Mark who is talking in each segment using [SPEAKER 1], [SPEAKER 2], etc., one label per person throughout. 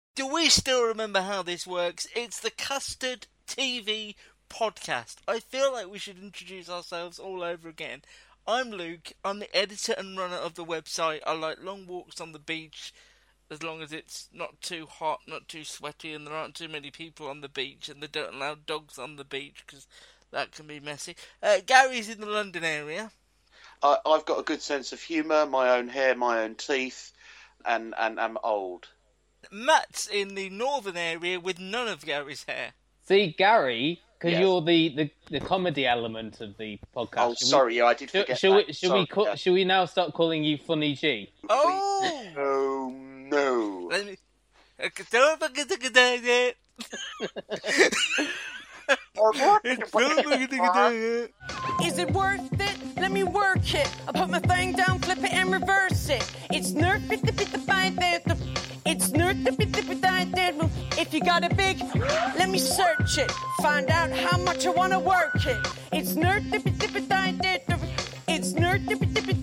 [SPEAKER 1] Do we still remember how this works? It's the Custard TV podcast. I feel like we should introduce ourselves all over again. I'm Luke. I'm the editor and runner of the website. I like long walks on the beach as long as it's not too hot, not too sweaty, and there aren't too many people on the beach, and they don't allow dogs on the beach because that can be messy. Uh, Gary's in the London area.
[SPEAKER 2] I, I've got a good sense of humour, my own hair, my own teeth, and, and I'm old.
[SPEAKER 1] Matt's in the northern area with none of Gary's hair.
[SPEAKER 3] See, Gary, because
[SPEAKER 2] Yes.
[SPEAKER 3] you're the, the, the comedy element of the podcast.
[SPEAKER 2] Oh,
[SPEAKER 3] should we-
[SPEAKER 2] sorry, yeah, I did
[SPEAKER 3] Should,
[SPEAKER 2] forget
[SPEAKER 3] should
[SPEAKER 2] that.
[SPEAKER 3] we should
[SPEAKER 2] Sorry,
[SPEAKER 3] we call,
[SPEAKER 2] yeah.
[SPEAKER 3] should we now start calling you Funny G?
[SPEAKER 1] Oh!
[SPEAKER 2] Oh, no.
[SPEAKER 1] Let me. It's
[SPEAKER 4] Is it worth it? Let me work it. I put my thing down, flip it, and reverse it. It's nerf it, the bit the find that the. It's nerf the bit the bit the If you got a big, let me search it. Find out how much I wanna work it. It's nerf the bit the bit the It's nerf the bit the bit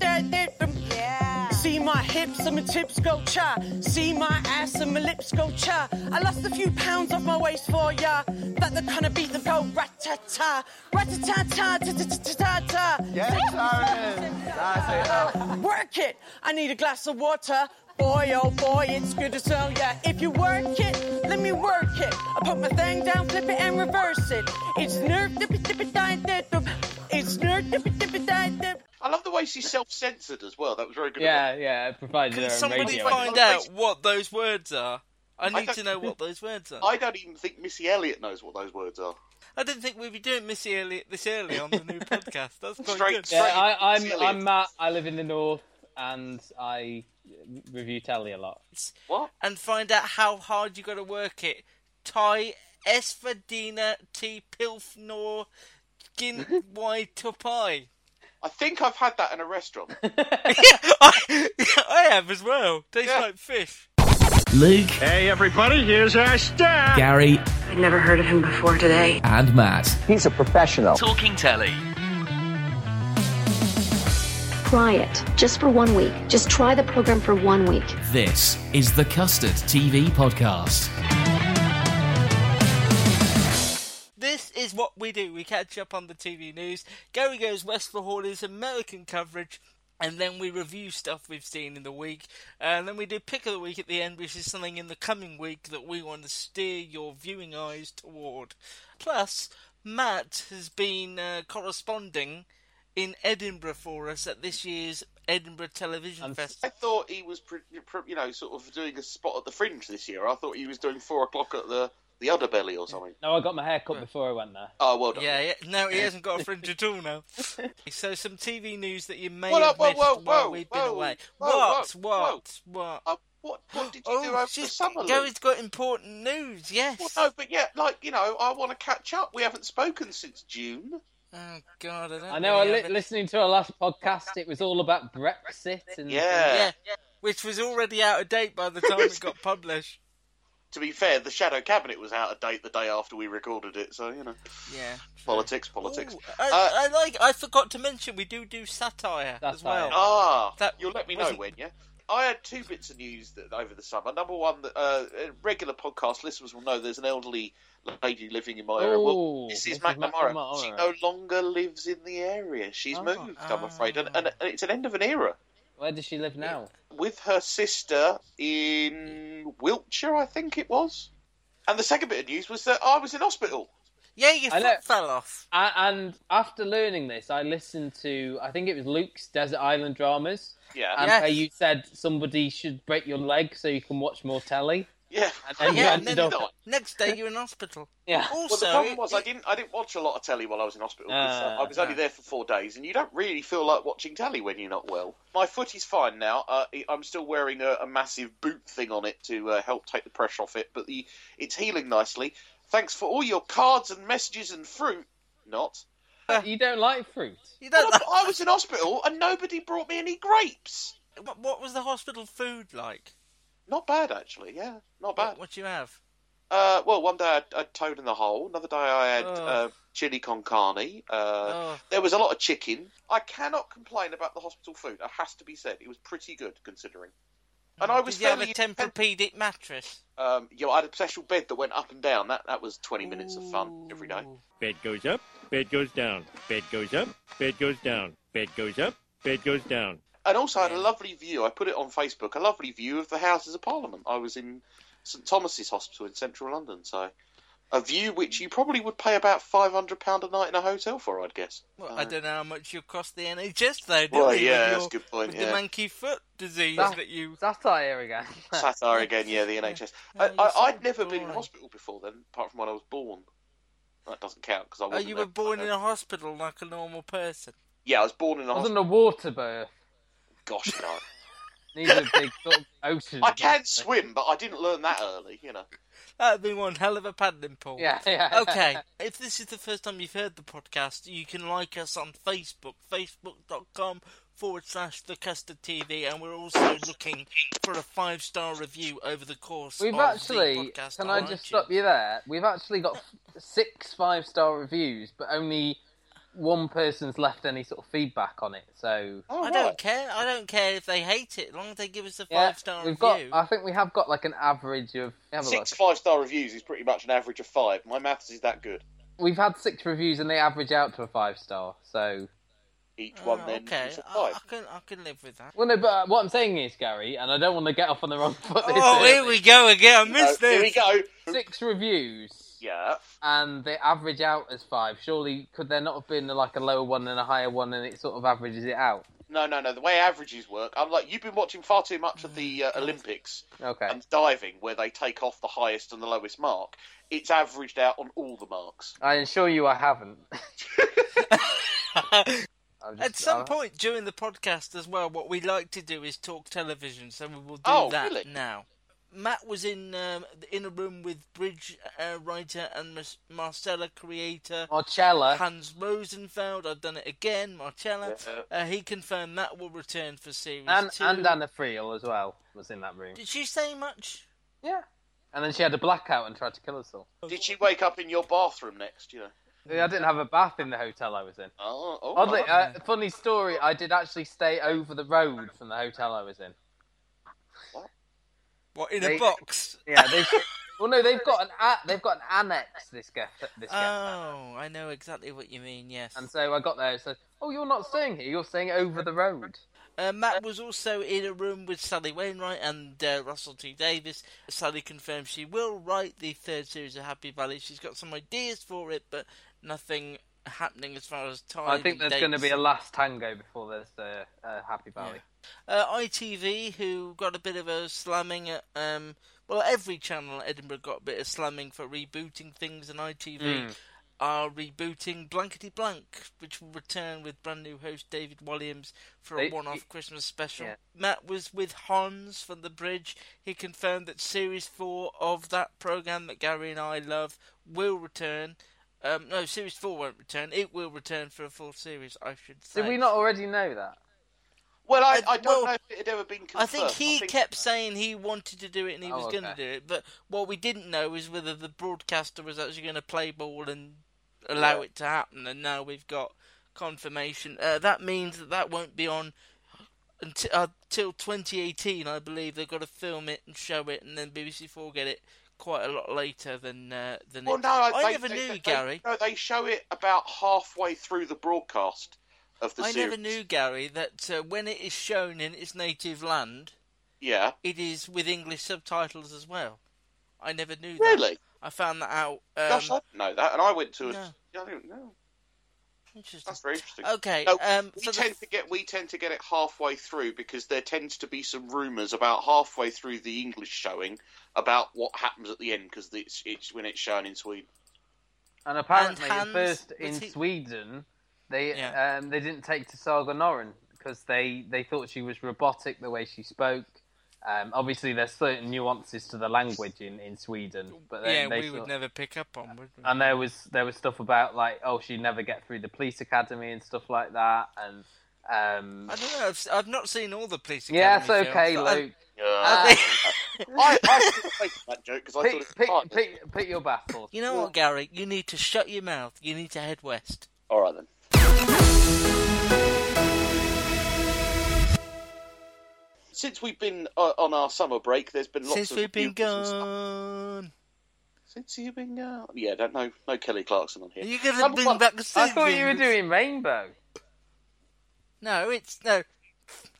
[SPEAKER 4] the Yeah. See my hips and my tips go cha. See my ass and my lips go cha. I lost a few pounds off my waist for ya. That the kind of beat that go rat ta ta, rat ta ta ta ta ta ta ta. Work it. I need a glass of water. Boy, oh boy, it's good as hell, yeah. If you work it, let me work it. I put my thing down, flip it and reverse it. It's nerve dippy dippy di dip. It's nerve dippy dippy di dip.
[SPEAKER 2] I love the way she's self-censored as well. That was very good.
[SPEAKER 3] Yeah, yeah. Provided
[SPEAKER 1] Can
[SPEAKER 3] they're on
[SPEAKER 1] somebody
[SPEAKER 3] radio.
[SPEAKER 1] find out what those words are? I need
[SPEAKER 2] don't-
[SPEAKER 1] to know what those words are.
[SPEAKER 2] I don't even think Missy Elliott knows what those words are.
[SPEAKER 1] I didn't think we'd be doing Missy Elliott this early on the new podcast. That's quite
[SPEAKER 2] Straight-
[SPEAKER 1] good.
[SPEAKER 3] Yeah, I, I'm
[SPEAKER 2] Brilliant.
[SPEAKER 3] I'm Matt. I live in the north, and I review telly a lot.
[SPEAKER 2] What?
[SPEAKER 1] And find out how hard you got to work it. Thai Esfadina T Pilfnor Gin Y Tupai.
[SPEAKER 2] I think I've had that in a restaurant.
[SPEAKER 1] I, I have as well. Tastes
[SPEAKER 2] Yeah.
[SPEAKER 1] like fish.
[SPEAKER 5] Luke,
[SPEAKER 6] Hey, everybody, here's our staff.
[SPEAKER 5] Gary,
[SPEAKER 4] I'd never heard of him before today.
[SPEAKER 5] and Matt.
[SPEAKER 7] He's a professional.
[SPEAKER 5] Talking telly.
[SPEAKER 8] Try it. Just for one week. Just try the program for one week.
[SPEAKER 5] This is the Custard TV podcast.
[SPEAKER 1] This is what we do. We catch up on the TV news. Gary goes west for Hawley's American coverage. And then we review stuff we've seen in the week. And then we do pick of the week at the end, which is something in the coming week that we want to steer your viewing eyes toward. Plus, Matt has been uh, corresponding in Edinburgh for us at this year's Edinburgh Television
[SPEAKER 2] I
[SPEAKER 1] Festival.
[SPEAKER 2] thought he was, pre- pre- you know, sort of doing a spot at the Fringe this year. I thought he was doing four o'clock at the the Udder Belly or something.
[SPEAKER 3] No, I got my hair cut before I went there.
[SPEAKER 2] Oh, well done.
[SPEAKER 1] Yeah, yeah, no, he hasn't got a fringe at all now. So some TV news that you may
[SPEAKER 2] Whoa,
[SPEAKER 1] have
[SPEAKER 2] whoa,
[SPEAKER 1] missed
[SPEAKER 2] whoa, whoa,
[SPEAKER 1] while we've been
[SPEAKER 2] whoa,
[SPEAKER 1] away.
[SPEAKER 2] whoa,
[SPEAKER 1] what?
[SPEAKER 2] whoa,
[SPEAKER 1] what? What?
[SPEAKER 2] Uh, what what did you do
[SPEAKER 1] Oh,
[SPEAKER 2] over the
[SPEAKER 1] she's-
[SPEAKER 2] summer? Lou?
[SPEAKER 1] Gary's got important news. Yes.
[SPEAKER 2] Well, no, but yeah, like you know, I want to catch up. We haven't spoken since June.
[SPEAKER 1] Oh God, I don't.
[SPEAKER 3] I know. I
[SPEAKER 1] really
[SPEAKER 3] li-
[SPEAKER 1] have it.
[SPEAKER 3] listening to our last podcast, it was all about Brexit and
[SPEAKER 2] Yeah.
[SPEAKER 1] Yeah, which was already out of date by the time it got published.
[SPEAKER 2] To be fair, the Shadow Cabinet was out of date the day after we recorded it, so you know,
[SPEAKER 1] Yeah.
[SPEAKER 2] politics, politics.
[SPEAKER 1] Ooh, oh,
[SPEAKER 2] uh,
[SPEAKER 1] I, I like. I forgot to mention we do do satire as
[SPEAKER 3] Satire.
[SPEAKER 1] well.
[SPEAKER 2] ah,
[SPEAKER 1] that
[SPEAKER 2] you'll let me know
[SPEAKER 1] wasn't-
[SPEAKER 2] when, yeah. I had two bits of news that, over the summer. Number one, that uh, regular podcast listeners will know there's an elderly lady living in my area.
[SPEAKER 3] Ooh,
[SPEAKER 2] Well, Mrs.
[SPEAKER 3] Mrs.
[SPEAKER 2] McNamara.
[SPEAKER 3] McNamara.
[SPEAKER 1] Oh,
[SPEAKER 2] She no longer lives in the area. She's moved, I'm afraid, and, and it's an end of an era.
[SPEAKER 9] Where does she live now?
[SPEAKER 2] with her sister in Wiltshire, I think it was. And the second bit of news was that I was in hospital.
[SPEAKER 1] Yeah, your
[SPEAKER 9] I know.
[SPEAKER 1] foot fell off.
[SPEAKER 9] A- And after learning this, I listened to I think it was Luke's Desert Island Dramas,
[SPEAKER 2] Yeah.
[SPEAKER 9] and
[SPEAKER 1] Yes.
[SPEAKER 9] where you said somebody should break your leg so you can watch more telly.
[SPEAKER 2] Yeah.
[SPEAKER 9] And
[SPEAKER 1] Yeah,
[SPEAKER 9] you
[SPEAKER 1] and
[SPEAKER 9] ended
[SPEAKER 1] then-
[SPEAKER 9] up.
[SPEAKER 1] Next day, you're in hospital.
[SPEAKER 9] Yeah.
[SPEAKER 1] Also,
[SPEAKER 2] Well, the problem was I
[SPEAKER 1] it-
[SPEAKER 2] didn't I didn't watch a lot of telly while I was in hospital. 'cause, uh,
[SPEAKER 9] Ah,
[SPEAKER 2] I was only
[SPEAKER 9] ah.
[SPEAKER 2] there for four days, and you don't really feel like watching telly when you're not well. My foot is fine now. Uh, I- I'm still wearing a, a massive boot thing on it to uh, help take the pressure off it, but the it's healing nicely. Thanks for all your cards and messages and fruit. Not.
[SPEAKER 9] You don't like fruit.
[SPEAKER 1] you
[SPEAKER 2] Well,
[SPEAKER 1] don't
[SPEAKER 2] I- I was in hospital and nobody brought me any grapes.
[SPEAKER 1] like- what, what was the hospital food like?
[SPEAKER 2] Not bad, actually. Yeah, not bad.
[SPEAKER 1] What, what you have?
[SPEAKER 2] Uh, well, one day I had, I had toad in the hole. Another day I had
[SPEAKER 1] Ugh.
[SPEAKER 2] uh, chili con carne. Uh,
[SPEAKER 1] Ugh.
[SPEAKER 2] There was a lot of chicken. I cannot complain about the hospital food. It has to be said, it was pretty good considering. And I was
[SPEAKER 1] Mm. Did you have a
[SPEAKER 2] fairly-
[SPEAKER 1] temperpedic mattress?
[SPEAKER 2] Um, yeah, I had a special bed that went up and down. That that was twenty minutes of fun every day.
[SPEAKER 1] Ooh.
[SPEAKER 6] Bed goes up, bed goes down, bed goes up, bed goes down, bed goes up, bed goes down.
[SPEAKER 2] And also, I had a lovely view. I put it on Facebook. A lovely view of the Houses of Parliament. I was in St Thomas's Hospital in central London, so a view which you probably would pay about five hundred pound a night in a hotel for, I'd guess.
[SPEAKER 1] Well, I don't know how much you cost the NHS though. do
[SPEAKER 2] Well,
[SPEAKER 1] we,
[SPEAKER 2] yeah,
[SPEAKER 1] with
[SPEAKER 2] that's
[SPEAKER 1] your-
[SPEAKER 2] a good point,
[SPEAKER 1] With
[SPEAKER 2] yeah.
[SPEAKER 1] the monkey foot disease
[SPEAKER 9] That-
[SPEAKER 1] that you.
[SPEAKER 9] Satire again.
[SPEAKER 2] Satire again, yeah, the NHS. I,
[SPEAKER 1] you're
[SPEAKER 2] I,
[SPEAKER 1] so
[SPEAKER 2] I'd never been in
[SPEAKER 1] boring.
[SPEAKER 2] hospital before then, apart from when I was born. That doesn't count because I
[SPEAKER 1] Oh,
[SPEAKER 2] wasn't.
[SPEAKER 1] you
[SPEAKER 2] there.
[SPEAKER 1] were born in a hospital like a normal person.
[SPEAKER 2] Yeah, I was born in a hospital.
[SPEAKER 9] Wasn't a water birth.
[SPEAKER 2] Gosh, no.
[SPEAKER 9] Needs a big sort of ocean.
[SPEAKER 2] I can swim, but I didn't learn that early, you know.
[SPEAKER 1] That'd be one hell of a paddling pool.
[SPEAKER 9] Yeah, yeah.
[SPEAKER 1] okay, if this is the first time you've heard the podcast, you can like us on Facebook, facebook.com forward slash the custard TV, and we're also looking for a five star review over the course
[SPEAKER 9] We've
[SPEAKER 1] of
[SPEAKER 9] actually.
[SPEAKER 1] the podcast.
[SPEAKER 9] Can I
[SPEAKER 1] on
[SPEAKER 9] just
[SPEAKER 1] iTunes.
[SPEAKER 9] stop you there? We've actually got f- six five star reviews, but only one person's left any sort of feedback on it. So
[SPEAKER 2] Oh,
[SPEAKER 1] I
[SPEAKER 2] right.
[SPEAKER 1] don't care. I don't care if they hate it, as long as they give us a
[SPEAKER 9] yeah,
[SPEAKER 1] five star
[SPEAKER 9] we've
[SPEAKER 1] review.
[SPEAKER 9] got. I think we have got like an average of. Have a
[SPEAKER 2] Six
[SPEAKER 9] look.
[SPEAKER 2] five star reviews is pretty much an average of five. My maths is that good.
[SPEAKER 9] We've had six reviews and they average out to a five star. So
[SPEAKER 2] Each
[SPEAKER 1] Oh,
[SPEAKER 2] one then
[SPEAKER 1] okay,
[SPEAKER 2] is a
[SPEAKER 1] I,
[SPEAKER 2] five.
[SPEAKER 1] I can I can live with that.
[SPEAKER 9] Well, no, but uh, what I'm saying is, Gary, and I don't want to get off on the wrong foot. this
[SPEAKER 1] Oh,
[SPEAKER 9] early.
[SPEAKER 1] here we go again. I
[SPEAKER 2] Oh,
[SPEAKER 1] missed
[SPEAKER 2] here we
[SPEAKER 1] this.
[SPEAKER 2] go.
[SPEAKER 9] Six reviews,
[SPEAKER 2] Yeah.
[SPEAKER 9] and they average out as five. Surely, could there not have been like a lower one and a higher one, and it sort of averages it out?
[SPEAKER 2] No, no, no. The way averages work, I'm like, you've been watching far too much of the
[SPEAKER 1] Oh,
[SPEAKER 2] uh, Olympics
[SPEAKER 9] Okay.
[SPEAKER 2] and diving, where they take off the highest and the lowest mark. It's averaged out on all the marks.
[SPEAKER 9] I assure you, I haven't. I'm just- uh,
[SPEAKER 1] At some
[SPEAKER 9] I-
[SPEAKER 1] point during the podcast as well, what we like to do is talk television, so we will do
[SPEAKER 2] Oh,
[SPEAKER 1] that
[SPEAKER 2] really?
[SPEAKER 1] now. Matt was in um, in a room with bridge uh, writer and Mas- Marcella creator
[SPEAKER 9] Oh, Marcella.
[SPEAKER 1] Hans Rosenfeld. I've done it again, Marcella.
[SPEAKER 2] Yeah.
[SPEAKER 1] Uh, he confirmed that will return for series
[SPEAKER 9] And,
[SPEAKER 1] two.
[SPEAKER 9] and Anna Friel as well was in that room.
[SPEAKER 1] Did she say much?
[SPEAKER 9] Yeah. And then she had a blackout and tried to kill us all.
[SPEAKER 2] Did she wake up in your bathroom next? You know.
[SPEAKER 9] I didn't have a bath in the hotel I was in.
[SPEAKER 2] Oh, oh,
[SPEAKER 9] Oddly,
[SPEAKER 2] right.
[SPEAKER 9] uh, funny story. I did actually stay over the road from the hotel I was in.
[SPEAKER 1] What in
[SPEAKER 9] They-
[SPEAKER 1] a box?
[SPEAKER 9] Yeah, they. well, no, they've got an a, they've got an annex this guest this guest,
[SPEAKER 1] Oh, I know exactly what you mean. Yes.
[SPEAKER 9] and so I got there. and said, "Oh, you're not staying here. You're staying over the road."
[SPEAKER 1] Uh, Matt was also in a room with Sally Wainwright and uh, Russell T Davis. Sally confirms she will write the third series of Happy Valley. She's got some ideas for it, but nothing happening as far as time.
[SPEAKER 9] I think there's going to
[SPEAKER 1] dates.
[SPEAKER 9] be a last tango before there's the uh, Happy Valley.
[SPEAKER 1] uh, ITV who got a bit of a slamming at. Um, well, every channel in Edinburgh got a bit of slamming for rebooting things, and ITV
[SPEAKER 9] Hmm.
[SPEAKER 1] are rebooting Blankety Blank, which will return with brand new host David Williams for a
[SPEAKER 9] They-
[SPEAKER 1] one off
[SPEAKER 9] it-
[SPEAKER 1] Christmas special.
[SPEAKER 9] yeah.
[SPEAKER 1] Matt was with Hans from The Bridge. He confirmed that series four of that programme that Gary and I love will return. Um, no, series four won't return. It will return for a full series, I should say.
[SPEAKER 9] Did we not already know that?
[SPEAKER 2] Well, I, I
[SPEAKER 1] uh,
[SPEAKER 2] don't
[SPEAKER 1] well,
[SPEAKER 2] know if it had ever been confirmed.
[SPEAKER 1] I think he kept saying he wanted to do it and he
[SPEAKER 9] Oh,
[SPEAKER 1] was going to
[SPEAKER 9] okay.
[SPEAKER 1] do it, but what we didn't know is whether the broadcaster was actually going to play ball and allow
[SPEAKER 2] Yeah.
[SPEAKER 1] it to happen. And now we've got confirmation. Uh, that means that that won't be on until uh, till 2018, I believe. They've got to film it and show it, and then BBC Four get it quite a lot later than uh, than.
[SPEAKER 2] Well,
[SPEAKER 1] it-
[SPEAKER 2] no,
[SPEAKER 1] I
[SPEAKER 2] they,
[SPEAKER 1] never
[SPEAKER 2] they-
[SPEAKER 1] knew,
[SPEAKER 2] they-
[SPEAKER 1] Gary.
[SPEAKER 2] No, they show it about halfway through the broadcast. of the
[SPEAKER 1] I
[SPEAKER 2] series.
[SPEAKER 1] never knew, Gary, that uh, when it is shown in its native land,
[SPEAKER 2] Yeah.
[SPEAKER 1] it is with English subtitles as well. I never knew that.
[SPEAKER 2] Really?
[SPEAKER 1] I found that out. Um,
[SPEAKER 2] Gosh, I didn't know that. And I went to a.
[SPEAKER 1] No.
[SPEAKER 2] Yeah, I didn't know.
[SPEAKER 1] interesting.
[SPEAKER 2] That's very interesting.
[SPEAKER 1] Okay,
[SPEAKER 2] No,
[SPEAKER 1] um,
[SPEAKER 2] we
[SPEAKER 1] for the-
[SPEAKER 2] tend to get we tend to get it halfway through because there tends to be some rumours about halfway through the English showing about what happens at the end because it's, it's when it's shown in Sweden.
[SPEAKER 3] And apparently,
[SPEAKER 1] Hans
[SPEAKER 3] at first
[SPEAKER 1] was
[SPEAKER 3] in
[SPEAKER 1] he-
[SPEAKER 3] Sweden, they
[SPEAKER 1] Yeah.
[SPEAKER 3] um, they didn't take to Saga Norrin because they, they thought she was robotic the way she spoke. Um, obviously, there's certain nuances to the language in, in Sweden, but then
[SPEAKER 1] yeah,
[SPEAKER 3] they
[SPEAKER 1] we
[SPEAKER 3] sort-
[SPEAKER 1] would never pick up on, would we?
[SPEAKER 3] and there was there was stuff about like oh she'd never get through the police academy and stuff like that, and um,
[SPEAKER 1] I don't know. I've, s- I've not seen all the police.
[SPEAKER 3] yeah, it's
[SPEAKER 1] Academy
[SPEAKER 3] okay,
[SPEAKER 1] films, but I-
[SPEAKER 3] Luke.
[SPEAKER 1] I think-
[SPEAKER 2] I, I didn't make that joke because I thought
[SPEAKER 3] Pick,
[SPEAKER 2] it was
[SPEAKER 3] pick,
[SPEAKER 2] fun.
[SPEAKER 3] pick, pick your battles.
[SPEAKER 1] you know what, Gary? You need to shut your mouth. You need to head west.
[SPEAKER 2] All right then. Since we've been uh, on our summer break, there's been lots
[SPEAKER 1] Since
[SPEAKER 2] of
[SPEAKER 1] we've been
[SPEAKER 2] reviews and stuff.
[SPEAKER 1] gone,
[SPEAKER 2] Since you've been gone, yeah, don't know, no Kelly Clarkson on here.
[SPEAKER 1] are you going to
[SPEAKER 2] Number
[SPEAKER 1] bring
[SPEAKER 2] one-
[SPEAKER 1] back the
[SPEAKER 3] I thought you were
[SPEAKER 1] Simpsons?
[SPEAKER 3] doing Rainbow.
[SPEAKER 1] No, it's no.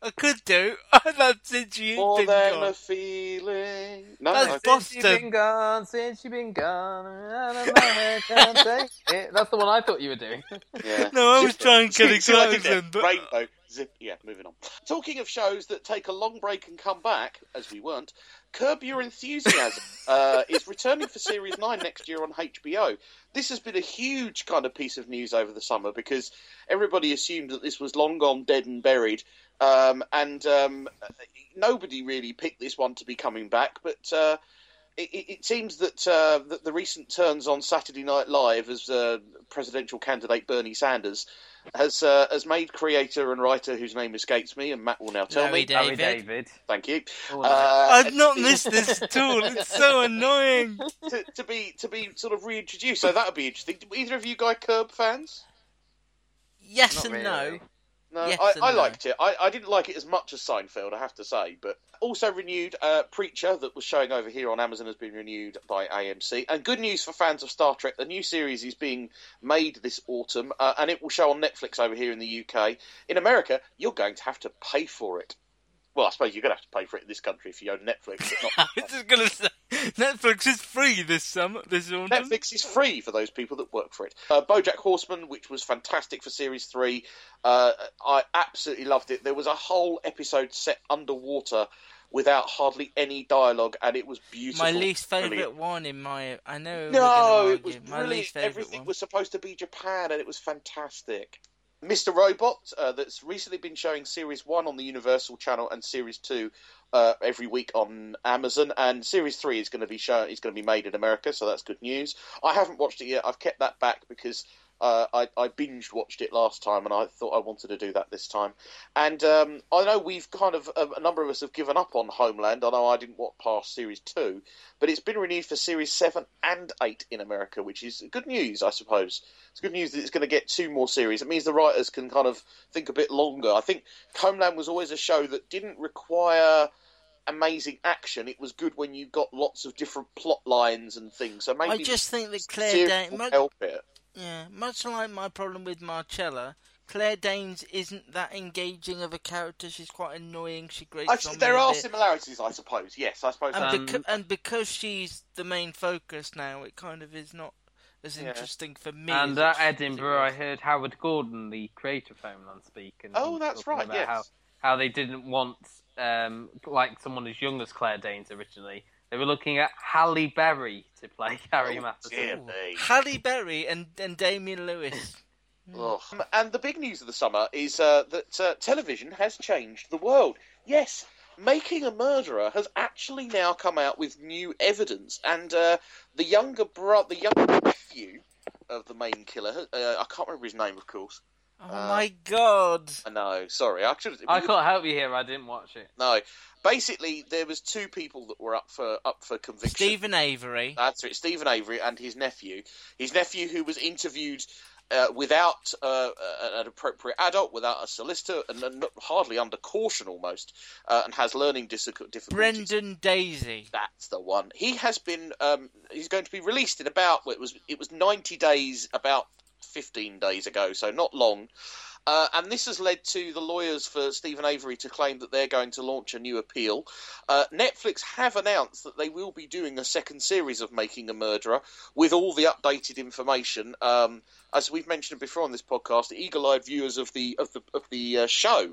[SPEAKER 1] I could do. I love since you've
[SPEAKER 2] More
[SPEAKER 1] been
[SPEAKER 2] than
[SPEAKER 1] gone.
[SPEAKER 2] a feeling. No,
[SPEAKER 1] That's
[SPEAKER 2] I-
[SPEAKER 1] Boston.
[SPEAKER 3] Since you've been gone, since you've been gone, and America, take it. That's the one I thought you were doing.
[SPEAKER 2] yeah.
[SPEAKER 1] No, I was
[SPEAKER 2] Zip-
[SPEAKER 1] trying Kelly
[SPEAKER 2] See what I did there?
[SPEAKER 1] Clarkson, but
[SPEAKER 2] Rainbow. Zip. Yeah, moving on. Talking of shows that take a long break and come back, as we weren't, Curb Your Enthusiasm uh, is returning for Series 9 next year on HBO. This has been a huge kind of piece of news over the summer because everybody assumed that this was long gone, dead and buried. Um, and um, nobody really picked this one to be coming back, but. Uh, it, it it seems that uh, that the recent turns on Saturday Night Live as uh, presidential candidate Bernie Sanders has uh, has made creator and writer whose name escapes me, and Matt will now tell me.
[SPEAKER 1] Larry
[SPEAKER 3] Larry
[SPEAKER 1] David.
[SPEAKER 3] David.
[SPEAKER 2] Thank you.
[SPEAKER 3] Oh,
[SPEAKER 2] Uh,
[SPEAKER 1] I've not missed this at all. It's so annoying.
[SPEAKER 2] to, to be to be sort of reintroduced. So that would be interesting. Either of you guy Curb fans?
[SPEAKER 1] Yes
[SPEAKER 3] Not
[SPEAKER 1] and
[SPEAKER 3] really.
[SPEAKER 1] no.
[SPEAKER 2] No,
[SPEAKER 1] Yes
[SPEAKER 2] I,
[SPEAKER 1] and
[SPEAKER 2] I
[SPEAKER 1] no.
[SPEAKER 2] liked it. I, I didn't like it as much as Seinfeld, I have to say. But also renewed uh, Preacher that was showing over here on Amazon has been renewed by AMC. And good news for fans of Star Trek: the new series is being made this autumn, uh, and it will show on Netflix over here in the UK. In America, you're going to have to pay for it. Well, I suppose you're going to have to pay for it in this country if you own Netflix. But
[SPEAKER 1] I
[SPEAKER 2] not
[SPEAKER 1] was just going to say Netflix is free this summer. This autumn.
[SPEAKER 2] Netflix is free for those people that work for it. Uh, BoJack Horseman, which was fantastic for series three, uh, I absolutely loved it. There was a whole episode set underwater without hardly any dialogue, and it was beautiful.
[SPEAKER 1] My least favourite
[SPEAKER 2] Brilliant.
[SPEAKER 1] one in my. I know. we're
[SPEAKER 2] No,
[SPEAKER 1] gonna
[SPEAKER 2] it was
[SPEAKER 1] argue. My
[SPEAKER 2] brilliant.
[SPEAKER 1] least favourite
[SPEAKER 2] Everything
[SPEAKER 1] one.
[SPEAKER 2] was supposed to be Japan, and it was fantastic. Mr. Robot, uh, that's recently been showing series one on the Universal Channel and series two uh, every week on Amazon, and series three is going to be show is going to be made in America, so that's good news. I haven't watched it yet. I've kept that back because. Uh, I, I binge watched it last time, and I thought I wanted to do that this time. And um, I know we've kind of um, a, a number of us have given up on Homeland. I know I didn't watch past series two, but it's been renewed for series seven and eight in America, which is good news, I suppose. It's good news that it's going to get two more series. It means the writers can kind of think a bit longer. I think Homeland was always a show that didn't require amazing action. It was good when you got lots of different plot lines and things. So maybe
[SPEAKER 1] I just think that Claire
[SPEAKER 2] series
[SPEAKER 1] Danes.
[SPEAKER 2] will
[SPEAKER 1] mu-
[SPEAKER 2] help it.
[SPEAKER 1] yeah, much like my problem with Marcella, Claire Danes isn't that engaging of a character. She's quite annoying. She grates
[SPEAKER 2] I,
[SPEAKER 1] on me
[SPEAKER 2] there
[SPEAKER 1] a
[SPEAKER 2] are
[SPEAKER 1] bit. Um,
[SPEAKER 2] similarities, I suppose. Yes, I suppose. that-
[SPEAKER 1] and, becau- and because she's the main focus now, it kind of is not as
[SPEAKER 2] Yeah.
[SPEAKER 1] interesting for me. as
[SPEAKER 3] And
[SPEAKER 1] it
[SPEAKER 3] at
[SPEAKER 1] should-
[SPEAKER 3] Edinburgh, I heard Howard Gordon, the creator of Homeland, speak. And
[SPEAKER 2] Oh,
[SPEAKER 3] he was
[SPEAKER 2] that's
[SPEAKER 3] talking
[SPEAKER 2] right,
[SPEAKER 3] about
[SPEAKER 2] yes.
[SPEAKER 3] How, how they didn't want, um, like, someone as young as Claire Danes originally. They were looking at Halle Berry to
[SPEAKER 1] Oh,
[SPEAKER 3] play Carrie Matheson.
[SPEAKER 2] dear me.
[SPEAKER 1] Halle Berry and and Damien Lewis.
[SPEAKER 2] Ugh. Um, And the big news of the summer is uh, that uh, television has changed the world. Yes, Making a Murderer has actually now come out with new evidence, and uh, the younger bro- the younger nephew of the main killer, uh, I can't remember his name, of course.
[SPEAKER 1] Oh my god!
[SPEAKER 2] I know, sorry, I should.
[SPEAKER 3] I can't help you here. I didn't watch it.
[SPEAKER 2] No, basically, there was two people that were up for up for conviction.
[SPEAKER 1] Stephen Avery.
[SPEAKER 2] That's it. Stephen Avery and his nephew. His nephew, who was interviewed uh, without uh, an appropriate adult, without a solicitor, and, and hardly under caution almost, uh, and has learning dis- difficulties.
[SPEAKER 1] Brendan Daisy.
[SPEAKER 2] That's the one. He has been. Um, he's going to be released in about. Well, it was. It was ninety days. About fifteen days ago, so not long. Uh, and this has led to the lawyers for Stephen Avery to claim that they're going to launch a new appeal. Uh, Netflix have announced that they will be doing a second series of Making a Murderer with all the updated information. Um, as we've mentioned before on this podcast, eagle-eyed viewers of the of the of the uh, show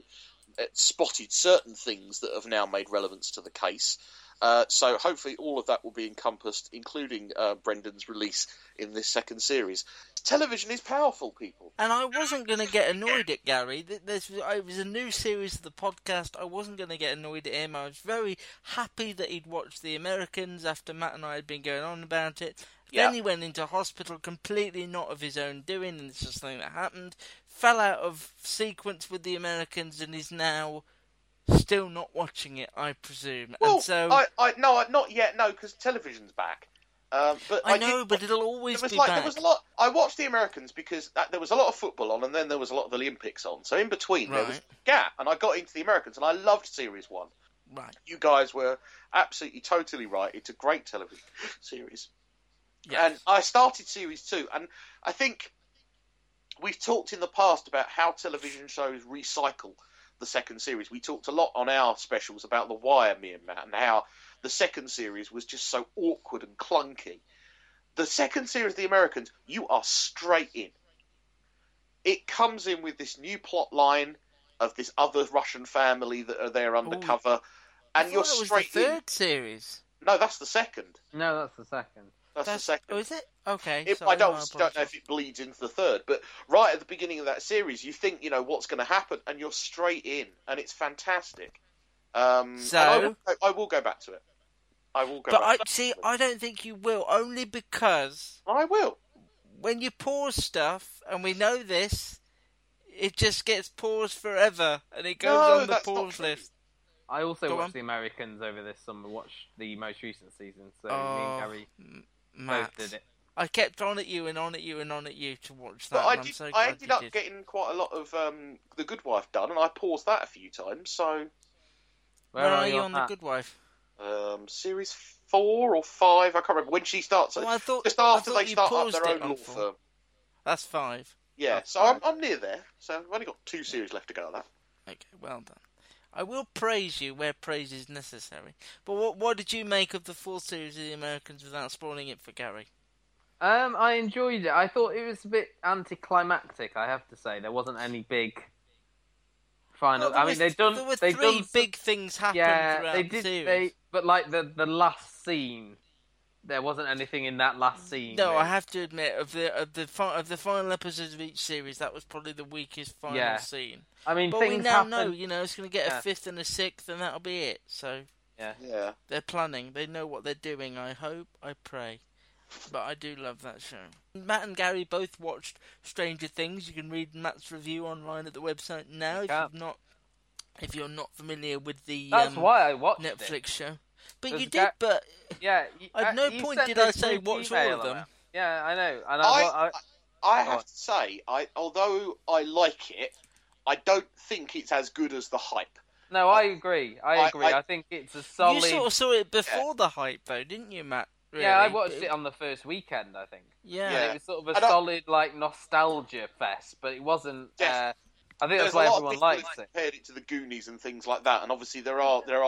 [SPEAKER 2] uh, spotted certain things that have now made relevance to the case. Uh, so hopefully all of that will be encompassed, including uh, Brendan's release in this second series. Television is powerful, people.
[SPEAKER 1] And I wasn't going to get annoyed at Gary. Th- This was, it was a new series of the podcast. I wasn't going to get annoyed at him. I was very happy that he'd watched The Americans after Matt and I had been going on about it.
[SPEAKER 2] Yeah.
[SPEAKER 1] Then he went into hospital completely not of his own doing, and it's just something that happened. Fell out of sequence with The Americans and is now still not watching it, I presume.
[SPEAKER 2] Well,
[SPEAKER 1] and so
[SPEAKER 2] I, I, no, I- not yet. No, because television's back. Um, but
[SPEAKER 1] I
[SPEAKER 2] I
[SPEAKER 1] know,
[SPEAKER 2] did-
[SPEAKER 1] but it'll always
[SPEAKER 2] there was
[SPEAKER 1] be
[SPEAKER 2] like
[SPEAKER 1] back.
[SPEAKER 2] there was a lot. I watched the Americans because that, there was a lot of football on, and then there was a lot of the Olympics on. So in between there was
[SPEAKER 1] Right.
[SPEAKER 2] a gap, and I got into the Americans, and I loved series one.
[SPEAKER 1] Right.
[SPEAKER 2] You guys were absolutely totally right. It's a great television series.
[SPEAKER 1] Yes.
[SPEAKER 2] And I started series two, and I think we've talked in the past about how television shows recycle the second series. We talked a lot on our specials about The Wire, me and Matt, and how the second series was just so awkward and clunky. The second series, The Americans, you are straight in. It comes in with this new plot line of this other Russian family that are there undercover, and
[SPEAKER 1] Oh, I
[SPEAKER 2] you're
[SPEAKER 1] thought it was
[SPEAKER 2] straight
[SPEAKER 1] the
[SPEAKER 2] in.
[SPEAKER 1] third series.
[SPEAKER 2] No, that's the second.
[SPEAKER 3] No, that's the second.
[SPEAKER 2] That's, the second.
[SPEAKER 1] Oh, is it? Okay.
[SPEAKER 2] If
[SPEAKER 1] sorry,
[SPEAKER 2] I don't,
[SPEAKER 1] my
[SPEAKER 2] don't know
[SPEAKER 1] apologies.
[SPEAKER 2] if it bleeds into the third, but right at the beginning of that series, you think you know what's going to happen, and you're straight in, and it's fantastic. Um,
[SPEAKER 1] So-
[SPEAKER 2] and I, will, I will go back to it. I will go.
[SPEAKER 1] But I
[SPEAKER 2] back to
[SPEAKER 1] see.
[SPEAKER 2] it.
[SPEAKER 1] I don't think you will, only because
[SPEAKER 2] I will.
[SPEAKER 1] when you pause stuff, and we know this, it just gets paused forever, and it goes
[SPEAKER 2] No,
[SPEAKER 1] on the
[SPEAKER 2] that's not
[SPEAKER 1] pause
[SPEAKER 2] true.
[SPEAKER 1] list.
[SPEAKER 3] I also
[SPEAKER 1] Go
[SPEAKER 3] watched
[SPEAKER 1] on.
[SPEAKER 3] The Americans over this summer. Watched the most recent season, so
[SPEAKER 1] Oh,
[SPEAKER 3] me and Gary
[SPEAKER 1] Matt,
[SPEAKER 3] both did it.
[SPEAKER 1] I kept on at you and on at you and on at you to watch that.
[SPEAKER 2] But I
[SPEAKER 1] and I'm
[SPEAKER 2] did.
[SPEAKER 1] so glad
[SPEAKER 2] I ended
[SPEAKER 1] you
[SPEAKER 2] up
[SPEAKER 1] did.
[SPEAKER 2] getting quite a lot of um, The Good Wife done, and I paused that a few times. So
[SPEAKER 1] Where, are, you on
[SPEAKER 3] that?
[SPEAKER 1] the Good Wife?
[SPEAKER 2] um, series four or five, I can't remember when she starts.
[SPEAKER 1] Well, I thought-
[SPEAKER 2] just
[SPEAKER 1] I
[SPEAKER 2] after
[SPEAKER 1] thought
[SPEAKER 2] they
[SPEAKER 1] you
[SPEAKER 2] start up
[SPEAKER 1] paused
[SPEAKER 2] their
[SPEAKER 1] it
[SPEAKER 2] own
[SPEAKER 1] on
[SPEAKER 2] law
[SPEAKER 1] four.
[SPEAKER 2] firm.
[SPEAKER 1] That's five.
[SPEAKER 2] Yeah,
[SPEAKER 3] That's
[SPEAKER 2] so I'm,
[SPEAKER 3] right.
[SPEAKER 2] I'm near there. So I've only got two series left to go. Of that.
[SPEAKER 1] Okay, well done. I will praise you where praise is necessary. But what what did you make of the full series of The Americans without spoiling it for Gary?
[SPEAKER 3] Um, I enjoyed it. I thought it was a bit anticlimactic. I have to say, there wasn't any big final.
[SPEAKER 1] Well, there
[SPEAKER 3] I mean,
[SPEAKER 1] was-
[SPEAKER 3] they done.
[SPEAKER 1] There were
[SPEAKER 3] they've
[SPEAKER 1] three
[SPEAKER 3] done some-
[SPEAKER 1] big things happen
[SPEAKER 3] Yeah,
[SPEAKER 1] throughout
[SPEAKER 3] they
[SPEAKER 1] the
[SPEAKER 3] did.
[SPEAKER 1] series.
[SPEAKER 3] They, but like the the last scene, there wasn't anything in that last scene.
[SPEAKER 1] Mm, No,
[SPEAKER 3] really.
[SPEAKER 1] I have to admit of the of the fi- of the final episodes of each series, that was probably the weakest final
[SPEAKER 3] Yeah.
[SPEAKER 1] scene.
[SPEAKER 3] I mean,
[SPEAKER 1] But
[SPEAKER 3] things
[SPEAKER 1] we now
[SPEAKER 3] happen.
[SPEAKER 1] know, you know, it's going to get
[SPEAKER 3] Yeah.
[SPEAKER 1] a fifth and a sixth, and that'll be it. So
[SPEAKER 3] Yeah.
[SPEAKER 2] Yeah.
[SPEAKER 1] they're planning. They know what they're doing. I hope. I pray. But I do love that show. Matt and Gary both watched Stranger Things. You can read Matt's review online at the website now. If
[SPEAKER 3] can.
[SPEAKER 1] you've not, if you're not familiar with the
[SPEAKER 3] That's
[SPEAKER 1] um,
[SPEAKER 3] why I watched it.
[SPEAKER 1] Netflix show, but
[SPEAKER 3] Does
[SPEAKER 1] you did.
[SPEAKER 3] Ga-
[SPEAKER 1] but
[SPEAKER 3] Yeah, you-
[SPEAKER 1] At
[SPEAKER 3] uh,
[SPEAKER 1] no
[SPEAKER 3] you
[SPEAKER 1] point
[SPEAKER 3] sent
[SPEAKER 1] did I
[SPEAKER 3] this
[SPEAKER 1] say
[SPEAKER 3] weird
[SPEAKER 1] watch all
[SPEAKER 3] email
[SPEAKER 1] of them.
[SPEAKER 3] about- Yeah, I know, and I,
[SPEAKER 2] I,
[SPEAKER 3] I,
[SPEAKER 2] I
[SPEAKER 3] go on.
[SPEAKER 2] have to say, I although I like it, I don't think it's as good as the hype.
[SPEAKER 3] no, I agree. I
[SPEAKER 2] I-
[SPEAKER 3] agree. I,
[SPEAKER 2] I-
[SPEAKER 3] think it's a solid.
[SPEAKER 1] you sort of saw it before the hype, though, didn't you, Matt?
[SPEAKER 3] Yeah, I
[SPEAKER 1] Really?
[SPEAKER 3] watched it on the first weekend. I think.
[SPEAKER 1] Yeah.
[SPEAKER 2] Yeah.
[SPEAKER 3] And it was sort of a
[SPEAKER 2] I don't-
[SPEAKER 3] solid like nostalgia fest, but it wasn't. Uh,
[SPEAKER 2] Yes.
[SPEAKER 3] I think
[SPEAKER 2] There's
[SPEAKER 3] that's
[SPEAKER 2] a
[SPEAKER 3] why
[SPEAKER 2] lot of
[SPEAKER 3] everyone
[SPEAKER 2] people
[SPEAKER 3] likes
[SPEAKER 2] who
[SPEAKER 3] it.
[SPEAKER 2] compared it to the Goonies and things like that, and obviously there are there are.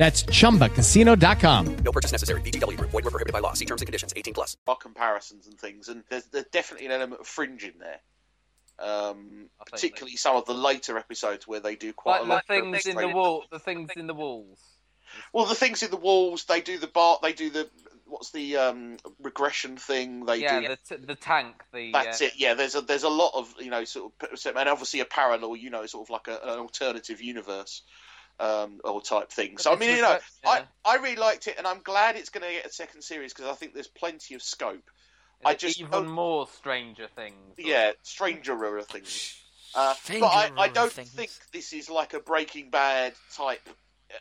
[SPEAKER 10] That's chumbacasino.com.
[SPEAKER 11] No purchase necessary. VGW Group. Void were prohibited by law. See terms and conditions. 18 plus.
[SPEAKER 2] are comparisons and things, and there's, there's definitely an element of fringe in there. Um, particularly some of the later episodes where they do quite
[SPEAKER 3] Like
[SPEAKER 2] a lot.
[SPEAKER 3] the things in the
[SPEAKER 2] illustrated-
[SPEAKER 3] wall, the things in the walls.
[SPEAKER 2] Well, the things in the walls, they do the bar, they do the what's the um, regression thing? They
[SPEAKER 9] yeah,
[SPEAKER 2] do
[SPEAKER 9] the, t- the tank. The
[SPEAKER 2] That's
[SPEAKER 9] uh,
[SPEAKER 2] it. Yeah, there's a there's a lot of you know sort of and obviously a parallel, you know, sort of like a, an alternative universe um, or type thing. So I mean, you know, I I really liked it, and I'm glad it's going to get a second series because I think there's plenty of scope. I just
[SPEAKER 9] even
[SPEAKER 2] don't-
[SPEAKER 9] more Stranger Things.
[SPEAKER 2] yeah, strangerer things. Uh, but I, I
[SPEAKER 9] Strangerer
[SPEAKER 2] don't
[SPEAKER 9] things.
[SPEAKER 2] think this is like a Breaking Bad type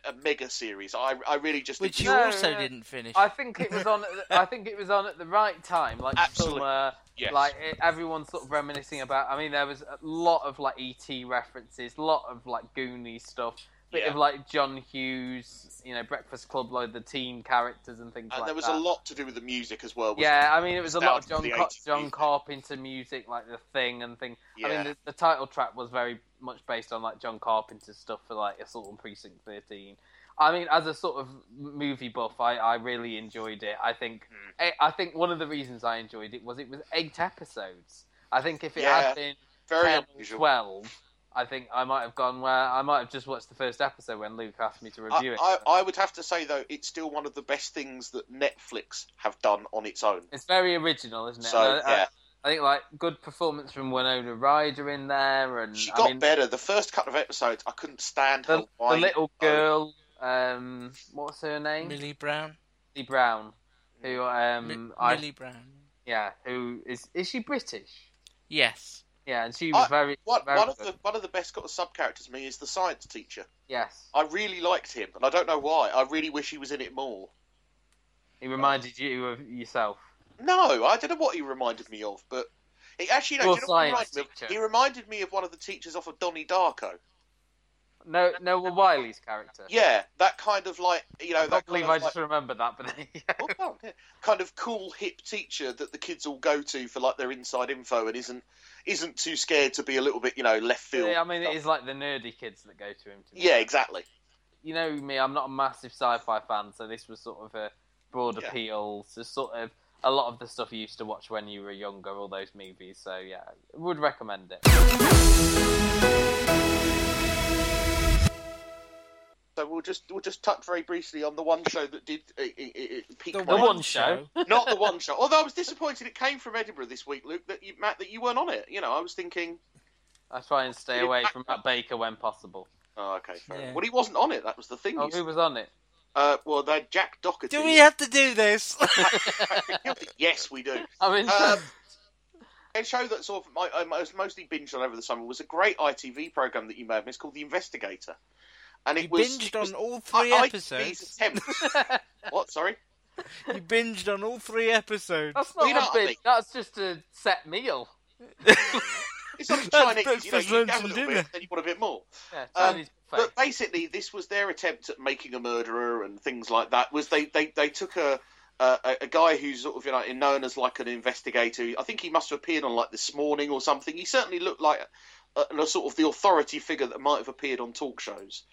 [SPEAKER 2] a mega series. I I really just
[SPEAKER 1] Which you
[SPEAKER 2] enjoyed
[SPEAKER 1] also
[SPEAKER 2] it.
[SPEAKER 1] didn't finish.
[SPEAKER 9] I think it was on. at the- I think it was on at the right time, like
[SPEAKER 2] Absolutely.
[SPEAKER 9] summer.
[SPEAKER 2] Yes.
[SPEAKER 9] Like it, everyone's sort of reminiscing about. I mean, there was a lot of like ET references, lot of like Goonies stuff, bit
[SPEAKER 2] Yeah.
[SPEAKER 9] of like John Hughes, you know, Breakfast Club, like the teen characters and things
[SPEAKER 2] and
[SPEAKER 9] like
[SPEAKER 2] there was
[SPEAKER 9] that.
[SPEAKER 2] a lot to do with the music as well. wasn't
[SPEAKER 9] Yeah,
[SPEAKER 2] there?
[SPEAKER 9] I mean, it was a lot of
[SPEAKER 2] Down to
[SPEAKER 9] John
[SPEAKER 2] the
[SPEAKER 9] Car-
[SPEAKER 2] 80s.
[SPEAKER 9] John Carpenter music, like the thing and thing. I
[SPEAKER 2] Yeah.
[SPEAKER 9] mean, the, the title track was very much based on like John Carpenter's stuff for like Assault on Precinct Thirteen. I mean, as a sort of movie buff, I, I really enjoyed it. I think
[SPEAKER 2] Hmm.
[SPEAKER 9] I, I think one of the reasons I enjoyed it was it was eight episodes. I think if it
[SPEAKER 2] Yeah,
[SPEAKER 9] had been
[SPEAKER 2] very
[SPEAKER 9] 10 or
[SPEAKER 2] unusual.
[SPEAKER 9] twelve, I think I might have gone where I might have just watched the first episode when Luke asked me to review
[SPEAKER 2] I,
[SPEAKER 9] it.
[SPEAKER 2] I, I would have to say though, it's still one of the best things that Netflix have done on its own.
[SPEAKER 9] It's very original, isn't it?
[SPEAKER 2] So,
[SPEAKER 9] And I, I-
[SPEAKER 2] yeah.
[SPEAKER 9] I think like good performance from Winona Ryder in there, and
[SPEAKER 2] She
[SPEAKER 9] Mm, I
[SPEAKER 2] got
[SPEAKER 9] mean,
[SPEAKER 2] better. The first couple of episodes, I couldn't stand her.
[SPEAKER 9] The, the
[SPEAKER 2] whine.
[SPEAKER 9] little girl, um, what's her name?
[SPEAKER 1] Millie Brown.
[SPEAKER 9] Millie Brown, who
[SPEAKER 3] Mm,
[SPEAKER 9] um, I,
[SPEAKER 1] Millie Brown.
[SPEAKER 9] yeah, who is is she British?
[SPEAKER 1] Yes.
[SPEAKER 9] Yeah, and she was
[SPEAKER 2] I-
[SPEAKER 9] very,
[SPEAKER 2] one,
[SPEAKER 9] very
[SPEAKER 2] one of
[SPEAKER 9] good.
[SPEAKER 2] the one of the best sub characters to me is the science teacher.
[SPEAKER 9] Yes,
[SPEAKER 2] I really liked him, and I don't know why. I really wish he was in it more.
[SPEAKER 9] he reminded you of yourself.
[SPEAKER 2] No, I don't know what he reminded me of, but he actually no,
[SPEAKER 9] Your
[SPEAKER 2] do you know what he
[SPEAKER 9] science
[SPEAKER 2] reminded me of?
[SPEAKER 9] teacher.
[SPEAKER 2] He reminded me of one of the teachers off of Donnie Darko.
[SPEAKER 9] No, no, well, Wiley's character.
[SPEAKER 2] Yeah, that kind of like you know
[SPEAKER 9] I
[SPEAKER 2] that
[SPEAKER 9] can't
[SPEAKER 2] kind
[SPEAKER 9] believe
[SPEAKER 2] of,
[SPEAKER 9] I
[SPEAKER 2] like,
[SPEAKER 9] just remembered that, but
[SPEAKER 2] kind of cool hip teacher that the kids all go to for like their inside info and isn't isn't too scared to be a little bit you know left field.
[SPEAKER 9] I mean, it is like the nerdy kids that go to him. To be
[SPEAKER 2] Yeah, exactly.
[SPEAKER 9] you know me, I'm not a massive sci-fi fan, so this was sort of a broad
[SPEAKER 2] Yeah.
[SPEAKER 9] appeal. So sort of a lot of the stuff you used to watch when you were younger, all those movies. So yeah, would recommend it.
[SPEAKER 2] So we'll just we'll just touch very briefly on the one show that did it, it, it peak
[SPEAKER 9] The
[SPEAKER 2] my-
[SPEAKER 9] one show.
[SPEAKER 2] not the one show. Although I was disappointed it came from Edinburgh this week, Luke. That you, Matt, that you weren't on it. You know, I was thinking.
[SPEAKER 9] I try and stay away from Matt Baker when possible.
[SPEAKER 2] Oh, okay, fair
[SPEAKER 9] Yeah.
[SPEAKER 2] enough. Well, he wasn't on it. That was the thing.
[SPEAKER 9] Oh,
[SPEAKER 2] you
[SPEAKER 9] who
[SPEAKER 2] said.
[SPEAKER 9] was on it?
[SPEAKER 2] Uh, well, they're Jack Doherty.
[SPEAKER 1] Do we have to do this?
[SPEAKER 2] yes, we do.
[SPEAKER 9] I mean,
[SPEAKER 2] um, a show that sort of I, I was mostly binged on over the summer was a great ITV program that you may have missed called The Investigator, and it
[SPEAKER 1] You
[SPEAKER 2] was
[SPEAKER 1] binged
[SPEAKER 2] it was
[SPEAKER 1] on all three
[SPEAKER 2] I- ITV's
[SPEAKER 1] episodes?
[SPEAKER 2] attempt- what? Sorry.
[SPEAKER 1] You binged on all three episodes.
[SPEAKER 9] That's not a big. That's just a set meal.
[SPEAKER 2] It's not Chinese. you
[SPEAKER 1] That's
[SPEAKER 2] know,
[SPEAKER 1] breakfast,
[SPEAKER 2] you
[SPEAKER 1] lunch
[SPEAKER 2] have a
[SPEAKER 1] and
[SPEAKER 2] little
[SPEAKER 1] dinner.
[SPEAKER 2] bit, then you want a bit more.
[SPEAKER 9] Yeah,
[SPEAKER 2] Um,
[SPEAKER 9] Chinese
[SPEAKER 2] but basically, this was their attempt at making a murderer and things like that. Was they they, they took a, a a guy who's sort of you know known as like an investigator. I think he must have appeared on like this morning or something. He certainly looked like a, a sort of the authority figure that might have appeared on talk shows.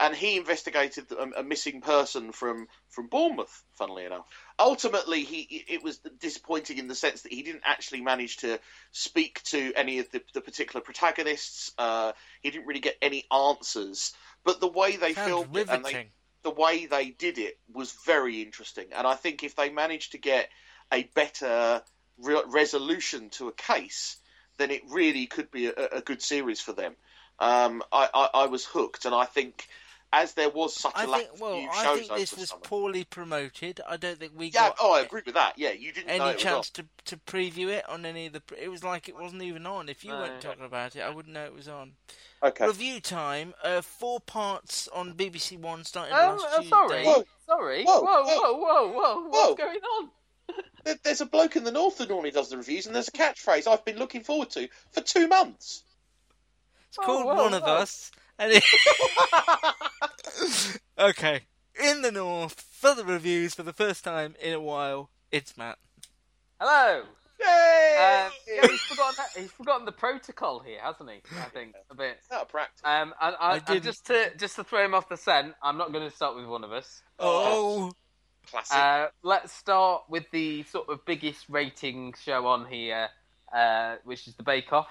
[SPEAKER 2] And he investigated a, a missing person from, from Bournemouth, funnily enough. Ultimately, he it was disappointing in the sense that he didn't actually manage to speak to any of the, the particular protagonists. Uh, he didn't really get any answers. But the way they
[SPEAKER 1] Sounds
[SPEAKER 2] filmed it and they,
[SPEAKER 1] riveting.
[SPEAKER 2] the way they did it was very interesting. And I think if they managed to get a better re- resolution to a case, then it really could be a, a good series for them. Um, I, I, I was hooked, and I think as there was such a
[SPEAKER 1] I
[SPEAKER 2] lack
[SPEAKER 1] think.
[SPEAKER 2] of
[SPEAKER 1] Well,
[SPEAKER 2] new
[SPEAKER 1] I
[SPEAKER 2] shows
[SPEAKER 1] think
[SPEAKER 2] over
[SPEAKER 1] this
[SPEAKER 2] the
[SPEAKER 1] was
[SPEAKER 2] summer.
[SPEAKER 1] poorly promoted. I don't think we
[SPEAKER 2] yeah,
[SPEAKER 1] got
[SPEAKER 2] oh, I agree with that. Yeah, you didn't know
[SPEAKER 1] any
[SPEAKER 2] it was on.
[SPEAKER 1] chance to to preview it on any of the. It was like it wasn't even on. If you
[SPEAKER 2] No,
[SPEAKER 1] weren't
[SPEAKER 2] yeah.
[SPEAKER 1] talking about it, I wouldn't know it was on.
[SPEAKER 2] Okay.
[SPEAKER 1] Review time. Uh, four parts on BBC One starting
[SPEAKER 9] Um,
[SPEAKER 1] last
[SPEAKER 9] uh,
[SPEAKER 1] Tuesday.
[SPEAKER 9] sorry, sorry. Whoa, whoa, whoa, whoa, What's going on?
[SPEAKER 2] There- There's a bloke in the north that normally does the reviews, and there's a catchphrase I've been looking forward to for two months.
[SPEAKER 9] Oh,
[SPEAKER 1] It's called One of Us. And it... okay. In the north for the reviews for the first time in a while. It's Matt.
[SPEAKER 9] Hello.
[SPEAKER 2] Yay!
[SPEAKER 9] Um, yeah, he's, forgotten, he's forgotten the protocol here, hasn't he? I think a bit.
[SPEAKER 2] out of practice.
[SPEAKER 9] Um, and I,
[SPEAKER 1] I
[SPEAKER 9] and
[SPEAKER 1] didn't-
[SPEAKER 9] just to just to throw him off the scent, I'm not going to start with one of us.
[SPEAKER 1] Oh.
[SPEAKER 2] Classic.
[SPEAKER 9] Uh, let's start with the sort of biggest rating show on here, uh, which is the Bake Off.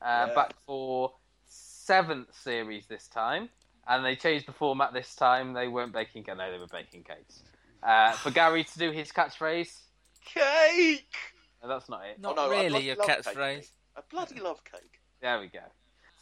[SPEAKER 9] Uh,
[SPEAKER 2] Yeah.
[SPEAKER 9] Back for seventh series this time. and they changed the format this time. They weren't baking cake. No, they were baking cakes. Uh, for Gary to do his catchphrase.
[SPEAKER 2] Cake.
[SPEAKER 9] No, that's not it.
[SPEAKER 1] Not
[SPEAKER 2] Oh,
[SPEAKER 1] really your catchphrase.
[SPEAKER 2] I bloody love cake.
[SPEAKER 9] There we go.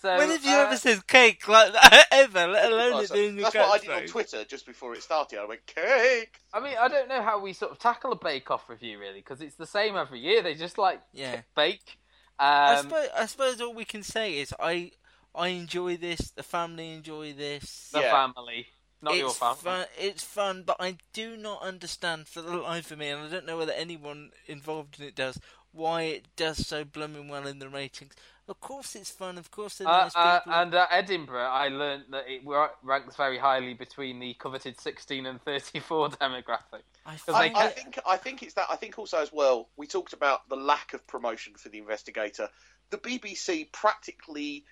[SPEAKER 9] So
[SPEAKER 1] when have you
[SPEAKER 9] uh,
[SPEAKER 1] ever said cake like that ever? Let
[SPEAKER 2] Oh,
[SPEAKER 1] alone it
[SPEAKER 2] so-
[SPEAKER 1] being your
[SPEAKER 2] that's what I did on
[SPEAKER 1] catchphrase?
[SPEAKER 2] Twitter just before it started. I went cake.
[SPEAKER 9] I mean, I don't know how we sort of tackle a Bake Off review really, because it's the same every year. They just like
[SPEAKER 1] Yeah.
[SPEAKER 9] bake.
[SPEAKER 1] I
[SPEAKER 9] Um,
[SPEAKER 1] suppose, I suppose all we can say is I I enjoy this. The family enjoy this.
[SPEAKER 9] the family, not
[SPEAKER 1] it's
[SPEAKER 9] your family.
[SPEAKER 1] Fun, it's fun, but I do not understand for the life of me, and I don't know whether anyone involved in it does, why it does so blooming well in the ratings. Of course, it's fun. Of course, they're
[SPEAKER 9] Uh,
[SPEAKER 1] nice
[SPEAKER 9] uh,
[SPEAKER 1] people.
[SPEAKER 9] and uh, Edinburgh, I learnt that it wa- ranks very highly between the coveted 16 and 34 demographic. Because
[SPEAKER 2] I,
[SPEAKER 9] they
[SPEAKER 2] I
[SPEAKER 9] ca-
[SPEAKER 2] think I think it's that. I think also as well, we talked about the lack of promotion for the Investigator. The BBC practically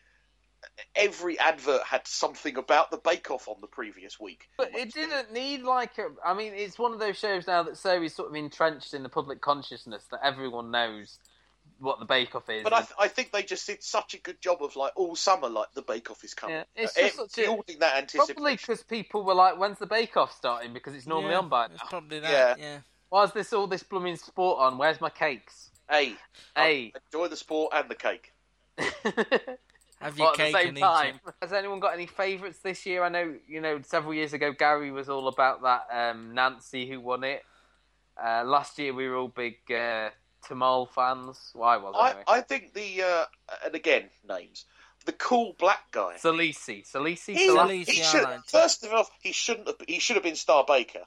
[SPEAKER 2] every advert had something about the Bake Off on the previous week.
[SPEAKER 9] But it didn't need like a. I mean, it's one of those shows now that so is sort of entrenched in the public consciousness that everyone knows what the Bake Off is.
[SPEAKER 2] But I, th- I think they just did such a good job of like all summer, like the Bake Off is coming,
[SPEAKER 9] Yeah, it's
[SPEAKER 2] Uh,
[SPEAKER 9] just
[SPEAKER 2] it-
[SPEAKER 9] such a-
[SPEAKER 2] building that anticipation.
[SPEAKER 9] probably because people were like, "When's the Bake Off starting?" Because it's normally
[SPEAKER 2] Yeah,
[SPEAKER 9] on by now.
[SPEAKER 1] It's probably that. Yeah.
[SPEAKER 9] Why's this all this blooming sport on? Where's my cakes?
[SPEAKER 2] Hey,
[SPEAKER 9] hey,
[SPEAKER 2] enjoy the sport and the cake.
[SPEAKER 1] Have
[SPEAKER 9] Well, at the same time. Has anyone got any favourites this year? I know you know several years ago Gary was all about that um, Nancy who won it. Uh, last year we were all big uh, Tamal fans. Why well, I was
[SPEAKER 2] I,
[SPEAKER 9] anyway.
[SPEAKER 2] I think the uh, and again names the cool black guy.
[SPEAKER 9] Salisi, Salisi,
[SPEAKER 2] He,
[SPEAKER 9] Salisi.
[SPEAKER 2] he should, first of all, he shouldn't have. He should have been Star Baker.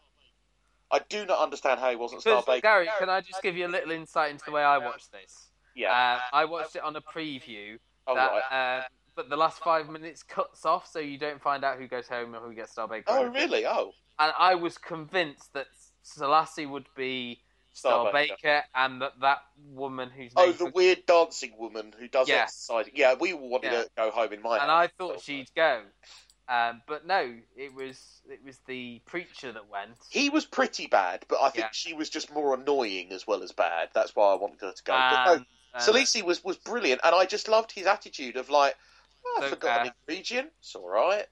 [SPEAKER 2] I do not understand how he wasn't Star
[SPEAKER 9] Because,
[SPEAKER 2] Baker.
[SPEAKER 9] Gary, can I just give you a little insight into the way I watched this?
[SPEAKER 2] Yeah.
[SPEAKER 9] Uh, I watched it on a preview.
[SPEAKER 2] Oh,
[SPEAKER 9] that,
[SPEAKER 2] right.
[SPEAKER 9] uh, but the last five minutes cuts off, so you don't find out who goes home or who gets Star Baker.
[SPEAKER 2] Oh, really? Oh,
[SPEAKER 9] And I was convinced that Selassie would be Star
[SPEAKER 2] Star
[SPEAKER 9] Baker,
[SPEAKER 2] Baker.
[SPEAKER 9] and that that woman who's
[SPEAKER 2] oh, the weird dancing woman who does
[SPEAKER 9] Yeah.
[SPEAKER 2] exercise. Yeah, we all wanted
[SPEAKER 9] Yeah.
[SPEAKER 2] to go home in my house.
[SPEAKER 9] and
[SPEAKER 2] uh,
[SPEAKER 9] I thought she'd go, um, but no, it was it was the preacher that went.
[SPEAKER 2] He was pretty bad, but I think
[SPEAKER 9] Yeah.
[SPEAKER 2] she was just more annoying as well as bad. That's why I wanted her to go. but
[SPEAKER 9] And,
[SPEAKER 2] no,
[SPEAKER 9] uh,
[SPEAKER 2] Salisi was, was brilliant, and I just loved his attitude of like, oh, I
[SPEAKER 9] So,
[SPEAKER 2] forgot
[SPEAKER 9] uh,
[SPEAKER 2] an ingredient. It's all right.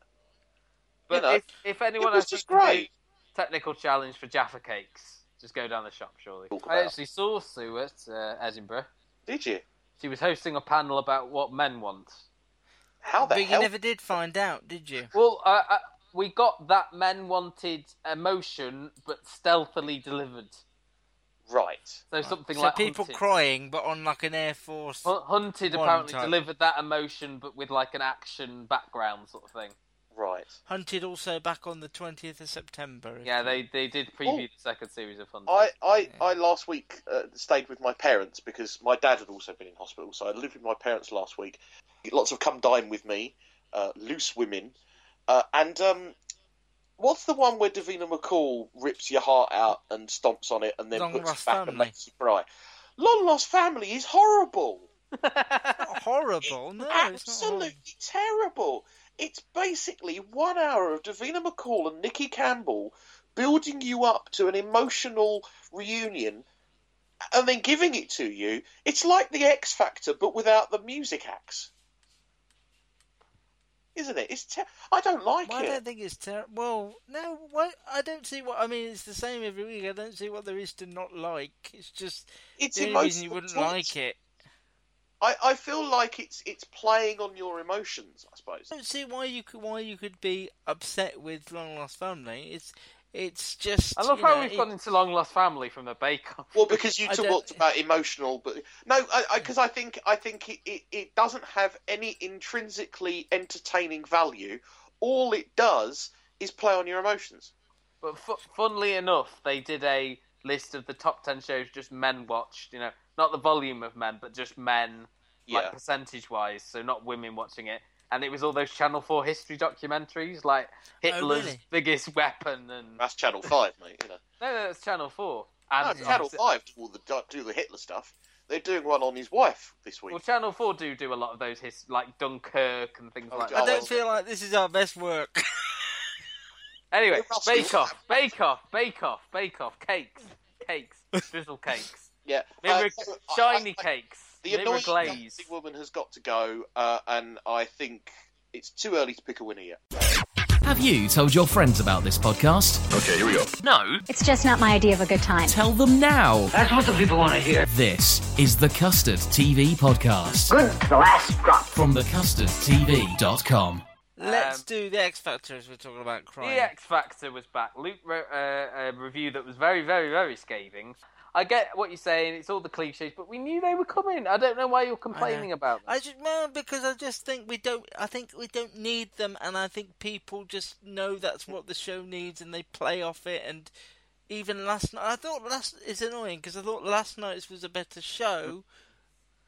[SPEAKER 9] But
[SPEAKER 2] know,
[SPEAKER 9] if, if anyone
[SPEAKER 2] was
[SPEAKER 9] has
[SPEAKER 2] just
[SPEAKER 9] to do
[SPEAKER 2] great.
[SPEAKER 9] technical challenge for Jaffa cakes, just go down the shop, surely. I
[SPEAKER 2] about-
[SPEAKER 9] actually saw Sue at uh, Edinburgh.
[SPEAKER 2] Did you?
[SPEAKER 9] She was hosting a panel about what men want.
[SPEAKER 2] How
[SPEAKER 1] But you never did find out, did you?
[SPEAKER 9] Well, uh, uh, we got that men wanted emotion, but stealthily delivered.
[SPEAKER 2] Right.
[SPEAKER 9] So something
[SPEAKER 1] so
[SPEAKER 9] like
[SPEAKER 1] people
[SPEAKER 9] hunted.
[SPEAKER 1] crying, but on like an Air Force.
[SPEAKER 9] Hun- Hunted
[SPEAKER 1] one
[SPEAKER 9] apparently
[SPEAKER 1] type.
[SPEAKER 9] delivered that emotion, but with like an action background sort of thing.
[SPEAKER 2] Right.
[SPEAKER 1] Hunted also back on the 20th of September. if
[SPEAKER 9] Yeah,
[SPEAKER 1] you-
[SPEAKER 9] they they did preview
[SPEAKER 2] Oh.
[SPEAKER 9] the second series of Hunted.
[SPEAKER 2] I, I, I last week uh, stayed with my parents because my dad had also been in hospital, so I lived with my parents last week. Lots of come dine with me, uh, loose women, uh, and um, what's the one where Davina McCall rips your heart out and stomps on it and then
[SPEAKER 1] Long
[SPEAKER 2] puts
[SPEAKER 1] Lost
[SPEAKER 2] it back and
[SPEAKER 1] Family.
[SPEAKER 2] makes you cry? Long Lost Family is horrible,
[SPEAKER 1] horrible. No, it's not horrible.
[SPEAKER 2] absolutely terrible. It's basically one hour of Davina McCall and Nikki Campbell building you up to an emotional reunion and then giving it to you. It's like the X Factor, but without the music acts. Isn't it? It's ter- I don't like
[SPEAKER 1] Well, I
[SPEAKER 2] it.
[SPEAKER 1] don't think it's terrible. Well, no, why, I don't see what. I mean, it's the same every week. I don't see what there is to not like. It's just
[SPEAKER 2] It's
[SPEAKER 1] the only reason you
[SPEAKER 2] emotional
[SPEAKER 1] wouldn't
[SPEAKER 2] torture.
[SPEAKER 1] like it.
[SPEAKER 2] I, I feel like it's it's playing on your emotions. I suppose.
[SPEAKER 1] I don't see why you could why you could be upset with Long Lost Family. It's it's just.
[SPEAKER 9] I love
[SPEAKER 1] you
[SPEAKER 9] how
[SPEAKER 1] know,
[SPEAKER 9] we've
[SPEAKER 1] it-
[SPEAKER 9] gone into Long Lost Family from the Bake Off.
[SPEAKER 2] Well, because you
[SPEAKER 1] I don't-
[SPEAKER 2] talked about emotional, but no, because I, because I think I think it, it, it doesn't have any intrinsically entertaining value. All it does is play on your emotions.
[SPEAKER 9] But fu- funnily enough, they did a list of the top ten shows just men watched. You know, not the volume of men, but just men,
[SPEAKER 2] Yeah.
[SPEAKER 9] like percentage wise. So not women watching it. And it was all those Channel Four history documentaries, like Hitler's
[SPEAKER 2] really?
[SPEAKER 9] biggest weapon, and no,
[SPEAKER 2] That's Channel Five, mate. You know,
[SPEAKER 9] no, it's Channel Four. And
[SPEAKER 2] no, Channel
[SPEAKER 9] obviously-
[SPEAKER 2] Five do all the do the Hitler stuff. They're doing one on his wife this week.
[SPEAKER 9] Well, Channel Four do do a lot of those, his like Dunkirk and
[SPEAKER 2] Oh,
[SPEAKER 9] things like
[SPEAKER 1] I
[SPEAKER 9] that.
[SPEAKER 1] don't feel like this is our best work.
[SPEAKER 9] Anyway,
[SPEAKER 1] Rusty.
[SPEAKER 9] Bake Off, Bake Off, Bake Off, Bake Off, cakes, cakes, drizzle cakes,
[SPEAKER 2] yeah,
[SPEAKER 9] mirror,
[SPEAKER 2] Uh, so I-
[SPEAKER 9] shiny
[SPEAKER 2] I- I-
[SPEAKER 9] cakes,
[SPEAKER 2] The
[SPEAKER 9] mirror
[SPEAKER 2] annoying
[SPEAKER 9] glaze.
[SPEAKER 2] Nazi woman has got to go, uh, and I think it's too early to pick a winner yet.
[SPEAKER 5] Have you told your friends about this podcast? Okay, here we go. No.
[SPEAKER 12] It's just not my idea of a good time.
[SPEAKER 5] Tell them now.
[SPEAKER 12] That's what the people want to hear.
[SPEAKER 5] This is the Custard TV podcast.
[SPEAKER 12] Good to the last drop.
[SPEAKER 5] From thecustardtv.com.
[SPEAKER 9] Um,
[SPEAKER 1] Let's do the X Factor as we're talking about crime.
[SPEAKER 9] The E X Factor was back. Luke wrote a, a review that was very, very, very scathing. I get what you're saying. It's all the cliches, but we knew they were coming. I don't know why you're complaining about them.
[SPEAKER 1] I just no, because I just think we don't. I think we don't need them, and I think people just know that's what the show needs, and they play off it. And even last night, I thought last is annoying because I thought last night's was a better show,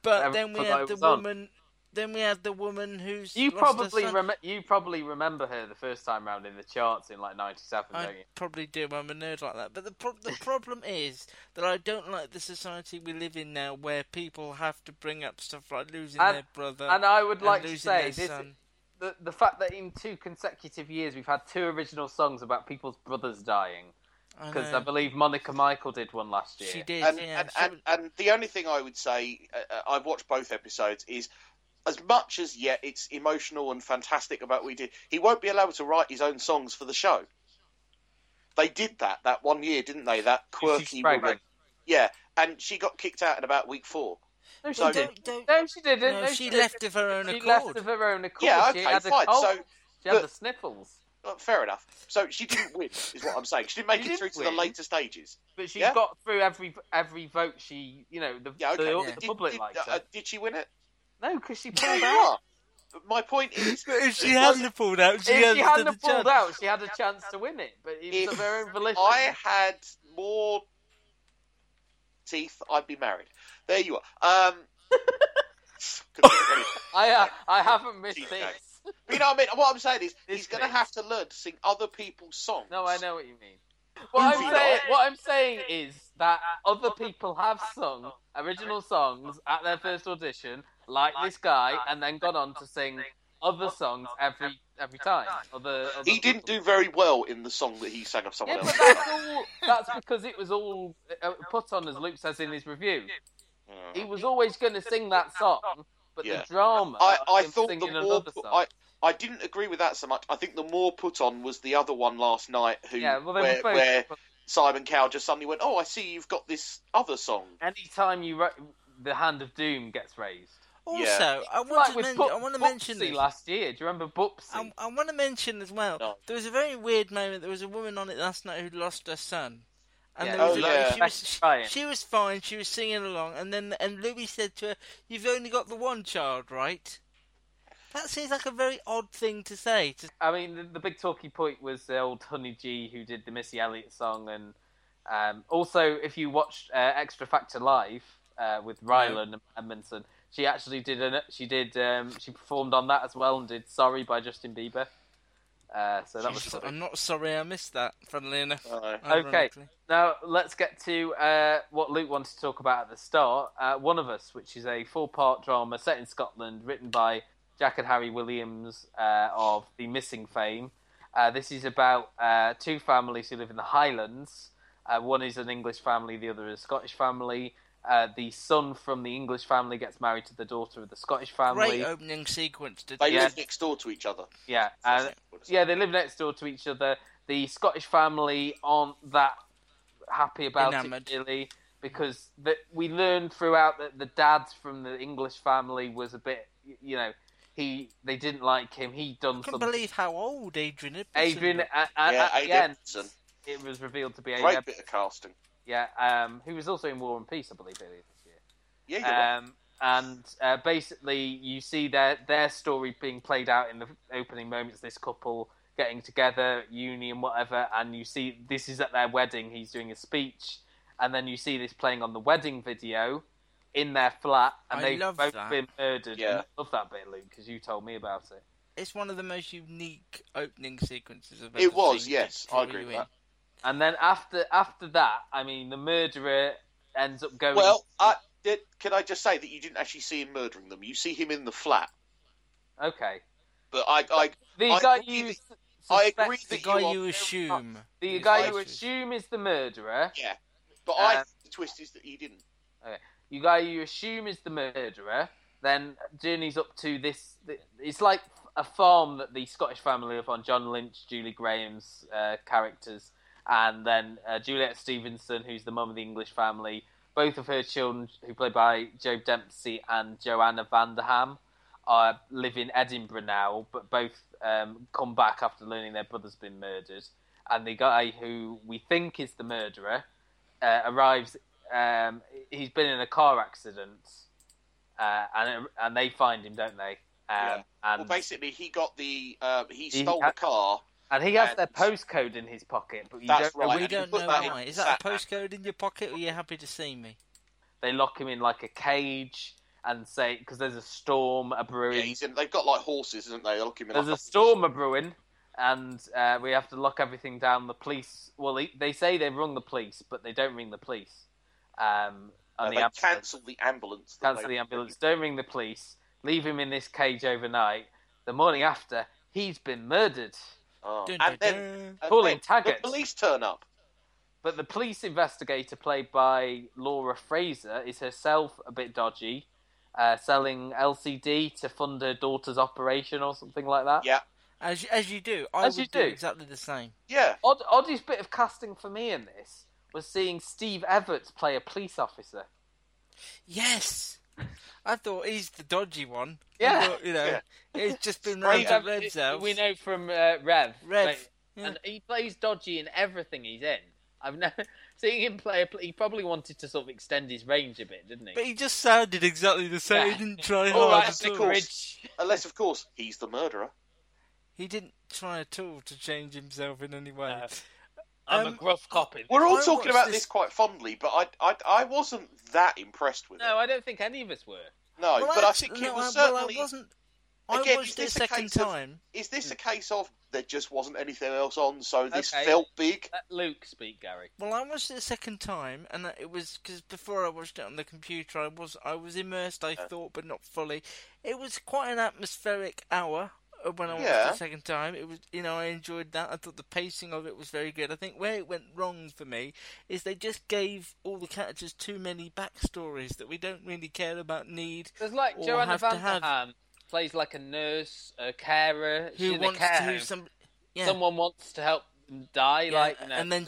[SPEAKER 1] but
[SPEAKER 9] Everyone
[SPEAKER 1] then we
[SPEAKER 9] forgot
[SPEAKER 1] had
[SPEAKER 9] it
[SPEAKER 1] the
[SPEAKER 9] was on.
[SPEAKER 1] woman. Then we had the woman who's
[SPEAKER 9] You
[SPEAKER 1] lost her
[SPEAKER 9] probably
[SPEAKER 1] son.
[SPEAKER 9] rem- you probably remember her the first time round in the charts in like '97,
[SPEAKER 1] I
[SPEAKER 9] don't you?
[SPEAKER 1] probably do. I'm a nerd like that. But the pro- the problem is that I don't like the society we live in now, where people have to bring up stuff like losing
[SPEAKER 9] And-
[SPEAKER 1] their brother.
[SPEAKER 9] and I would like to
[SPEAKER 1] losing
[SPEAKER 9] say
[SPEAKER 1] their
[SPEAKER 9] this-
[SPEAKER 1] son.
[SPEAKER 9] The the fact that in two consecutive years we've had two original songs about people's brothers dying,
[SPEAKER 1] I
[SPEAKER 9] because
[SPEAKER 1] know.
[SPEAKER 9] I, believe Monica Michael did one last year.
[SPEAKER 1] She did.
[SPEAKER 2] and,
[SPEAKER 1] yeah,
[SPEAKER 2] and,
[SPEAKER 1] she
[SPEAKER 2] and, and the only thing I would say, uh, uh, I've watched both episodes, is as much as yet it's emotional and fantastic about what he did, he won't be allowed to write his own songs for the show. They did that that one year, didn't they? That quirky
[SPEAKER 9] Spragg.
[SPEAKER 2] woman. Yeah, and she got kicked out in about week four.
[SPEAKER 9] No, she
[SPEAKER 2] So-
[SPEAKER 9] didn't.
[SPEAKER 1] Don't-
[SPEAKER 9] No, she didn't.
[SPEAKER 1] No,
[SPEAKER 9] No,
[SPEAKER 1] she
[SPEAKER 9] didn't.
[SPEAKER 1] left of her own
[SPEAKER 9] She
[SPEAKER 1] accord.
[SPEAKER 9] left of her own accord.
[SPEAKER 2] Yeah,
[SPEAKER 9] she
[SPEAKER 2] okay,
[SPEAKER 9] had
[SPEAKER 2] fine,
[SPEAKER 9] A cold.
[SPEAKER 2] so-
[SPEAKER 9] she had
[SPEAKER 2] but-
[SPEAKER 9] the sniffles,
[SPEAKER 2] Uh, fair enough. So she didn't win, is what I'm saying. She didn't make
[SPEAKER 9] She
[SPEAKER 2] it through
[SPEAKER 9] didn't
[SPEAKER 2] to the
[SPEAKER 9] win.
[SPEAKER 2] later stages.
[SPEAKER 9] but she
[SPEAKER 2] Yeah?
[SPEAKER 9] got through every every vote. She, you know, the
[SPEAKER 2] Yeah, okay.
[SPEAKER 9] the,
[SPEAKER 2] yeah.
[SPEAKER 9] the
[SPEAKER 2] Did-
[SPEAKER 9] public
[SPEAKER 2] did,
[SPEAKER 9] liked
[SPEAKER 2] uh,
[SPEAKER 9] her.
[SPEAKER 2] uh, did she win it?
[SPEAKER 9] no, because she
[SPEAKER 2] Tell
[SPEAKER 9] pulled
[SPEAKER 2] you
[SPEAKER 9] out.
[SPEAKER 2] what, My point is,
[SPEAKER 1] if she hadn't have pulled out, she
[SPEAKER 9] If
[SPEAKER 1] had
[SPEAKER 9] she hadn't have
[SPEAKER 1] the chance.
[SPEAKER 9] pulled out, she had a chance to win it. But it
[SPEAKER 2] If
[SPEAKER 9] was of her own volition.
[SPEAKER 2] I had more teeth, I'd be married. There you are. Um, couldn't get it anyway.
[SPEAKER 9] I, uh, I haven't missed
[SPEAKER 2] Cheesecake.
[SPEAKER 9] this.
[SPEAKER 2] but you know what I mean? What I'm saying is,
[SPEAKER 9] This
[SPEAKER 2] he's going to
[SPEAKER 9] bit.
[SPEAKER 2] have to learn to sing other people's songs.
[SPEAKER 9] No, I know what you mean. What
[SPEAKER 2] Moving
[SPEAKER 9] I'm saying,
[SPEAKER 2] on.
[SPEAKER 9] what I'm saying is that other people have sung original songs at their first audition, like this guy, and then gone on to sing other songs every every time. Other, other
[SPEAKER 2] He didn't do very well in the song that he sang of someone
[SPEAKER 9] Yeah, but
[SPEAKER 2] else.
[SPEAKER 9] that's all. That's because it was all uh, put on, as Luke says in his review. He was always going to sing that song, but
[SPEAKER 2] Yeah.
[SPEAKER 9] the drama.
[SPEAKER 2] I,
[SPEAKER 9] of
[SPEAKER 2] I
[SPEAKER 9] him
[SPEAKER 2] thought the
[SPEAKER 9] singing
[SPEAKER 2] more
[SPEAKER 9] another
[SPEAKER 2] put,
[SPEAKER 9] song.
[SPEAKER 2] I, I didn't agree with that so much. I think the more put on was the other one last night, who
[SPEAKER 9] Yeah, well, they
[SPEAKER 2] where,
[SPEAKER 9] were both-
[SPEAKER 2] where Simon Cowell just suddenly went, "Oh, I see you've got this other song."
[SPEAKER 9] Anytime you ra- the hand of doom gets raised.
[SPEAKER 1] Also,
[SPEAKER 2] Yeah.
[SPEAKER 1] I want
[SPEAKER 9] Like
[SPEAKER 1] to
[SPEAKER 9] with
[SPEAKER 1] men-
[SPEAKER 9] Boop-
[SPEAKER 1] I want to
[SPEAKER 9] Boopsy
[SPEAKER 1] mention this. Um,
[SPEAKER 9] last year. Do you remember Boopsy?
[SPEAKER 1] I, I want to mention as well.
[SPEAKER 2] No.
[SPEAKER 1] There was a very weird moment. There was a woman on it last night who lost her son, and
[SPEAKER 9] Yeah.
[SPEAKER 1] there was
[SPEAKER 2] Oh,
[SPEAKER 1] a,
[SPEAKER 2] yeah.
[SPEAKER 1] she was
[SPEAKER 9] Right.
[SPEAKER 1] she was fine. She was singing along, and then and Louis said to her, "You've only got the one child, right?" That seems like a very odd thing to say. To,
[SPEAKER 9] I mean, the, the big talking point was the old Honey G who did the Missy Elliott song, and um, also if you watched uh, Extra Factor Live uh, with Rylan and Edmondson, she actually did an, she did um, she performed on that as well and did Sorry by Justin Bieber. Uh, so that was
[SPEAKER 1] She's-
[SPEAKER 9] sort of-
[SPEAKER 1] I'm not sorry I missed that. Funnily enough.
[SPEAKER 2] Uh,
[SPEAKER 9] okay.
[SPEAKER 1] ironically.
[SPEAKER 9] Now let's get to uh, what Luke wanted to talk about at the start. Uh, One of Us, which is a four-part drama set in Scotland, written by Jack and Harry Williams uh, of the Missing fame. Uh, this is about uh, two families who live in the Highlands. Uh, one is an English family, the other is a Scottish family. Uh, the son from the English family gets married to the daughter of the Scottish family.
[SPEAKER 1] Great oh. opening sequence. To
[SPEAKER 2] They
[SPEAKER 9] Yeah.
[SPEAKER 2] live next door to each other.
[SPEAKER 9] Yeah, uh, yeah, they live next door to each other. The Scottish family aren't that happy about
[SPEAKER 1] Enamoured.
[SPEAKER 9] it really because the, we learned throughout that the dad from the English family was a bit, y- you know, he they didn't like him. He'd
[SPEAKER 1] I
[SPEAKER 9] done
[SPEAKER 1] can't
[SPEAKER 9] something.
[SPEAKER 1] believe how old Adrian Ibbotson
[SPEAKER 9] Adrian,
[SPEAKER 1] looked.
[SPEAKER 9] at, at,
[SPEAKER 2] Yeah,
[SPEAKER 9] at the
[SPEAKER 2] Adrian
[SPEAKER 9] end,
[SPEAKER 2] Peterson.
[SPEAKER 9] it was revealed to be
[SPEAKER 2] Great
[SPEAKER 9] Adrian.
[SPEAKER 2] bit of casting.
[SPEAKER 9] Yeah, um, who was also in War and Peace, I believe, earlier this
[SPEAKER 2] Yeah,
[SPEAKER 9] year
[SPEAKER 2] you're right.
[SPEAKER 9] um, and uh, basically you see their their story being played out in the opening moments. This couple getting together, at uni and whatever, and you see this is at their wedding. He's doing a speech, and then you see this playing on the wedding video in their flat, and
[SPEAKER 1] I
[SPEAKER 9] they've
[SPEAKER 1] love
[SPEAKER 9] both
[SPEAKER 1] that.
[SPEAKER 9] been murdered.
[SPEAKER 2] Yeah.
[SPEAKER 9] I love that bit, Luke, because you told me about it.
[SPEAKER 1] It's one of the most unique opening sequences I've ever
[SPEAKER 2] It was,
[SPEAKER 1] seen.
[SPEAKER 2] yes,
[SPEAKER 1] It
[SPEAKER 2] I
[SPEAKER 1] drew
[SPEAKER 2] agree
[SPEAKER 1] you
[SPEAKER 2] with
[SPEAKER 1] in.
[SPEAKER 2] that.
[SPEAKER 9] And then after after that, I mean, the murderer ends up going.
[SPEAKER 2] Well, I, did, can I just say that you didn't actually see him murdering them? You see him in the flat,
[SPEAKER 9] okay,
[SPEAKER 2] but I, I,
[SPEAKER 9] the
[SPEAKER 2] I
[SPEAKER 9] guy
[SPEAKER 2] agree
[SPEAKER 9] you.
[SPEAKER 2] that-
[SPEAKER 9] s-
[SPEAKER 2] I
[SPEAKER 9] suspect-
[SPEAKER 2] agree
[SPEAKER 1] The
[SPEAKER 2] that
[SPEAKER 1] guy
[SPEAKER 2] you, are-
[SPEAKER 1] you assume.
[SPEAKER 9] The
[SPEAKER 1] is
[SPEAKER 9] guy you
[SPEAKER 1] racist.
[SPEAKER 9] assume is the murderer.
[SPEAKER 2] yeah, but I
[SPEAKER 9] Um,
[SPEAKER 2] think the twist is that you didn't.
[SPEAKER 9] You guy you assume is the murderer. Then journeys up to this. It's like a farm that the Scottish family live on. John Lynch, Julie Graham's uh, characters, and then uh, Juliet Stevenson, who's the mum of the English family. Both of her children, who played by Joe Dempsey and Joanna Vanderham, are live in Edinburgh now, but both um, come back after learning their brother's been murdered. And the guy who we think is the murderer uh, arrives. Um, he's been in a car accident, uh, and and they find him, don't they? Um, And
[SPEAKER 2] well, basically, he got the um, he stole
[SPEAKER 9] ha-
[SPEAKER 2] the car.
[SPEAKER 9] and he has their postcode in his pocket, but you
[SPEAKER 2] That's
[SPEAKER 9] don't know
[SPEAKER 2] right,
[SPEAKER 9] where
[SPEAKER 1] we
[SPEAKER 2] and
[SPEAKER 9] he
[SPEAKER 1] don't
[SPEAKER 9] put
[SPEAKER 1] know
[SPEAKER 9] that in
[SPEAKER 1] why.
[SPEAKER 9] his
[SPEAKER 1] Is that a
[SPEAKER 9] sack.
[SPEAKER 1] postcode in your pocket, or are you happy to see me?
[SPEAKER 9] They lock him in like a cage and say because there's a storm a brewing.
[SPEAKER 2] They've got like horses, isn't they? They look him in
[SPEAKER 9] There's a
[SPEAKER 2] like
[SPEAKER 9] storm a brewing, and uh, we have to lock everything down. The police. Well, they, they say they rung the police, but they don't ring the police. Um,
[SPEAKER 2] Uh,
[SPEAKER 9] and
[SPEAKER 2] they
[SPEAKER 9] the ambulance.
[SPEAKER 2] cancel the ambulance. that
[SPEAKER 9] cancel
[SPEAKER 2] they-
[SPEAKER 9] the ambulance. Don't ring the police. Leave him in this cage overnight. The morning after, he's been murdered.
[SPEAKER 2] Oh.
[SPEAKER 9] Dun,
[SPEAKER 2] And
[SPEAKER 9] dun,
[SPEAKER 2] then, and
[SPEAKER 9] Pauline
[SPEAKER 2] then
[SPEAKER 9] Taggart.
[SPEAKER 2] The police turn up.
[SPEAKER 9] But the police investigator, played by Laura Fraser, is herself a bit dodgy, uh, selling LCD to fund her daughter's operation or something like that.
[SPEAKER 2] Yeah.
[SPEAKER 1] As you- as you do, I
[SPEAKER 9] As
[SPEAKER 1] would
[SPEAKER 9] you do.
[SPEAKER 1] exactly the same.
[SPEAKER 2] Yeah.
[SPEAKER 9] Odd, oddest bit of casting for me in this was seeing Steve Everts play a police officer.
[SPEAKER 1] Yes, I thought he's the dodgy one. I
[SPEAKER 9] Yeah.
[SPEAKER 1] thought, you know,
[SPEAKER 9] Yeah.
[SPEAKER 1] it's just been round
[SPEAKER 9] Steve
[SPEAKER 1] to
[SPEAKER 9] Everts,
[SPEAKER 1] Red's house.
[SPEAKER 9] we know from uh, Rev.
[SPEAKER 1] Rev,
[SPEAKER 9] like, and he plays dodgy in everything he's in. I've never seen him play. A, pl- he probably wanted to sort of extend his range a bit, didn't he?
[SPEAKER 1] but he just sounded exactly the same.
[SPEAKER 9] Yeah.
[SPEAKER 1] He didn't try
[SPEAKER 9] All
[SPEAKER 1] hard.
[SPEAKER 9] right,
[SPEAKER 1] at
[SPEAKER 9] Nick
[SPEAKER 1] all.
[SPEAKER 9] Ridge.
[SPEAKER 2] Unless, of course, he's the murderer.
[SPEAKER 1] He didn't try at all to change himself in any way.
[SPEAKER 9] I'm a gruff cop. in
[SPEAKER 2] We're all
[SPEAKER 1] I
[SPEAKER 2] talking
[SPEAKER 1] watched
[SPEAKER 2] about
[SPEAKER 1] this-
[SPEAKER 2] this quite fondly, but I, I, I wasn't that impressed with
[SPEAKER 9] No, I don't think any of us were.
[SPEAKER 2] it. No,
[SPEAKER 1] Well,
[SPEAKER 2] but I,
[SPEAKER 1] I-
[SPEAKER 2] think
[SPEAKER 1] no,
[SPEAKER 2] it was
[SPEAKER 1] I- well, I
[SPEAKER 2] certainly.
[SPEAKER 1] wasn't- I
[SPEAKER 2] Again,
[SPEAKER 1] watched
[SPEAKER 2] is
[SPEAKER 1] it a
[SPEAKER 2] this
[SPEAKER 1] second
[SPEAKER 2] case of-
[SPEAKER 1] time. Hmm.
[SPEAKER 2] is this a case of there just wasn't anything else on, so this
[SPEAKER 9] Okay.
[SPEAKER 2] felt big?
[SPEAKER 9] Let Luke speak, Gary.
[SPEAKER 1] Well, I watched it a second time, and it was because before I watched it on the computer, I was I was immersed, I
[SPEAKER 2] Uh.
[SPEAKER 1] thought, but not fully. It was quite an atmospheric hour uh, when I watched
[SPEAKER 2] Yeah.
[SPEAKER 1] it a second time. It was, you know, I enjoyed that. I thought the pacing of it was very good. I think where it went wrong for me is they just gave all the characters too many backstories that we don't really care about, need,
[SPEAKER 9] There's like
[SPEAKER 1] or
[SPEAKER 9] Joanna
[SPEAKER 1] have to have.
[SPEAKER 9] Vanderham plays like a nurse, a carer. She's
[SPEAKER 1] Who
[SPEAKER 9] in
[SPEAKER 1] wants
[SPEAKER 9] a
[SPEAKER 1] to
[SPEAKER 9] care
[SPEAKER 1] do
[SPEAKER 9] home.
[SPEAKER 1] some- yeah.
[SPEAKER 9] Someone wants to help them die, like you know,
[SPEAKER 1] and then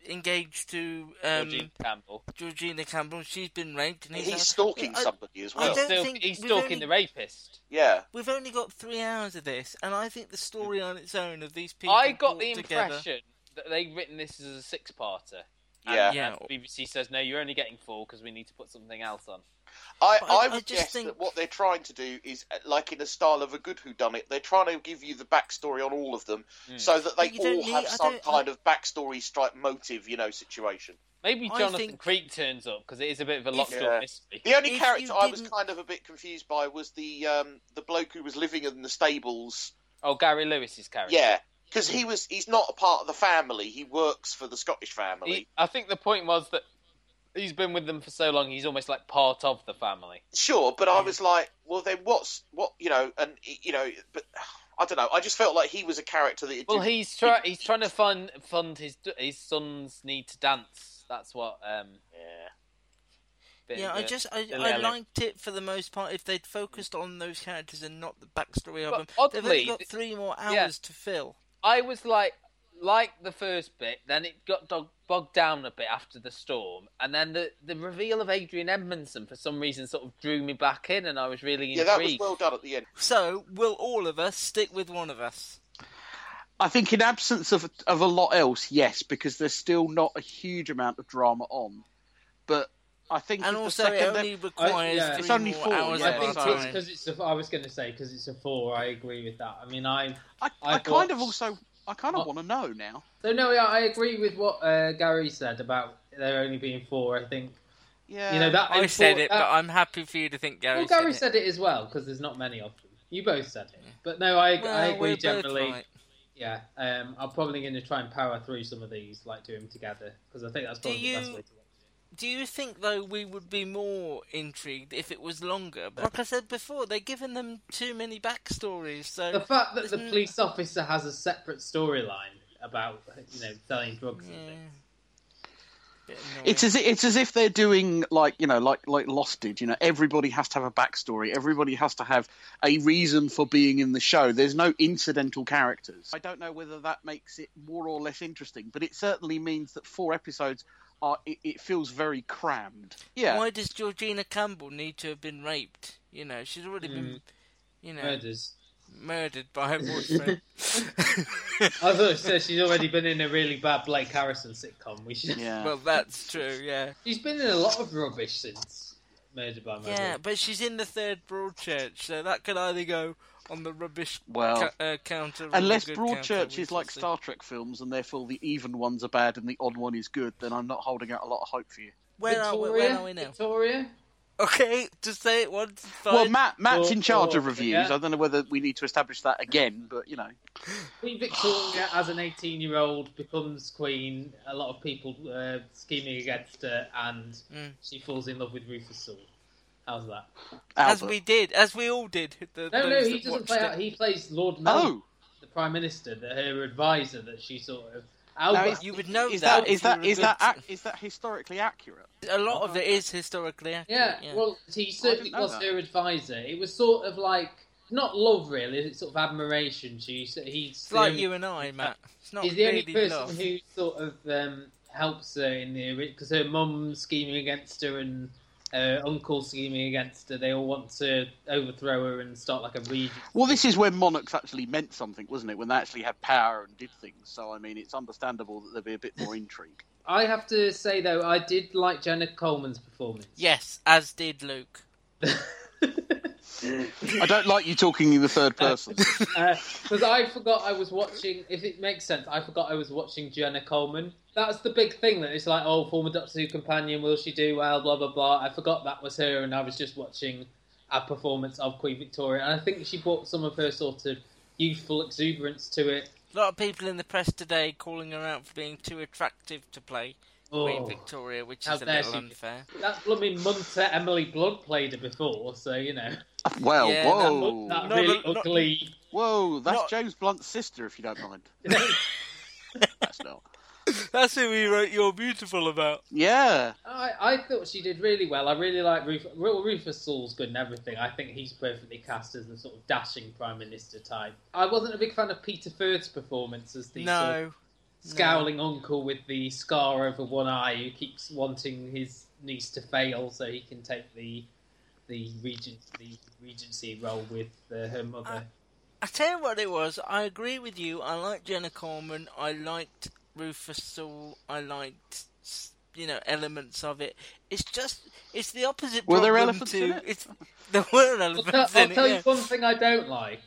[SPEAKER 1] engaged to um,
[SPEAKER 9] Georgina Campbell.
[SPEAKER 1] Georgina Campbell. She's been raped, and he's,
[SPEAKER 2] He's stalking somebody as well.
[SPEAKER 1] I don't
[SPEAKER 9] Stalk-
[SPEAKER 1] think
[SPEAKER 9] he's
[SPEAKER 1] we've
[SPEAKER 9] stalking
[SPEAKER 1] only-
[SPEAKER 9] the rapist.
[SPEAKER 2] Yeah.
[SPEAKER 1] We've only got three hours of this, and I think the story on its own of these people.
[SPEAKER 9] I got
[SPEAKER 1] brought
[SPEAKER 9] the
[SPEAKER 1] together-
[SPEAKER 9] impression that they've written this as a six-parter.
[SPEAKER 1] Um,
[SPEAKER 9] And-
[SPEAKER 2] Yeah.
[SPEAKER 9] and
[SPEAKER 2] Yeah.
[SPEAKER 1] Oh.
[SPEAKER 9] BBC says no, you're only getting four because we need to put something else on.
[SPEAKER 2] I,
[SPEAKER 9] But I-
[SPEAKER 2] I
[SPEAKER 9] I
[SPEAKER 2] would
[SPEAKER 9] just
[SPEAKER 2] guess
[SPEAKER 9] think-
[SPEAKER 2] that what they're trying to do is, uh, like in the style of a good whodunit, they're trying to give you the backstory on all of them so that they
[SPEAKER 1] Hmm. But you don't
[SPEAKER 2] all
[SPEAKER 1] need-
[SPEAKER 2] have
[SPEAKER 1] I
[SPEAKER 2] some
[SPEAKER 1] don't-
[SPEAKER 2] kind of backstory strike motive, you know, situation.
[SPEAKER 9] Maybe
[SPEAKER 1] I
[SPEAKER 9] Jonathan
[SPEAKER 1] think-
[SPEAKER 9] Creek turns up because it is a bit of a locked
[SPEAKER 2] Yeah.
[SPEAKER 9] door mystery.
[SPEAKER 2] The only
[SPEAKER 1] If
[SPEAKER 2] character
[SPEAKER 1] you
[SPEAKER 2] I was
[SPEAKER 1] didn't-
[SPEAKER 2] kind of a bit confused by was the um, the bloke who was living in the stables.
[SPEAKER 9] Oh, Gary Lewis's character.
[SPEAKER 2] Yeah, because he was he's not a part of the family. He works for the Scottish family.
[SPEAKER 9] He- I think the point was that he's been with them for so long, he's almost like part of the family.
[SPEAKER 2] Sure, but I was like, well, then what's what you know, and you know, but I don't know. I just felt like he was a character that. it
[SPEAKER 9] Well,
[SPEAKER 2] didn't-
[SPEAKER 9] he's try- he's trying to fund fund his his sons need to dance. That's what. Um, yeah.
[SPEAKER 1] Yeah, I just I, I liked it for the most part. If they'd focused on those characters and not the backstory of
[SPEAKER 9] But
[SPEAKER 1] them, they've
[SPEAKER 9] oddly,
[SPEAKER 1] only got
[SPEAKER 9] th-
[SPEAKER 1] three more hours
[SPEAKER 9] yeah.
[SPEAKER 1] to fill.
[SPEAKER 9] I was like,
[SPEAKER 13] like the first bit, then it got dog- bogged down a bit after the storm, and then the, the reveal of Adrian Edmondson for some reason sort of drew me back in, and I was really intrigued.
[SPEAKER 14] Yeah, that was well done at the end.
[SPEAKER 1] So, will all of us stick with one of us?
[SPEAKER 2] I think in absence of of a lot else, yes, because there's still not a huge amount of drama on. But I think
[SPEAKER 1] And
[SPEAKER 2] if the
[SPEAKER 1] also it
[SPEAKER 2] second
[SPEAKER 1] only
[SPEAKER 2] ep-
[SPEAKER 1] requires
[SPEAKER 2] yeah. it's only four. yeah.
[SPEAKER 9] I think it's because it's. A, I was going to say because it's a four. I agree with that. I mean, I. I,
[SPEAKER 2] I kind of also I kind of want to know now.
[SPEAKER 9] So no, yeah, I agree with what uh, Gary said about there only being four. I think.
[SPEAKER 2] Yeah.
[SPEAKER 9] You know that
[SPEAKER 1] I said it,
[SPEAKER 9] that-
[SPEAKER 1] but I'm happy for you to think Gary.
[SPEAKER 9] well, Gary
[SPEAKER 1] said
[SPEAKER 9] said it as well because there's not many of them. You both said it, but no, I,
[SPEAKER 1] Well,
[SPEAKER 9] I
[SPEAKER 1] we're
[SPEAKER 9] agree
[SPEAKER 1] both
[SPEAKER 9] generally.
[SPEAKER 1] right.
[SPEAKER 9] Yeah, um, I'm probably going to try and power through some of these, like do them together, because I think that's
[SPEAKER 1] Do
[SPEAKER 9] probably the best
[SPEAKER 1] you-
[SPEAKER 9] way to.
[SPEAKER 1] Do you think though we would be more intrigued if it was longer? But like I said before, they're giving them too many backstories. So
[SPEAKER 9] The fact that the
[SPEAKER 1] Mm.
[SPEAKER 9] police officer has a separate storyline about you know selling drugs and things.
[SPEAKER 2] It's as it's as if they're doing like you know like like Lost did. You know, everybody has to have a backstory. Everybody has to have a reason for being in the show. There's no incidental characters. I don't know whether that makes it more or less interesting, but it certainly means that four episodes are. It, it feels very crammed. Yeah.
[SPEAKER 1] Why does Georgina Campbell need to have been raped? You know, she's already been,
[SPEAKER 9] Mm.
[SPEAKER 1] you know,
[SPEAKER 9] Murders.
[SPEAKER 1] murdered by her boyfriend.
[SPEAKER 9] I thought it said she's already been in a really bad Blake Harrison sitcom. We should.
[SPEAKER 1] Well, that's true. Yeah.
[SPEAKER 9] she's been in a lot of rubbish since Murder by Murder.
[SPEAKER 1] Yeah, but she's in the third Broadchurch, so that could either go on the rubbish
[SPEAKER 2] Well,
[SPEAKER 1] ca- uh, counter. or the
[SPEAKER 2] Unless
[SPEAKER 1] good counter,
[SPEAKER 2] Broadchurch
[SPEAKER 1] we
[SPEAKER 2] is
[SPEAKER 1] shall
[SPEAKER 2] like
[SPEAKER 1] see.
[SPEAKER 2] Star Trek films, and therefore the even ones are bad and the odd one is good, then I'm not holding out a lot of hope for you.
[SPEAKER 1] Where are we? Where are we now?
[SPEAKER 9] Victoria.
[SPEAKER 1] Okay, just say it once. fine.
[SPEAKER 2] Well, Matt Matt's in charge of
[SPEAKER 9] or-
[SPEAKER 2] reviews.
[SPEAKER 9] yeah.
[SPEAKER 2] I don't know whether we need to establish that again, but you know,
[SPEAKER 9] Queen Victoria, as an 18 year old, becomes queen. A lot of people uh, scheming against her, and
[SPEAKER 1] Mm.
[SPEAKER 9] she falls in love with Rufus Sewell. How's that?
[SPEAKER 1] As we did, as we all did. The,
[SPEAKER 9] No, no,
[SPEAKER 1] those
[SPEAKER 9] he
[SPEAKER 1] that
[SPEAKER 9] doesn't
[SPEAKER 1] watched
[SPEAKER 9] play
[SPEAKER 1] it.
[SPEAKER 9] out. He plays Lord Mel,
[SPEAKER 2] Oh,
[SPEAKER 1] Oh.
[SPEAKER 9] the Prime Minister, the, her advisor that she sort of. Albert,
[SPEAKER 2] is- You would know is that that is if that- you were is a that good- ac- is that historically accurate?
[SPEAKER 1] A lot of it is historically accurate.
[SPEAKER 9] Yeah,
[SPEAKER 1] yeah.
[SPEAKER 9] well, he certainly
[SPEAKER 1] know
[SPEAKER 9] was
[SPEAKER 1] that.
[SPEAKER 9] her advisor. It was sort of like not love, really. It's sort of admiration. She, he's
[SPEAKER 1] it's like you and I, Matt. It's not
[SPEAKER 9] he's the only
[SPEAKER 1] really
[SPEAKER 9] person
[SPEAKER 1] love.
[SPEAKER 9] who sort of um, helps her in the because her mum's scheming against her and her uncle scheming against her. They all want to overthrow her and start like a regent.
[SPEAKER 2] well, this is when monarchs actually meant something, wasn't it? When they actually had power and did things. So I mean, it's understandable that there'd be a bit more intrigue.
[SPEAKER 9] I have to say though, I did like Jenna Coleman's performance.
[SPEAKER 1] Yes, as did Luke.
[SPEAKER 2] I don't like you talking in the third person.
[SPEAKER 9] Because Uh, I forgot I was watching. If it makes sense, I forgot I was watching Jenna Coleman. That's the big thing that it's like, oh, former Doctor Who companion, will she do well? Blah blah blah. I forgot that was her, and I was just watching a performance of Queen Victoria, and I think she brought some of her sort of youthful exuberance to it.
[SPEAKER 1] A lot of people in the press today calling her out for being too attractive to play Queen
[SPEAKER 9] Oh,
[SPEAKER 1] Victoria, which
[SPEAKER 9] how
[SPEAKER 1] is a
[SPEAKER 9] dare
[SPEAKER 1] little
[SPEAKER 9] she.
[SPEAKER 1] unfair.
[SPEAKER 9] That blooming Munter Emily Blunt played her before, so you know.
[SPEAKER 2] Well,
[SPEAKER 9] Yeah,
[SPEAKER 2] whoa,
[SPEAKER 9] that- that No, really but not- ugly-
[SPEAKER 2] Whoa, that's
[SPEAKER 9] Not-
[SPEAKER 2] James Blunt's sister, if you don't mind. that's not.
[SPEAKER 1] That's who we wrote "You're Beautiful" about.
[SPEAKER 2] Yeah.
[SPEAKER 9] I, I thought she did really well. I really like Ruf- Ru- Rufus Sewell's good and everything. I think he's perfectly cast as the sort of dashing prime minister type. I wasn't a big fan of Peter Firth's performance as the sort
[SPEAKER 1] No.
[SPEAKER 9] of scowling uncle with the scar over one eye who keeps wanting his niece to fail so he can take the the regent the regency role with uh, her
[SPEAKER 1] Ah.
[SPEAKER 9] mother.
[SPEAKER 1] I tell you what it was. I agree with you. I liked Jenna Coleman. I liked Rufus Sewell. I liked s- you know elements of it. It's just it's the opposite.
[SPEAKER 9] Were there
[SPEAKER 1] problem
[SPEAKER 9] elephants
[SPEAKER 1] to,
[SPEAKER 9] in it?
[SPEAKER 1] It's there were
[SPEAKER 9] I'll,
[SPEAKER 1] elements
[SPEAKER 9] tell- I'll
[SPEAKER 1] in
[SPEAKER 9] tell
[SPEAKER 1] it.
[SPEAKER 9] you one thing I don't like.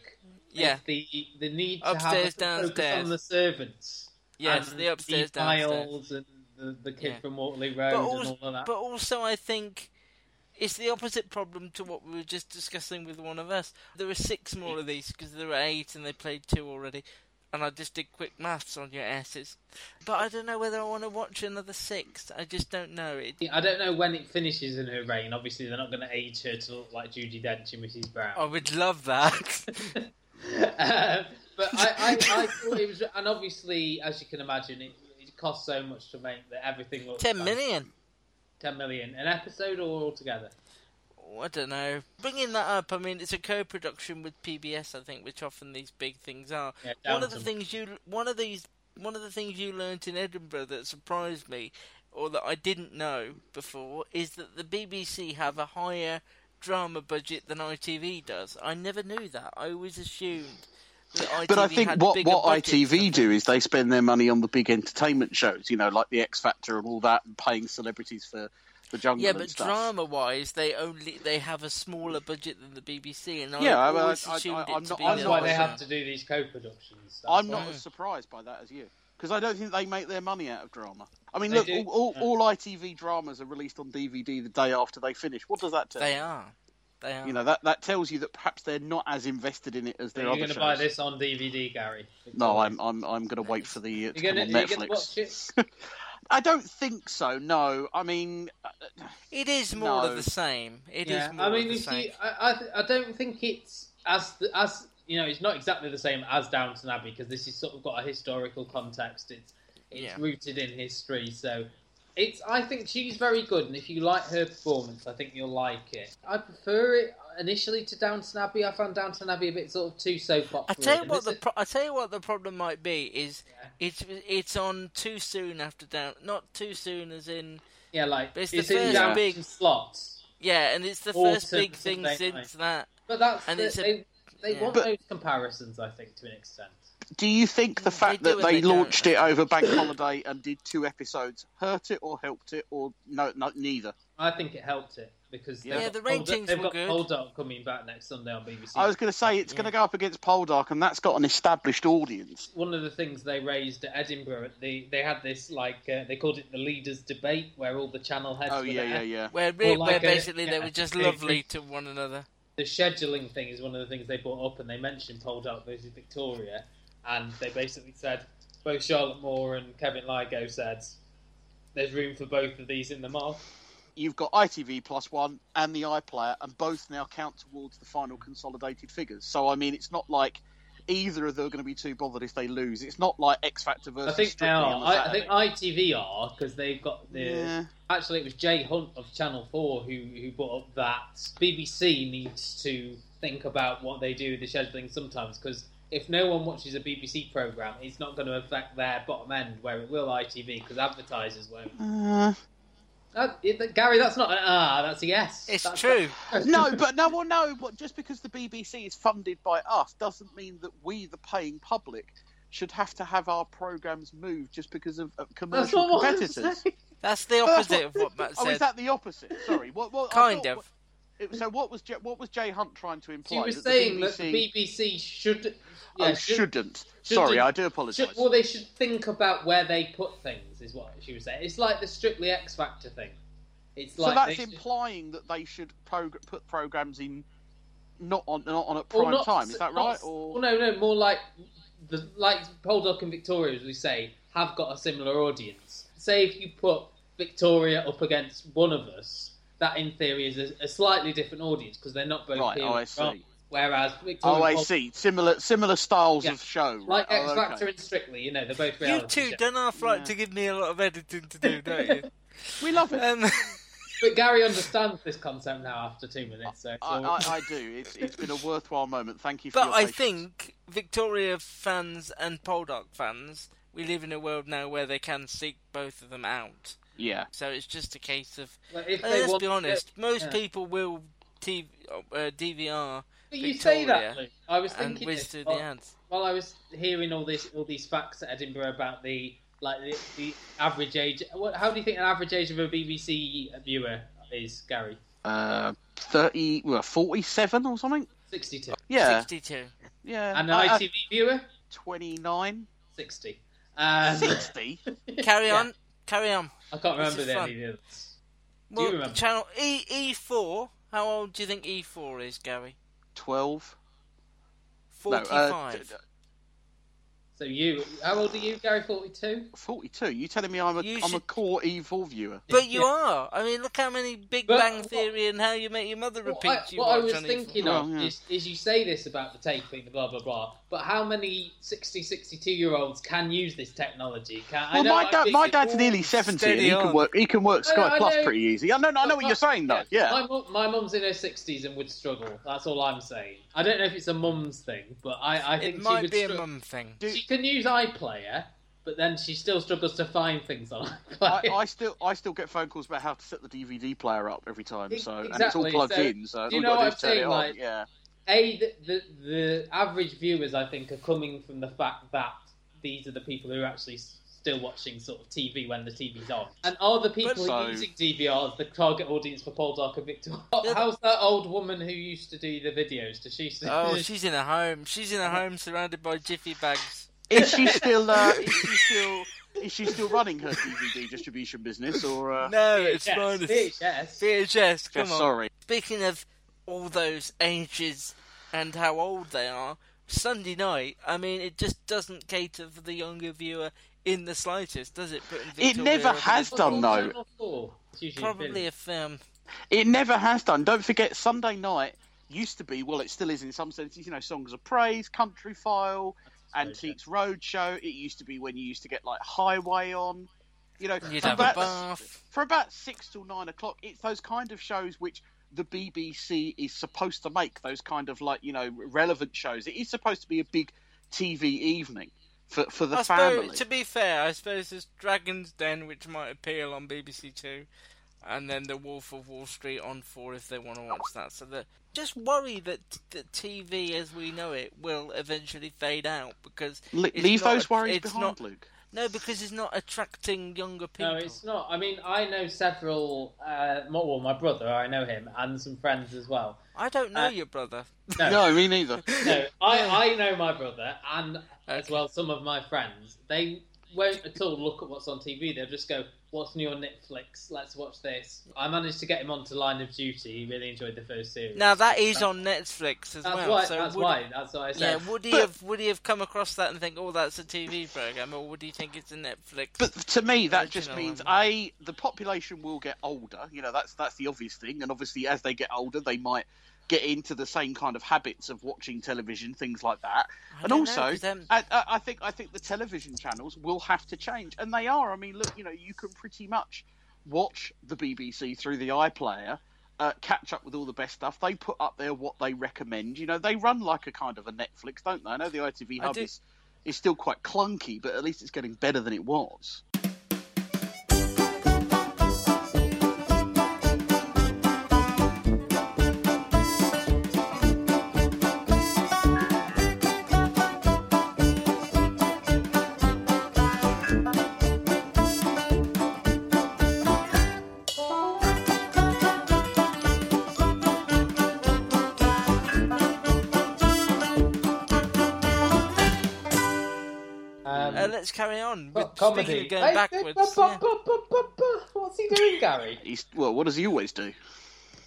[SPEAKER 9] is
[SPEAKER 1] Yeah.
[SPEAKER 9] the the need to
[SPEAKER 1] Upstairs,
[SPEAKER 9] have a focus
[SPEAKER 1] downstairs.
[SPEAKER 9] on the servants.
[SPEAKER 1] Yes,
[SPEAKER 9] and
[SPEAKER 1] the upstairs,
[SPEAKER 9] the Miles and the, the kid
[SPEAKER 1] Yeah.
[SPEAKER 9] from Waterloo Road
[SPEAKER 1] But also,
[SPEAKER 9] and all of that.
[SPEAKER 1] but also, I think it's the opposite problem to what we were just discussing with one of us. There are six more of these because there are eight, and they played two already. And I just did quick maths on your asses, but I don't know whether I want to watch another six. I just don't know. It,
[SPEAKER 9] I don't know when it finishes in her reign. Obviously, they're not going to age her to look like Judy Dench and Mrs. Brown.
[SPEAKER 1] I would love that.
[SPEAKER 9] Um, but I, I, I thought it was, and obviously, as you can imagine, it, it costs so much to make that everything looks
[SPEAKER 1] Ten
[SPEAKER 9] nice.
[SPEAKER 1] million.
[SPEAKER 9] Ten million, an episode or altogether.
[SPEAKER 1] Oh, I don't know. Bringing that up, I mean, it's a co-production with PBS, I think, which often these big things are.
[SPEAKER 9] Yeah,
[SPEAKER 1] one of the
[SPEAKER 9] Downton.
[SPEAKER 1] things you, one of these one of the things you learnt in Edinburgh that surprised me, or that I didn't know before, is that the BBC have a higher drama budget than ITV does. I never knew that. I always assumed that ITV
[SPEAKER 2] But I think
[SPEAKER 1] had
[SPEAKER 2] what
[SPEAKER 1] bigger
[SPEAKER 2] what
[SPEAKER 1] budgets.
[SPEAKER 2] ITV do is they spend their money on the big entertainment shows, you know, like the X Factor and all that, and paying celebrities for the jungle
[SPEAKER 1] Yeah,
[SPEAKER 2] and
[SPEAKER 1] but
[SPEAKER 2] stuff.
[SPEAKER 1] drama-wise, they only they have a smaller budget than the BBC, and
[SPEAKER 2] Yeah, I-
[SPEAKER 1] I
[SPEAKER 2] I-
[SPEAKER 1] always
[SPEAKER 2] I- I-
[SPEAKER 1] assumed
[SPEAKER 2] I'm
[SPEAKER 1] it to
[SPEAKER 2] not-
[SPEAKER 1] be
[SPEAKER 2] I'm
[SPEAKER 1] the
[SPEAKER 2] not- Why they
[SPEAKER 1] opposite.
[SPEAKER 2] have
[SPEAKER 9] to do these co-productions.
[SPEAKER 2] I'm not
[SPEAKER 9] Yeah.
[SPEAKER 2] as surprised by that as you because I don't think they make their money out of drama. I mean,
[SPEAKER 9] They
[SPEAKER 2] look,
[SPEAKER 9] do.
[SPEAKER 2] all, all, all ITV dramas are released on DVD the day after they finish. What does that tell
[SPEAKER 1] They
[SPEAKER 2] you?
[SPEAKER 1] are. They are.
[SPEAKER 2] You know that that tells you that perhaps they're not as invested in it as their
[SPEAKER 9] You're
[SPEAKER 2] other
[SPEAKER 9] going to
[SPEAKER 2] shows.
[SPEAKER 9] buy this on DVD, Gary.
[SPEAKER 2] No, I'm I'm I'm going to wait for the uh, to
[SPEAKER 9] You're
[SPEAKER 2] come
[SPEAKER 9] going
[SPEAKER 2] on
[SPEAKER 9] to you're gonna
[SPEAKER 2] Netflix.
[SPEAKER 9] watch it.
[SPEAKER 2] I don't think so. No, I mean,
[SPEAKER 1] it is more of the same. It is
[SPEAKER 9] yeah.
[SPEAKER 1] more
[SPEAKER 9] I mean,
[SPEAKER 1] of the
[SPEAKER 9] if
[SPEAKER 1] same.
[SPEAKER 9] you, I, I, th- I don't think it's as the, as you know, it's not exactly the same as Downton Abbey because this is sort of got a historical context. It's it's
[SPEAKER 1] Yeah.
[SPEAKER 9] rooted in history, so. It's. I think she's very good, and if you like her performance, I think you'll like it. I prefer it initially to Downton Abbey. I found Downton Abbey a bit sort of too soap opera.
[SPEAKER 1] I tell you what the pro- I tell you what the problem might be is it's it's on too soon after down not too soon as in
[SPEAKER 9] yeah like
[SPEAKER 1] but it's
[SPEAKER 9] it's
[SPEAKER 1] the
[SPEAKER 9] in
[SPEAKER 1] first
[SPEAKER 9] Downton
[SPEAKER 1] big
[SPEAKER 9] slots
[SPEAKER 1] yeah and it's the
[SPEAKER 9] Autumn
[SPEAKER 1] first big thing
[SPEAKER 9] Sunday
[SPEAKER 1] since
[SPEAKER 9] night.
[SPEAKER 1] that
[SPEAKER 9] but that's
[SPEAKER 1] and
[SPEAKER 9] the-
[SPEAKER 1] it's a,
[SPEAKER 9] they, they
[SPEAKER 1] yeah.
[SPEAKER 9] want
[SPEAKER 1] But-
[SPEAKER 9] those comparisons. I think to an extent.
[SPEAKER 2] do you think the fact
[SPEAKER 9] do
[SPEAKER 2] that they,
[SPEAKER 9] and Mm, they don't,
[SPEAKER 2] launched it over bank holiday and did two episodes hurt it or helped it or no, no neither?
[SPEAKER 9] I think it helped it because
[SPEAKER 2] Yeah.
[SPEAKER 9] they've
[SPEAKER 2] Yeah,
[SPEAKER 9] got
[SPEAKER 2] the
[SPEAKER 9] Poldark-
[SPEAKER 2] ratings
[SPEAKER 9] they've
[SPEAKER 2] were
[SPEAKER 9] got
[SPEAKER 2] good.
[SPEAKER 9] Poldark coming back next Sunday on BBC.
[SPEAKER 2] I was going to say it's going to go up against Poldark, and that's got an established audience.
[SPEAKER 9] one of the things they raised at Edinburgh, they they had this like uh, they called it the leaders' debate, where all the channel heads.
[SPEAKER 2] Oh,
[SPEAKER 9] were
[SPEAKER 2] yeah,
[SPEAKER 9] there.
[SPEAKER 2] yeah, yeah.
[SPEAKER 1] where,
[SPEAKER 9] Or
[SPEAKER 1] re-
[SPEAKER 9] like
[SPEAKER 1] where
[SPEAKER 9] a-
[SPEAKER 1] basically they
[SPEAKER 9] yeah,
[SPEAKER 1] were just
[SPEAKER 9] a-
[SPEAKER 1] lovely to one another
[SPEAKER 9] the scheduling thing is one of the things they brought up, and they mentioned Poldark versus Victoria, and they basically said both Charlotte Moore and Kevin Ligo said there's room for both of these in the mob.
[SPEAKER 2] You've got ITV Plus One and the iPlayer, and both now count towards the final consolidated figures. So I mean, it's not like either of them are going to be too bothered if they lose. It's not like X Factor
[SPEAKER 9] I
[SPEAKER 2] versus.
[SPEAKER 9] think they
[SPEAKER 2] Strictly on
[SPEAKER 9] are.
[SPEAKER 2] the
[SPEAKER 9] I, I
[SPEAKER 2] Saturday.
[SPEAKER 9] think ITV are because they've got the.
[SPEAKER 2] Yeah.
[SPEAKER 9] Actually, it was Jay Hunt of Channel Four who who brought up that BBC needs to think about what they do with the scheduling sometimes because if no one watches a BBC program, it's not going to affect their bottom end where it will ITV because advertisers won't.
[SPEAKER 2] Mm. Uh,
[SPEAKER 9] That, it, Gary, that's not an ah, that's a yes.
[SPEAKER 1] It's
[SPEAKER 9] That's-
[SPEAKER 1] true.
[SPEAKER 2] no, but no, well, no. But just because the BBC is funded by us doesn't mean that we, the paying public, should have to have our programs moved just because of, of commercial
[SPEAKER 1] not what I'm
[SPEAKER 2] competitors.
[SPEAKER 1] saying. That's the
[SPEAKER 2] But that's
[SPEAKER 1] opposite of what Matt
[SPEAKER 2] Oh,
[SPEAKER 1] said.
[SPEAKER 2] is that the opposite? Sorry. What? what I
[SPEAKER 1] Kind
[SPEAKER 2] thought-
[SPEAKER 1] of.
[SPEAKER 2] it- so what was J, what was Jay Hunt trying to
[SPEAKER 9] She
[SPEAKER 2] imply? that
[SPEAKER 9] was
[SPEAKER 2] the
[SPEAKER 9] saying
[SPEAKER 2] BBC,
[SPEAKER 9] that the BBC should.
[SPEAKER 2] Oh,
[SPEAKER 9] Yeah,
[SPEAKER 2] shouldn't. Sorry, I do apologise.
[SPEAKER 9] should- well, they should think about where they put things, is what she was saying. It's like the Strictly X Factor thing. It's
[SPEAKER 2] so
[SPEAKER 9] like
[SPEAKER 2] that's
[SPEAKER 9] they should-
[SPEAKER 2] implying that they should progr- put programs in not on not on at
[SPEAKER 9] or
[SPEAKER 2] prime
[SPEAKER 9] not-
[SPEAKER 2] time. Is that
[SPEAKER 9] not-
[SPEAKER 2] right? Or
[SPEAKER 9] well, no, no, more like the like Poldock and Victoria, as we say, have got a similar audience. Say if you put Victoria up against one of us, that in theory is a, a slightly different audience because they're not both
[SPEAKER 2] Right,
[SPEAKER 9] here
[SPEAKER 2] oh,
[SPEAKER 9] in
[SPEAKER 2] I see.
[SPEAKER 9] France, Whereas Victoria
[SPEAKER 2] oh, I
[SPEAKER 9] and Poldark-
[SPEAKER 2] see. Similar similar styles
[SPEAKER 9] Yeah.
[SPEAKER 2] of show.
[SPEAKER 9] Like
[SPEAKER 2] right.
[SPEAKER 9] X
[SPEAKER 2] Oh,
[SPEAKER 9] Factor
[SPEAKER 2] okay.
[SPEAKER 9] and Strictly, you know, they're both
[SPEAKER 1] you
[SPEAKER 9] reality
[SPEAKER 1] two
[SPEAKER 9] shows.
[SPEAKER 1] don't half like to give me a lot of editing to do, don't you?
[SPEAKER 2] we love it.
[SPEAKER 1] Um,
[SPEAKER 9] But Gary understands this concept now after two minutes, so.
[SPEAKER 2] I, I, I do. It's, it's been a worthwhile moment. Thank you. For
[SPEAKER 1] But
[SPEAKER 2] your
[SPEAKER 1] I
[SPEAKER 2] patience.
[SPEAKER 1] think Victoria fans and Poldark fans, we live in a world now where they can seek both of them out.
[SPEAKER 2] Yeah.
[SPEAKER 1] So it's just a case of.
[SPEAKER 9] Well, if
[SPEAKER 1] Uh,
[SPEAKER 9] they
[SPEAKER 1] let's
[SPEAKER 9] want
[SPEAKER 1] be
[SPEAKER 9] to-
[SPEAKER 1] honest, most
[SPEAKER 9] yeah.
[SPEAKER 1] people will TV, uh, DVR.
[SPEAKER 9] But you
[SPEAKER 1] Victoria
[SPEAKER 9] say that, Luke. I was
[SPEAKER 1] and
[SPEAKER 9] thinking
[SPEAKER 1] whiz
[SPEAKER 9] this
[SPEAKER 1] through
[SPEAKER 9] while,
[SPEAKER 1] the ads.
[SPEAKER 9] while I was hearing all this, all these facts at Edinburgh about the like the, the average age. What, how do you think an average age of a BBC viewer is, Gary?
[SPEAKER 2] Uh, thirty, well, forty-seven or something.
[SPEAKER 9] Sixty-two.
[SPEAKER 1] Uh,
[SPEAKER 2] Yeah.
[SPEAKER 1] 62.
[SPEAKER 2] Yeah. Uh,
[SPEAKER 9] And an
[SPEAKER 2] I- I-
[SPEAKER 9] ITV viewer?
[SPEAKER 2] 29.
[SPEAKER 9] 60. Um,
[SPEAKER 2] 60?
[SPEAKER 1] Carry
[SPEAKER 9] Yeah.
[SPEAKER 1] on, carry on.
[SPEAKER 9] I can't
[SPEAKER 1] This
[SPEAKER 9] remember
[SPEAKER 1] is
[SPEAKER 9] the
[SPEAKER 1] fun.
[SPEAKER 9] any of the others. Do you
[SPEAKER 1] Well,
[SPEAKER 9] remember?
[SPEAKER 1] channel E E four. How old do you think E four is, Gary?
[SPEAKER 2] 12. No,
[SPEAKER 1] Forty
[SPEAKER 2] uh,
[SPEAKER 1] five.
[SPEAKER 2] t- t-
[SPEAKER 9] So you, how old are you, Gary? Forty-two.
[SPEAKER 2] 42. You telling me I'm a,
[SPEAKER 1] You
[SPEAKER 2] am a
[SPEAKER 1] should-
[SPEAKER 2] core evil viewer?
[SPEAKER 1] but you are. I mean, look how many Big
[SPEAKER 9] But
[SPEAKER 1] Bang
[SPEAKER 9] what-
[SPEAKER 1] Theory and How You Met Your Mother
[SPEAKER 9] What
[SPEAKER 1] repeats
[SPEAKER 9] I,
[SPEAKER 1] you
[SPEAKER 9] what I
[SPEAKER 1] watch
[SPEAKER 9] was
[SPEAKER 1] on E E4.
[SPEAKER 9] thinking of is, is you say this about the taping, the blah blah blah, but how many 60, 62 year olds can use this technology? Can, I
[SPEAKER 2] Well,
[SPEAKER 9] know
[SPEAKER 2] my
[SPEAKER 9] I'm
[SPEAKER 2] dad, my
[SPEAKER 9] being-
[SPEAKER 2] dad's nearly 70 and
[SPEAKER 9] steady
[SPEAKER 2] he can,
[SPEAKER 9] on.
[SPEAKER 2] work, he can work
[SPEAKER 9] I know,
[SPEAKER 2] Sky
[SPEAKER 9] I
[SPEAKER 2] Plus
[SPEAKER 9] know.
[SPEAKER 2] pretty easy. I know, I know what you're saying, though. Yeah.
[SPEAKER 9] My, mum- my mum's in her sixties and would struggle. That's all I'm saying. I don't know if it's a mum's thing, but I, I think
[SPEAKER 1] It
[SPEAKER 9] she
[SPEAKER 1] might
[SPEAKER 9] would
[SPEAKER 1] be a
[SPEAKER 9] struggle.
[SPEAKER 1] mum thing.
[SPEAKER 9] She can use iPlayer. but then she still struggles to find things on.
[SPEAKER 2] I, I still I still get phone calls about how to set the DVD player up every time. So and it's all
[SPEAKER 9] Exactly,
[SPEAKER 2] plugged
[SPEAKER 9] so
[SPEAKER 2] in. So
[SPEAKER 9] do
[SPEAKER 2] all
[SPEAKER 9] you know
[SPEAKER 2] gotta
[SPEAKER 9] what
[SPEAKER 2] do
[SPEAKER 9] I'm
[SPEAKER 2] is turn it
[SPEAKER 9] saying?
[SPEAKER 2] on,
[SPEAKER 9] Like,
[SPEAKER 2] yeah.
[SPEAKER 9] a the, the the average viewers I think are coming from the fact that these are the people who are actually s- still watching sort of TV when the TV's on, and are the people who
[SPEAKER 2] So-
[SPEAKER 9] are using DVRs the target audience for Paul Dark and Victor? How's that old woman who used to do the videos? Does she? Still...
[SPEAKER 1] Oh, she's in a home. She's in a home surrounded by jiffy bags.
[SPEAKER 2] Is she still? Uh, is she still? Is she still running her DVD distribution business or? Uh...
[SPEAKER 1] No, it's not.
[SPEAKER 9] VHS.
[SPEAKER 1] VHS, come
[SPEAKER 2] Yeah,
[SPEAKER 1] on.
[SPEAKER 2] sorry.
[SPEAKER 1] Speaking of all those ages and how old they are, Sunday night, I mean, it just doesn't cater for the younger viewer in the slightest, does it? Putting
[SPEAKER 2] It
[SPEAKER 1] Victor
[SPEAKER 2] never
[SPEAKER 1] Weir up
[SPEAKER 2] has
[SPEAKER 1] against-
[SPEAKER 2] done, though. Channel
[SPEAKER 1] Probably a film.
[SPEAKER 2] It never has done. Don't forget, Sunday night used to be, well, it still is in some senses, you know, Songs of Praise, Country File, Antiques Roadshow. It used to be when you used to get, like, Highway on. You know,
[SPEAKER 1] You'd
[SPEAKER 2] for
[SPEAKER 1] have a
[SPEAKER 2] about-
[SPEAKER 1] bath.
[SPEAKER 2] For about six till nine o'clock, it's those kind of shows which the BBC is supposed to make, those kind of, like, you know, relevant shows. It is supposed to be a big TV evening for, for the
[SPEAKER 1] I suppose,
[SPEAKER 2] family.
[SPEAKER 1] To be fair, I suppose there's Dragon's Den, which might appeal on BBC Two, and then The Wolf of Wall Street on Four if they want to watch that. So that just worry that that TV as we know it will eventually fade out because
[SPEAKER 2] Le-
[SPEAKER 1] it's
[SPEAKER 2] leave
[SPEAKER 1] not-
[SPEAKER 2] those worries
[SPEAKER 1] it's
[SPEAKER 2] behind,
[SPEAKER 1] not-
[SPEAKER 2] Luke.
[SPEAKER 1] No, because it's not attracting younger people.
[SPEAKER 9] No, it's not. I mean, I know several. Uh, my- well, my brother, I know him, and some friends as well.
[SPEAKER 1] I don't know
[SPEAKER 9] Uh,
[SPEAKER 1] your brother.
[SPEAKER 9] No.
[SPEAKER 2] me neither.
[SPEAKER 9] No, I, I know my brother and as well some of my friends. They won't at all look at what's on TV. They'll just go, "What's new on Netflix? Let's watch this." I managed to get him onto Line of Duty. He really enjoyed the first series.
[SPEAKER 1] Now that is
[SPEAKER 9] But-
[SPEAKER 1] on Netflix as
[SPEAKER 9] That's
[SPEAKER 1] well.
[SPEAKER 9] why-
[SPEAKER 1] so
[SPEAKER 9] that's
[SPEAKER 1] would,
[SPEAKER 9] why- that's what I said.
[SPEAKER 1] Yeah, would he
[SPEAKER 9] But-
[SPEAKER 1] have would he have come across that and think, oh, that's a TV program, or would he think it's a Netflix?
[SPEAKER 2] But to me, that just
[SPEAKER 1] original
[SPEAKER 2] means
[SPEAKER 1] and-
[SPEAKER 2] a the population will get older. You know, that's that's the obvious thing, and obviously as they get older, they might get into the same kind of habits of watching television, things like that. and
[SPEAKER 1] don't know,
[SPEAKER 2] also,
[SPEAKER 1] 'cause, um,
[SPEAKER 2] I, I I think I think the television channels will have to change, and they are. I mean, look, you know, you can pretty much watch the BBC through the iPlayer. Uh, catch up with all the best stuff they put up there. What they recommend, you know, they run like a kind of a Netflix, don't they? I know the ITV
[SPEAKER 1] I
[SPEAKER 2] hub
[SPEAKER 1] do-
[SPEAKER 2] is, is still quite clunky, but at least it's getting better than it was.
[SPEAKER 9] Um,
[SPEAKER 1] uh, let's carry on. With,
[SPEAKER 9] comedy.
[SPEAKER 1] Speaking of
[SPEAKER 9] Hey,
[SPEAKER 1] going
[SPEAKER 9] hey,
[SPEAKER 1] backwards,
[SPEAKER 9] bu-
[SPEAKER 1] yeah.
[SPEAKER 9] bu- bu- bu- bu- What's he doing, Gary?
[SPEAKER 2] He's, well, what does he always do?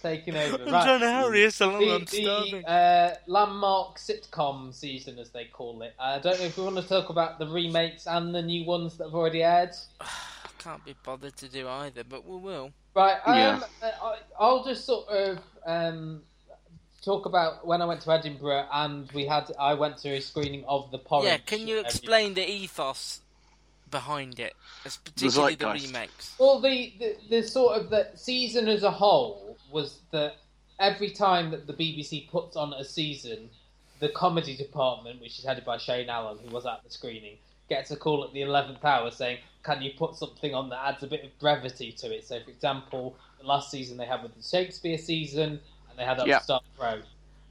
[SPEAKER 9] Taking over.
[SPEAKER 1] I'm
[SPEAKER 9] right.
[SPEAKER 1] trying to hurry us along,
[SPEAKER 9] The,
[SPEAKER 1] I'm starving.
[SPEAKER 9] the uh, landmark sitcom season, as they call it. I don't know if we want to talk about the remakes and the new ones that have already aired.
[SPEAKER 1] can't be bothered to do either, but we will.
[SPEAKER 9] Right. Um,
[SPEAKER 1] Yeah.
[SPEAKER 9] uh, I- I'll just sort of um, talk about when I went to Edinburgh and we had. I went to a screening of the Porridge.
[SPEAKER 1] yeah, can you
[SPEAKER 9] Um,
[SPEAKER 1] explain the ethos behind it, as particularly the,
[SPEAKER 9] zeitgeist.
[SPEAKER 1] remakes?
[SPEAKER 9] Well, the, the the sort of the season as a whole was that every time that the BBC puts on a season, the comedy department, which is headed by Shane Allen, who was at the screening, gets a call at the eleventh hour saying, "Can you put something on that adds a bit of brevity to it?" So, for example, the last season they had with the Shakespeare season, and they had
[SPEAKER 2] Yeah.
[SPEAKER 9] Upstart Row.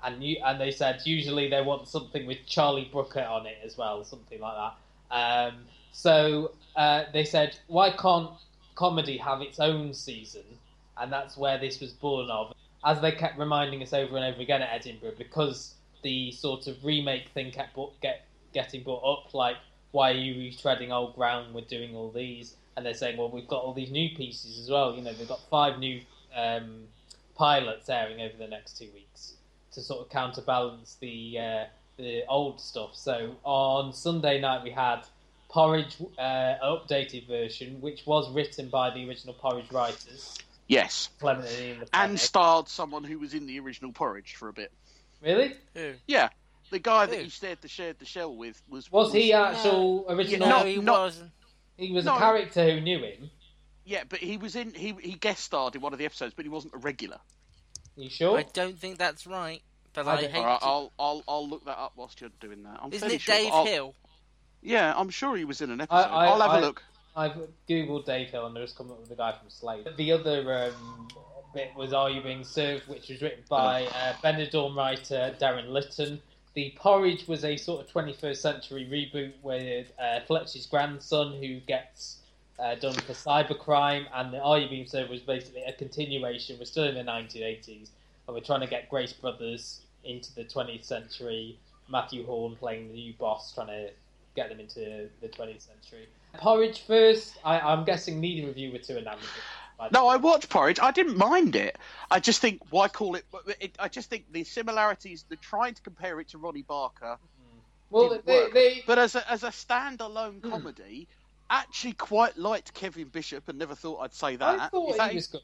[SPEAKER 9] And you and they said usually they want something with Charlie Brooker on it as well, something like that. Um, so uh, they said, why can't comedy have its own season? And that's where this was born of. As they kept reminding us over and over again at Edinburgh, because the sort of remake thing kept brought, get, getting brought up, like, why are you retreading old ground? We're doing all these. And they're saying, well, we've got all these new pieces as well. You know, they've got five new um, pilots airing over the next two weeks to sort of counterbalance the uh, the old stuff. So on Sunday night we had Porridge, uh, an updated version, which was written by the original Porridge writers,
[SPEAKER 2] Yes.
[SPEAKER 9] Clement and Ian. Le-
[SPEAKER 2] And starred someone who was in the original Porridge for a bit.
[SPEAKER 9] Really?
[SPEAKER 2] Yeah. The guy that he shared the, shared the shell with was.
[SPEAKER 9] Was he actual original?
[SPEAKER 2] Yeah, not-
[SPEAKER 9] He was
[SPEAKER 2] No.
[SPEAKER 9] a character who knew him.
[SPEAKER 2] Yeah, but he was in. He, he guest starred in one of the episodes, but he wasn't a regular.
[SPEAKER 9] You sure?
[SPEAKER 1] I don't think that's right, but I,
[SPEAKER 2] All
[SPEAKER 1] hate
[SPEAKER 2] right,
[SPEAKER 1] to-
[SPEAKER 2] I'll, I'll, I'll look that up whilst you're doing that. I'm
[SPEAKER 1] Isn't
[SPEAKER 2] fairly
[SPEAKER 1] it
[SPEAKER 2] sure, but
[SPEAKER 1] Dave
[SPEAKER 2] I'll-
[SPEAKER 1] Hill?
[SPEAKER 2] Yeah, I'm sure he was in an
[SPEAKER 9] I,
[SPEAKER 2] episode.
[SPEAKER 9] I,
[SPEAKER 2] will have
[SPEAKER 9] I,
[SPEAKER 2] a look.
[SPEAKER 9] I've googled Dave Hill and there's come up with a guy from Slade. The other um, bit was Are You Being Served, which was written by
[SPEAKER 2] Oh.
[SPEAKER 9] uh, Benidorm writer Darren Litton. The Porridge was a sort of 21st century reboot with uh, Fletcher's grandson who gets uh, done for cybercrime, and the Are You Being Served was basically a continuation. We're still in the 1980s, and we're trying to get Grace Brothers into the 20th century. Matthew Horn playing the new boss, trying to get them into the 20th century. Porridge first. I, I'm guessing neither of you were too enamored. with it.
[SPEAKER 2] No, I watched Porridge. I didn't mind it. I just think why call it, it? I just think the similarities. They're trying to compare it to Ronnie Barker.
[SPEAKER 9] Well,
[SPEAKER 2] didn't
[SPEAKER 9] they-
[SPEAKER 2] work. but as a, as a standalone
[SPEAKER 9] Hmm.
[SPEAKER 2] comedy, actually quite liked Kevin Bishop, and never thought I'd say that.
[SPEAKER 9] I thought
[SPEAKER 2] Is that
[SPEAKER 9] he was good.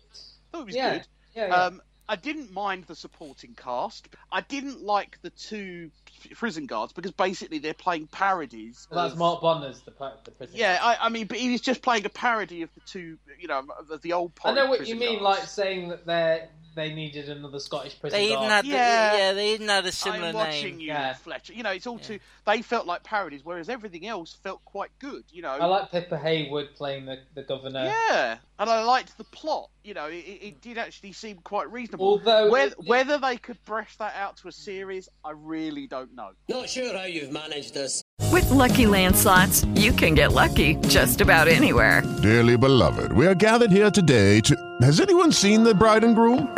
[SPEAKER 2] Thought he was
[SPEAKER 9] Yeah,
[SPEAKER 2] good.
[SPEAKER 9] yeah, yeah.
[SPEAKER 2] Um, I didn't mind the supporting cast. I didn't like the two prison guards because basically they're playing parodies.
[SPEAKER 9] Well, that's
[SPEAKER 2] of-
[SPEAKER 9] Mark Bonner's the, pri- the prison.
[SPEAKER 2] Yeah, I, I mean, but he was just playing a parody of the two, you know, the, the old.
[SPEAKER 9] I know
[SPEAKER 2] Porridge
[SPEAKER 9] what you
[SPEAKER 2] prison
[SPEAKER 9] mean,
[SPEAKER 2] guards.
[SPEAKER 9] like saying that they they needed another Scottish prison.
[SPEAKER 1] They even
[SPEAKER 9] guard.
[SPEAKER 1] had the- Yeah. yeah, they even had a similar
[SPEAKER 2] I'm watching
[SPEAKER 1] name.
[SPEAKER 2] you,
[SPEAKER 9] Yeah.
[SPEAKER 2] Fletcher. You know, it's all too. They felt like parodies, whereas everything else felt quite good. You know,
[SPEAKER 9] I like Pippa Haywood playing the, the governor.
[SPEAKER 2] Yeah, and I liked the plot. You know, it, it did actually seem quite reasonable.
[SPEAKER 9] Although-
[SPEAKER 2] whether, whether they could brush that out to a series, I really don't know.
[SPEAKER 15] Not sure how you've managed this.
[SPEAKER 16] With Lucky Land slots, you can get lucky just about anywhere.
[SPEAKER 17] Dearly beloved, we are gathered here today to. Has anyone seen the bride and groom?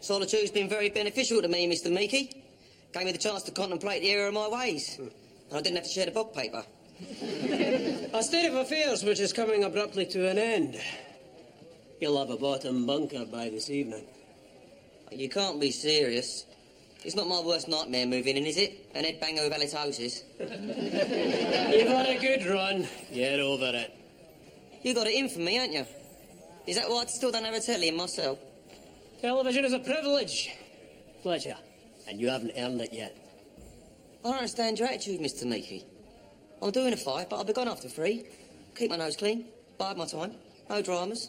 [SPEAKER 15] Solitude's been very beneficial to me, Mr. Meeky. Gave me the chance to contemplate the error of my ways. And I didn't have to share the bog paper. A state of affairs which is coming abruptly to an end. You'll have a bottom bunker by this evening. You can't be serious. It's not my worst nightmare moving in, is it? An headbanger with halitosis. You've had a good run. Get over it. You got it in for me, ain't you? Is that why I still don't have a telly in my cell? Television is a privilege, Fletcher, and you haven't earned it yet. I don't understand your attitude, Mr. Meeky. I'm doing a five, but I'll be gone after three. Keep my nose clean, bide my time, no dramas.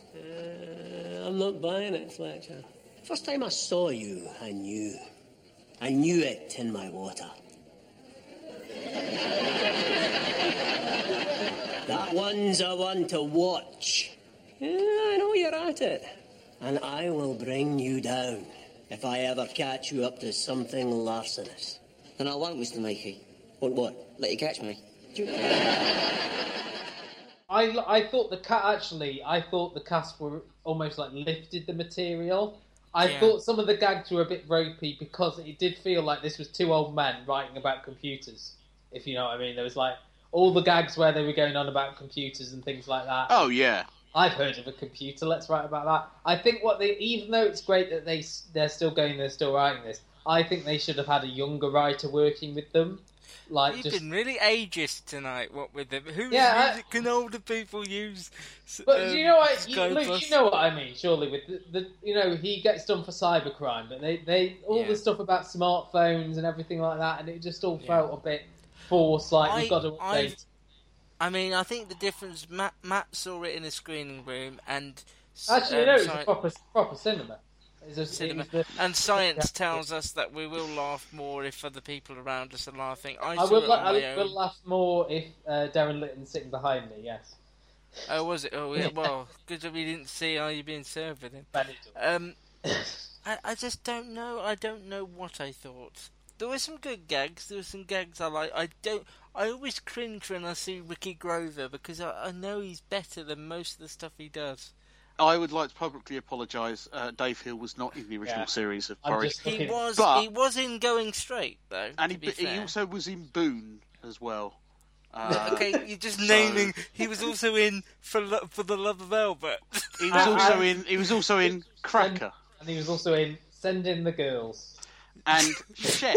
[SPEAKER 15] I'm not buying it, Fletcher. First time I saw you, I knew. I knew it in my water. That one's a one to watch. Yeah, Ah, I know you're at it. And I will bring you down if I ever catch you up to something larcenous. Then I won't, Mr. Meeky. What, what? Let you catch me.
[SPEAKER 9] I, I thought the cat actually. I thought the cast were almost like lifted the material. I
[SPEAKER 1] Yeah.
[SPEAKER 9] thought some of the gags were a bit ropey because it did feel like this was two old men writing about computers. If you know what I mean, there was like all the gags where they were going on about computers and things like that.
[SPEAKER 2] Oh yeah,
[SPEAKER 9] I've heard of a computer. Let's write about that. I think what they, even though it's great that they s- they're still going, they're still writing this. I think they should have had a younger writer working with them, like
[SPEAKER 1] You've
[SPEAKER 9] just
[SPEAKER 1] been really ageist tonight. What with them? Whose
[SPEAKER 9] Yeah, I-
[SPEAKER 1] music can older people use? S-
[SPEAKER 9] But do you know
[SPEAKER 1] um,
[SPEAKER 9] what, you,
[SPEAKER 1] Sky
[SPEAKER 9] Luke,
[SPEAKER 1] Plus?
[SPEAKER 9] you know what I mean, surely. With the, the you know, he gets done for cybercrime, but they, they all the stuff about smartphones and everything like that, and it just all felt a bit forced. Like
[SPEAKER 1] I-
[SPEAKER 9] we've got to
[SPEAKER 1] I-
[SPEAKER 9] update.
[SPEAKER 1] I mean, I think the difference. Matt, Matt saw it in a screening room, and s-
[SPEAKER 9] Actually,
[SPEAKER 1] um,
[SPEAKER 9] no, it's
[SPEAKER 1] sci-
[SPEAKER 9] a proper proper cinema. It's a
[SPEAKER 1] cinema.
[SPEAKER 9] It was the-
[SPEAKER 1] And science tells us that we will laugh more if other people around us are laughing. I,
[SPEAKER 9] I,
[SPEAKER 1] saw
[SPEAKER 9] will,
[SPEAKER 1] it
[SPEAKER 9] la-
[SPEAKER 1] on
[SPEAKER 9] I
[SPEAKER 1] my
[SPEAKER 9] will
[SPEAKER 1] own.
[SPEAKER 9] laugh more if uh, Darren Litton's sitting behind me. Yes.
[SPEAKER 1] Oh, was it? Oh, yeah.
[SPEAKER 9] Yeah.
[SPEAKER 1] Well, good that we didn't see Are You Being Served with him. Um, I, I just don't know. I don't know what I thought. There were some good gags. There were some gags I like. I don't. I always cringe when I see Ricky Grover because I, I know he's better than most of the stuff he does.
[SPEAKER 2] I would like to publicly apologise. Uh, Dave Hill was not in the original
[SPEAKER 1] Yeah.
[SPEAKER 2] series of
[SPEAKER 1] I'm
[SPEAKER 2] Porridge.
[SPEAKER 1] just looking- He was-
[SPEAKER 2] But
[SPEAKER 1] he was in Going Straight though.
[SPEAKER 2] and
[SPEAKER 1] to
[SPEAKER 2] he,
[SPEAKER 1] be
[SPEAKER 2] but he
[SPEAKER 1] fair.
[SPEAKER 2] also was in Boone as well. Uh,
[SPEAKER 1] okay, you're just
[SPEAKER 2] so-
[SPEAKER 1] naming. He was also in for Lo- for the love of Albert.
[SPEAKER 2] He was also in. He was also in Cracker
[SPEAKER 9] And he was also in Send in the Girls.
[SPEAKER 2] and Chef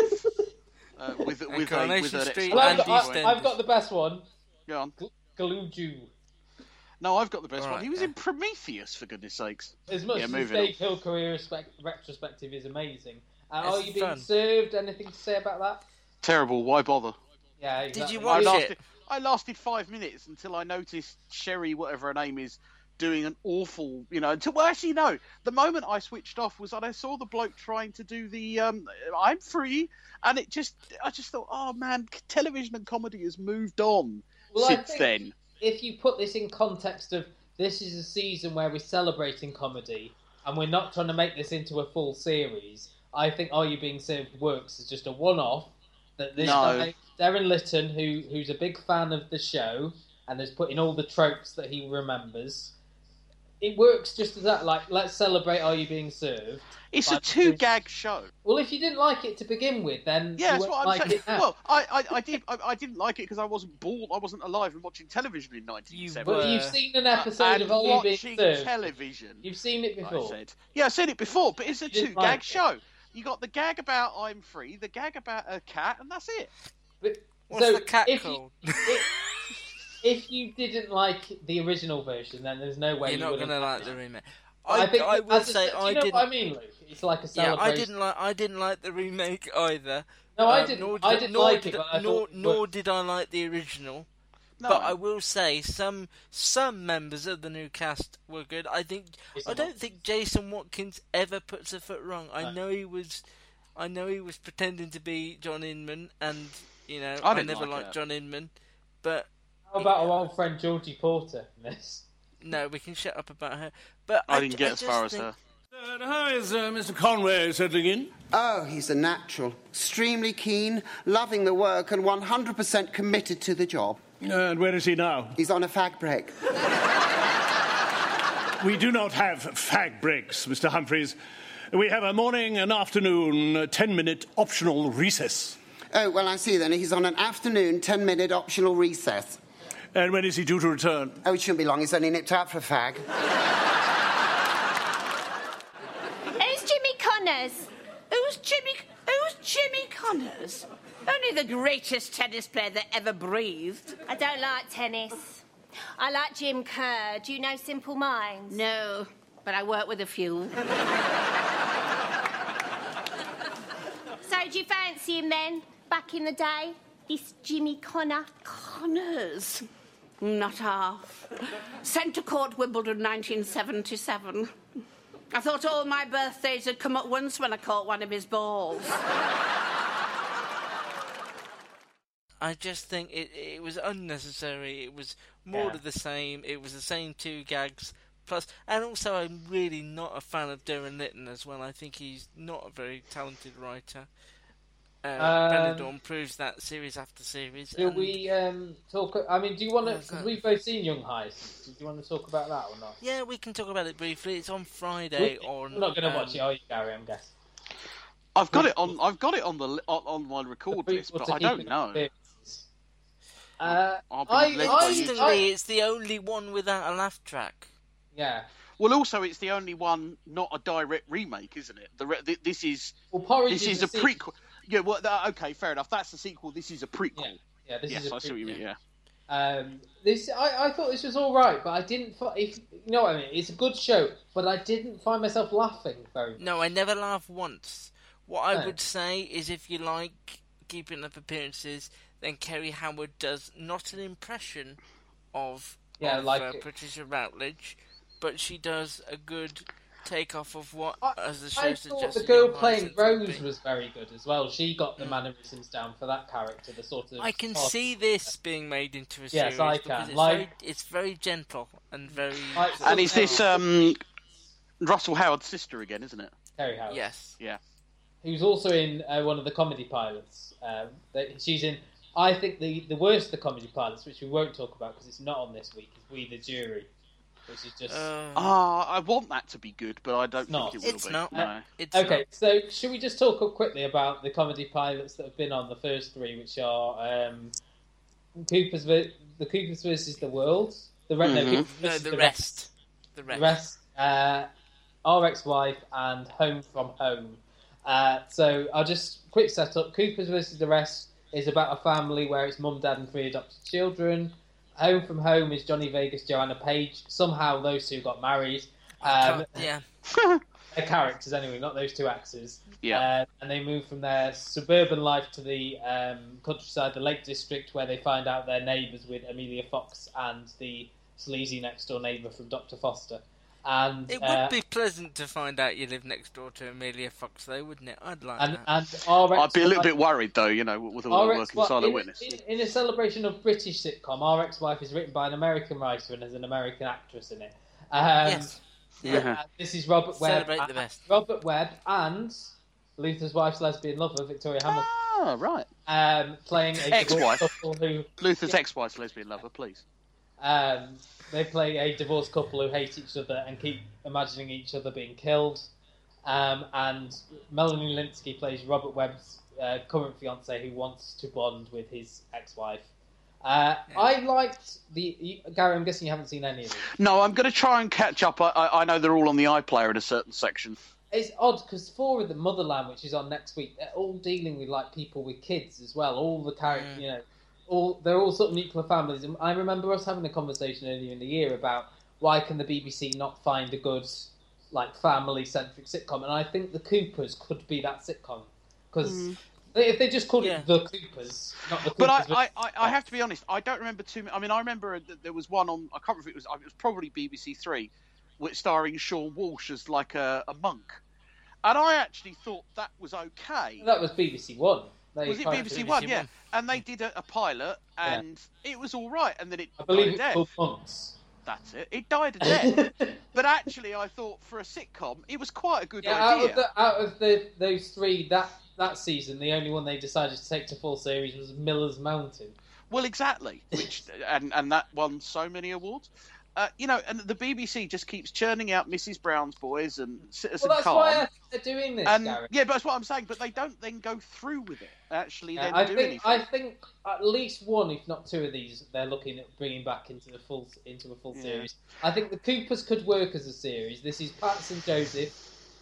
[SPEAKER 2] uh, with with a, with
[SPEAKER 1] Coronation
[SPEAKER 2] an
[SPEAKER 1] Street
[SPEAKER 2] extra-
[SPEAKER 9] I've, got, I- I've got the best one.
[SPEAKER 2] Go on.
[SPEAKER 9] Gluju.
[SPEAKER 2] No, I've got the best
[SPEAKER 9] All
[SPEAKER 2] one.
[SPEAKER 9] right,
[SPEAKER 2] He was
[SPEAKER 9] yeah.
[SPEAKER 2] in Prometheus, for goodness sakes.
[SPEAKER 9] As much
[SPEAKER 2] yeah,
[SPEAKER 9] as his
[SPEAKER 2] moving on.
[SPEAKER 9] Dave Hill career respect, retrospective is amazing. And
[SPEAKER 2] It's
[SPEAKER 9] are you being
[SPEAKER 2] fun.
[SPEAKER 9] served? Anything to say about that?
[SPEAKER 2] Terrible. Why bother?
[SPEAKER 9] Yeah.
[SPEAKER 1] Did you
[SPEAKER 9] exactly.
[SPEAKER 1] watch
[SPEAKER 2] I
[SPEAKER 1] it?
[SPEAKER 2] lasted, I lasted five minutes until I noticed Sherry, whatever her name is, doing an awful, you know. Until well, actually, no. The moment I switched off was that I saw the bloke trying to do the um, "I'm free," and it just, I just thought, oh man, television and comedy has moved on
[SPEAKER 9] Well, I
[SPEAKER 2] since
[SPEAKER 9] think
[SPEAKER 2] then.
[SPEAKER 9] If you put this in context of this is a season where we're celebrating comedy and we're not trying to make this into a full series, I think Are You Being Served works as just a one off. That this
[SPEAKER 2] No.
[SPEAKER 9] guy, Darren Litton, who who's a big fan of the show and has put in all the tropes that he remembers, it works just as that. Like, let's celebrate Are You Being Served?
[SPEAKER 2] It's
[SPEAKER 9] by
[SPEAKER 2] a two gag show.
[SPEAKER 9] Well, if you didn't like it to begin with, then
[SPEAKER 2] Yeah, that's
[SPEAKER 9] you won't
[SPEAKER 2] what I'm
[SPEAKER 9] like
[SPEAKER 2] saying.
[SPEAKER 9] it now.
[SPEAKER 2] Well, I, I, I did, I, I didn't like it because I wasn't bored. I wasn't alive and watching television in 1970.
[SPEAKER 9] But you've seen an episode
[SPEAKER 2] uh, And
[SPEAKER 9] of Are You Being
[SPEAKER 2] watching
[SPEAKER 9] Served?
[SPEAKER 2] television.
[SPEAKER 9] You've seen it
[SPEAKER 2] I
[SPEAKER 9] before.
[SPEAKER 2] said. Yeah, I've seen it before, but it's a
[SPEAKER 9] didn't
[SPEAKER 2] two gag
[SPEAKER 9] like it.
[SPEAKER 2] show. You got the gag about I'm free, the gag about a cat, and that's it.
[SPEAKER 1] What's
[SPEAKER 9] so
[SPEAKER 1] the cat
[SPEAKER 9] if you-
[SPEAKER 1] called?
[SPEAKER 9] If you didn't like the original version, then there's no way
[SPEAKER 1] You're
[SPEAKER 9] you
[SPEAKER 1] not
[SPEAKER 9] would
[SPEAKER 1] going
[SPEAKER 9] have
[SPEAKER 1] to
[SPEAKER 9] liked
[SPEAKER 1] like the remake.
[SPEAKER 9] it.
[SPEAKER 1] I, I,
[SPEAKER 9] think that-
[SPEAKER 1] will
[SPEAKER 9] as a-
[SPEAKER 1] say
[SPEAKER 9] do you
[SPEAKER 1] I
[SPEAKER 9] know
[SPEAKER 1] didn't.
[SPEAKER 9] What I mean, Luke, it's like a
[SPEAKER 1] Yeah,
[SPEAKER 9] celebration.
[SPEAKER 1] I didn't like. I didn't like the remake either.
[SPEAKER 9] No, I
[SPEAKER 1] Uh,
[SPEAKER 9] didn't-
[SPEAKER 1] Nor did,
[SPEAKER 9] I didn't
[SPEAKER 1] nor
[SPEAKER 9] like
[SPEAKER 1] did,
[SPEAKER 9] it, but I
[SPEAKER 1] nor,
[SPEAKER 9] thought it
[SPEAKER 1] nor
[SPEAKER 9] worked.
[SPEAKER 1] did I like the original.
[SPEAKER 2] No.
[SPEAKER 1] But I will say some some members of the new cast were good. I think
[SPEAKER 9] Jason
[SPEAKER 1] I don't think Jason Watkins ever puts a foot wrong. I
[SPEAKER 9] No.
[SPEAKER 1] know he was, I know he was pretending to be John Inman, and you know
[SPEAKER 9] I
[SPEAKER 1] I,
[SPEAKER 9] didn't
[SPEAKER 1] never
[SPEAKER 9] like
[SPEAKER 1] liked
[SPEAKER 9] it.
[SPEAKER 1] John Inman, but
[SPEAKER 9] How about our old friend Georgie Porter in this?
[SPEAKER 1] no, we can shut up about her. But
[SPEAKER 18] I
[SPEAKER 1] I,
[SPEAKER 18] didn't
[SPEAKER 1] ju-
[SPEAKER 18] get
[SPEAKER 1] I
[SPEAKER 18] as far
[SPEAKER 1] just
[SPEAKER 18] as her.
[SPEAKER 1] think-
[SPEAKER 18] How is uh, Mr. Conway settling in? Oh, he's a natural. Extremely keen, loving the work, and 100% committed to the job. and where is he now? He's on a fag break.
[SPEAKER 4] We do not have fag breaks, Mr. Humphreys. We have a morning and afternoon 10 minute optional recess.
[SPEAKER 18] Oh, well, I see then. He's on an afternoon, 10 minute optional recess.
[SPEAKER 4] And when is he due to return?
[SPEAKER 18] Oh, it shouldn't be long. He's only nipped out for a fag.
[SPEAKER 19] Who's Jimmy Connors? Who's Jimmy? Who's Jimmy Connors? Only the greatest tennis player that ever breathed.
[SPEAKER 20] I don't like tennis. I like Jim Kerr. Do you know Simple Minds? No, Oh, but I work with a few. so, do you fancy him then? Back in the day? This Jimmy Connor?
[SPEAKER 19] Connors? Not half. Sent to court Wimbledon 1977. I thought all my birthdays had come at once when I caught one of his balls.
[SPEAKER 1] I just think it it was unnecessary. It was more
[SPEAKER 4] Yeah.
[SPEAKER 1] of the same. It was the same two gags. Plus, and also, I'm really not a fan of Darren Litton as well. I think he's not a very talented writer. Uh,
[SPEAKER 9] Um,
[SPEAKER 1] Benidorm proves that series after series.
[SPEAKER 9] Do
[SPEAKER 1] and-
[SPEAKER 9] we um, talk? I mean, do you want
[SPEAKER 2] Oh,
[SPEAKER 1] Yeah,
[SPEAKER 9] to?
[SPEAKER 1] go on.
[SPEAKER 9] we've both seen Young Heist. Do you want to talk about that or not?
[SPEAKER 1] Yeah, we can talk about it briefly. It's on Friday.
[SPEAKER 9] We-
[SPEAKER 1] on.
[SPEAKER 9] You're not going to
[SPEAKER 1] um,
[SPEAKER 9] watch it, are you, Gary? I'm guessing.
[SPEAKER 2] I've got it on. I've got it on the li- on, on my record list,
[SPEAKER 9] prequel
[SPEAKER 2] but
[SPEAKER 9] to
[SPEAKER 2] I don't
[SPEAKER 9] Keeping
[SPEAKER 2] know.
[SPEAKER 9] Up with Uh,
[SPEAKER 2] I'll be
[SPEAKER 9] I-
[SPEAKER 2] led by you.
[SPEAKER 1] Interestingly, it's the only one without a laugh track.
[SPEAKER 9] Yeah.
[SPEAKER 2] Well, also, it's the only one not a direct remake, isn't it? The re- th- this is
[SPEAKER 9] well, Porridge
[SPEAKER 2] this
[SPEAKER 9] is
[SPEAKER 2] is
[SPEAKER 9] a
[SPEAKER 2] a prequel.
[SPEAKER 9] sequel.
[SPEAKER 2] Yeah, well, that, okay, fair enough. That's the sequel. This is a prequel. Yeah,
[SPEAKER 9] yeah this
[SPEAKER 2] yes,
[SPEAKER 9] is a
[SPEAKER 2] I see what you mean. Yeah.
[SPEAKER 9] Um, this I, I thought this was all right, but I didn't. fi- If you know what I mean, it's a good show, but I didn't find myself laughing very. much.
[SPEAKER 1] No, I never laugh once. What I
[SPEAKER 9] Oh.
[SPEAKER 1] would say is if you like keeping up appearances, then Kerry Howard does not an impression of,
[SPEAKER 9] Yeah,
[SPEAKER 1] of,
[SPEAKER 9] like
[SPEAKER 1] uh,
[SPEAKER 9] it-
[SPEAKER 1] Patricia Routledge, but she does a good takeoff of what, as the show
[SPEAKER 9] I thought
[SPEAKER 1] suggests,
[SPEAKER 9] the girl playing Rose was very good as well. She got the mannerisms down for that character. The sort of
[SPEAKER 1] Mm. I can
[SPEAKER 9] odd-
[SPEAKER 1] see this being made into a
[SPEAKER 9] Yes,
[SPEAKER 1] series
[SPEAKER 9] I
[SPEAKER 1] because
[SPEAKER 9] can.
[SPEAKER 1] it's,
[SPEAKER 9] Like-
[SPEAKER 1] very, it's very gentle and very.
[SPEAKER 9] Like-
[SPEAKER 2] And is this um, Russell Howard's sister again, isn't it?
[SPEAKER 9] Terry Howard.
[SPEAKER 1] Yes.
[SPEAKER 2] Yeah.
[SPEAKER 9] who's also in uh, one of the comedy pilots. Um, that she's in. I think the the worst of the comedy pilots, which we won't talk about because it's not on this week, is We the Jury, which is just.
[SPEAKER 1] Oh, Um,
[SPEAKER 2] Ah, I want that to be good, but I don't
[SPEAKER 9] not.
[SPEAKER 2] think it will be. No.
[SPEAKER 9] okay, so should we just talk quickly about the comedy pilots that have been on the first three, which are um, Cooper's ver- the Coopers versus the World, the Re- no,
[SPEAKER 1] Mhm.
[SPEAKER 9] Coopers
[SPEAKER 2] Mm-hmm.
[SPEAKER 1] No,
[SPEAKER 9] versus
[SPEAKER 1] the
[SPEAKER 9] rest,
[SPEAKER 1] the
[SPEAKER 9] rest, uh, RX Wife, and Home from Home. Uh, so I'll just quick setup. Coopers versus the Rest is about a family where it's mum, dad, and three adopted children. Home from Home is Johnny Vegas, Joanna Page. Somehow those two got married. Um,
[SPEAKER 1] yeah.
[SPEAKER 9] their characters anyway, not those two actors. Yeah. Uh, and they move from their suburban life to the um, countryside, the Lake District, where they find out their neighbours with Amelia Fox and the sleazy next door neighbour from Doctor Foster. And
[SPEAKER 1] It
[SPEAKER 9] uh,
[SPEAKER 1] would be pleasant to find out you live next door to Amelia Fox, though, wouldn't it? I'd like
[SPEAKER 9] and
[SPEAKER 1] that.
[SPEAKER 9] and our
[SPEAKER 2] I'd be a little
[SPEAKER 9] ex-wife-
[SPEAKER 2] bit worried though, you know, with all
[SPEAKER 9] Our
[SPEAKER 2] the work in
[SPEAKER 9] ex-wife-
[SPEAKER 2] silent
[SPEAKER 9] in-
[SPEAKER 2] witness.
[SPEAKER 9] In, in a celebration of British sitcom, Our Ex-Wife is written by an American writer and has an American actress in it. Um,
[SPEAKER 1] Yes.
[SPEAKER 2] Yeah.
[SPEAKER 9] This is Robert Webb.
[SPEAKER 1] Celebrate the best.
[SPEAKER 9] Robert Webb and Luther's wife's lesbian lover, Victoria Hamilton.
[SPEAKER 2] Oh, right.
[SPEAKER 9] Um, playing a
[SPEAKER 2] Ex-wife.
[SPEAKER 9] divorced couple who
[SPEAKER 2] Luther's ex-wife's lesbian lover, please.
[SPEAKER 9] um, they play a divorced couple who hate each other and keep imagining each other being killed. Um, and Melanie Linsky plays Robert Webb's uh, current fiance who wants to bond with his ex-wife. Uh, I liked the you, Gary. I'm guessing you haven't seen any of these.
[SPEAKER 2] No, I'm going to try and catch up. I, I, I know they're all on the iPlayer in a certain section.
[SPEAKER 9] It's odd because four of the Motherland, which is on next week, they're all dealing with like people with kids as well. All the characters,
[SPEAKER 2] Mm.
[SPEAKER 9] you know, all they're all sort of nuclear families. And I remember us having a conversation earlier in the year about why can the BBC not find a good like family centric sitcom, and I think the Coopers could be that sitcom because
[SPEAKER 2] Mm.
[SPEAKER 9] if they just called it the Coopers, not the Coopers,
[SPEAKER 2] But I, I, I, I have to be honest. I don't remember too. many- I mean, I remember that there was one on. I can't remember if it was. It was probably BBC Three, which starring Sean Walsh as like a, a monk, and I actually thought that was okay.
[SPEAKER 9] that was BBC One. They
[SPEAKER 2] was it
[SPEAKER 9] tried
[SPEAKER 2] BBC, One? Yeah, and they did a, a pilot,
[SPEAKER 9] Yeah.
[SPEAKER 2] and it was all right, and then it
[SPEAKER 9] I believe
[SPEAKER 2] died
[SPEAKER 9] it's
[SPEAKER 2] dead.
[SPEAKER 9] called Monks.
[SPEAKER 2] That's it. It died a death. but actually, I thought for a sitcom, it was quite a good
[SPEAKER 9] Yeah, uh, out
[SPEAKER 2] idea.
[SPEAKER 9] of, the, out of the, those three, that that season, the only one they decided to take to full series was Miller's Mountain.
[SPEAKER 2] Well, exactly. Which and and that won so many awards. Uh, you know, and the BBC just keeps churning out Mrs. Brown's Boys and Citizen
[SPEAKER 9] well, that's
[SPEAKER 2] Khan.
[SPEAKER 9] why I think they're doing this,
[SPEAKER 2] and
[SPEAKER 9] Gareth.
[SPEAKER 2] yeah, but that's what I'm saying. But they don't then go through with it. Actually,
[SPEAKER 9] Yeah,
[SPEAKER 2] then
[SPEAKER 9] I
[SPEAKER 2] do
[SPEAKER 9] think
[SPEAKER 2] anything.
[SPEAKER 9] I think at least one, if not two, of these they're looking at bringing back into the full into a full
[SPEAKER 2] Yeah.
[SPEAKER 9] series. I think the Coopers could work as a series. This is Patson Joseph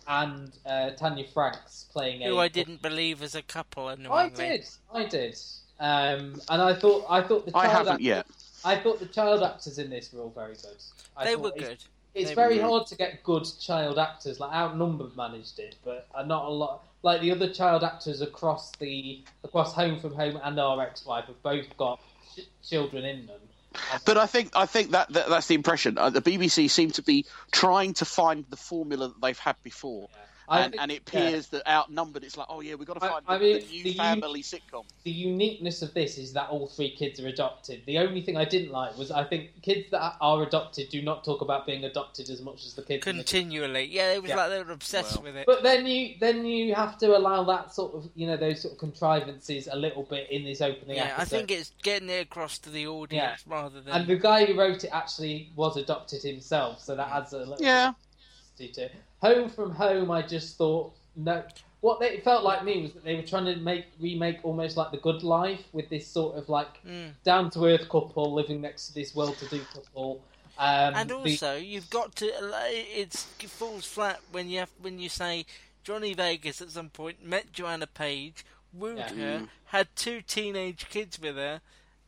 [SPEAKER 9] and uh, Tanya Franks playing a
[SPEAKER 1] Who I didn't believe as a couple, annoyingly.
[SPEAKER 9] I did. I did. Um, and I thought I thought the
[SPEAKER 1] I
[SPEAKER 9] child
[SPEAKER 1] haven't
[SPEAKER 9] act-
[SPEAKER 1] yet.
[SPEAKER 9] I thought the child actors in this were all very good. I
[SPEAKER 1] They
[SPEAKER 9] thought
[SPEAKER 1] were
[SPEAKER 9] it's-
[SPEAKER 1] good.
[SPEAKER 9] It's
[SPEAKER 1] They were
[SPEAKER 9] very
[SPEAKER 1] good.
[SPEAKER 9] hard to get good child actors. Like outnumbered managed it, but are not a lot. Like the other child actors across the across Home from Home and Our Ex-Wife have both got ch- children in them.
[SPEAKER 2] But I think I think that, that that's the impression. Uh, the BBC seem to be trying to find the formula that they've had before,
[SPEAKER 9] I
[SPEAKER 2] and,
[SPEAKER 9] think-
[SPEAKER 2] and it appears that outnumbered. It's like, oh yeah, we've got to
[SPEAKER 9] I-
[SPEAKER 2] find
[SPEAKER 9] I
[SPEAKER 2] the,
[SPEAKER 9] mean,
[SPEAKER 2] the new
[SPEAKER 9] the u-
[SPEAKER 2] family sitcom.
[SPEAKER 9] the uniqueness of this is that all three kids are adopted. The only thing I didn't like was I think kids that are adopted do not talk about being adopted as much as the kids. in the-
[SPEAKER 1] Continually. Yeah, it was
[SPEAKER 9] Yeah.
[SPEAKER 1] like they were obsessed with it.
[SPEAKER 9] But then you then you have to allow that sort of you know those sort of contrivances a little bit in this opening
[SPEAKER 1] yeah,
[SPEAKER 9] episode.
[SPEAKER 1] I think it's getting it across to the audience rather than.
[SPEAKER 9] and the guy who wrote it actually was adopted himself, so that adds a little
[SPEAKER 1] Yeah.
[SPEAKER 9] bit to it. Home from Home, I just thought no. What they, it felt like me was that they were trying to make remake almost like The Good Life with this sort of like
[SPEAKER 1] Mm.
[SPEAKER 9] down to earth couple living next to this well to do couple. Um,
[SPEAKER 1] and
[SPEAKER 9] the-
[SPEAKER 1] also, you've got to. It's, it falls flat when you have when you say Johnny Vegas at some point met Joanna Page, wooed
[SPEAKER 9] Yeah.
[SPEAKER 1] her,
[SPEAKER 9] Mm.
[SPEAKER 1] had two teenage kids with her,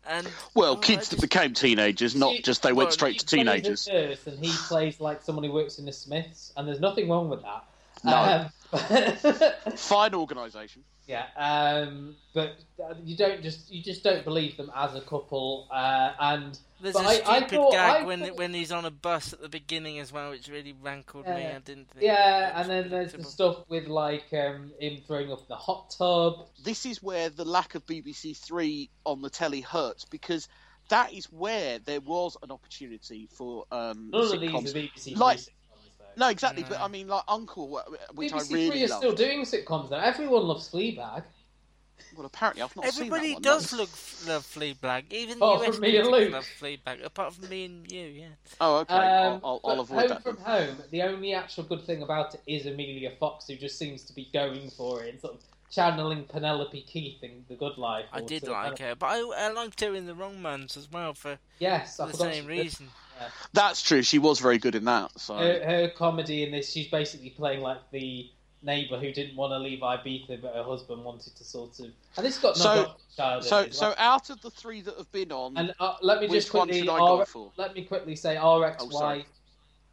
[SPEAKER 1] and
[SPEAKER 2] Well,
[SPEAKER 1] oh,
[SPEAKER 2] kids
[SPEAKER 1] I
[SPEAKER 2] that became teenagers, not
[SPEAKER 9] See,
[SPEAKER 2] just they went
[SPEAKER 9] well,
[SPEAKER 2] straight
[SPEAKER 9] he
[SPEAKER 2] to
[SPEAKER 9] plays a
[SPEAKER 2] teenagers.
[SPEAKER 9] nurse and he plays like someone who works in the Smiths, and there's nothing wrong with that.
[SPEAKER 2] No.
[SPEAKER 9] Um,
[SPEAKER 2] Fine organisation.
[SPEAKER 9] yeah, um, but uh, you don't just you just don't believe them as a couple. Uh, and
[SPEAKER 1] There's
[SPEAKER 9] but
[SPEAKER 1] a
[SPEAKER 9] I-
[SPEAKER 1] stupid
[SPEAKER 9] I thought-
[SPEAKER 1] gag
[SPEAKER 9] I
[SPEAKER 1] when
[SPEAKER 9] thought-
[SPEAKER 1] when he's on a bus at the beginning as well, which really rankled me.
[SPEAKER 9] Yeah.
[SPEAKER 1] I didn't think.
[SPEAKER 9] yeah, and then there's the stuff with like um, him throwing up in the hot tub.
[SPEAKER 2] This is where the lack of BBC Three on the telly hurts because that is where there was an opportunity for um,
[SPEAKER 9] None of these are
[SPEAKER 2] sitcoms.
[SPEAKER 9] BBC
[SPEAKER 2] like,
[SPEAKER 9] sitcoms,
[SPEAKER 2] no, exactly. But I mean, like Uncle, wh- which
[SPEAKER 9] BBC
[SPEAKER 2] I really
[SPEAKER 9] Three are
[SPEAKER 2] loved.
[SPEAKER 9] still doing sitcoms though. Everyone loves Fleabag.
[SPEAKER 2] Well, apparently I've not
[SPEAKER 1] Everybody
[SPEAKER 2] seen that one.
[SPEAKER 1] does look love Fleabag, even
[SPEAKER 9] Apart
[SPEAKER 1] the US
[SPEAKER 9] from Oh, me and
[SPEAKER 1] critics
[SPEAKER 9] Luke.
[SPEAKER 1] love Fleabag, apart from me and you. Yeah.
[SPEAKER 2] Oh, okay.
[SPEAKER 9] Um,
[SPEAKER 2] I'll, I'll,
[SPEAKER 9] but
[SPEAKER 2] I'll avoid
[SPEAKER 9] home
[SPEAKER 2] that.
[SPEAKER 9] from
[SPEAKER 2] then.
[SPEAKER 9] home. The only actual good thing about it is Amelia Fox, who just seems to be going for it and sort of channeling Penelope Keith in The Good Life.
[SPEAKER 1] I
[SPEAKER 9] or
[SPEAKER 1] did
[SPEAKER 9] sort of
[SPEAKER 1] like her, but I, I liked her in The Wrong Man's as well for
[SPEAKER 9] Yes, I
[SPEAKER 1] the
[SPEAKER 9] forgot
[SPEAKER 1] same
[SPEAKER 9] she did.
[SPEAKER 1] reason.
[SPEAKER 2] That's true. She was very good in that. So
[SPEAKER 9] Her, her comedy in this, she's basically playing like the neighbour who didn't want to leave Ibiza, but her husband wanted to sort of. And this got
[SPEAKER 2] So-
[SPEAKER 9] knocked off
[SPEAKER 2] So, so out of the three that have been on,
[SPEAKER 9] And uh, let me
[SPEAKER 2] which
[SPEAKER 9] just
[SPEAKER 2] one
[SPEAKER 9] quickly
[SPEAKER 2] should I
[SPEAKER 9] R-
[SPEAKER 2] go for?
[SPEAKER 9] let me quickly say RXY.
[SPEAKER 2] Oh, sorry.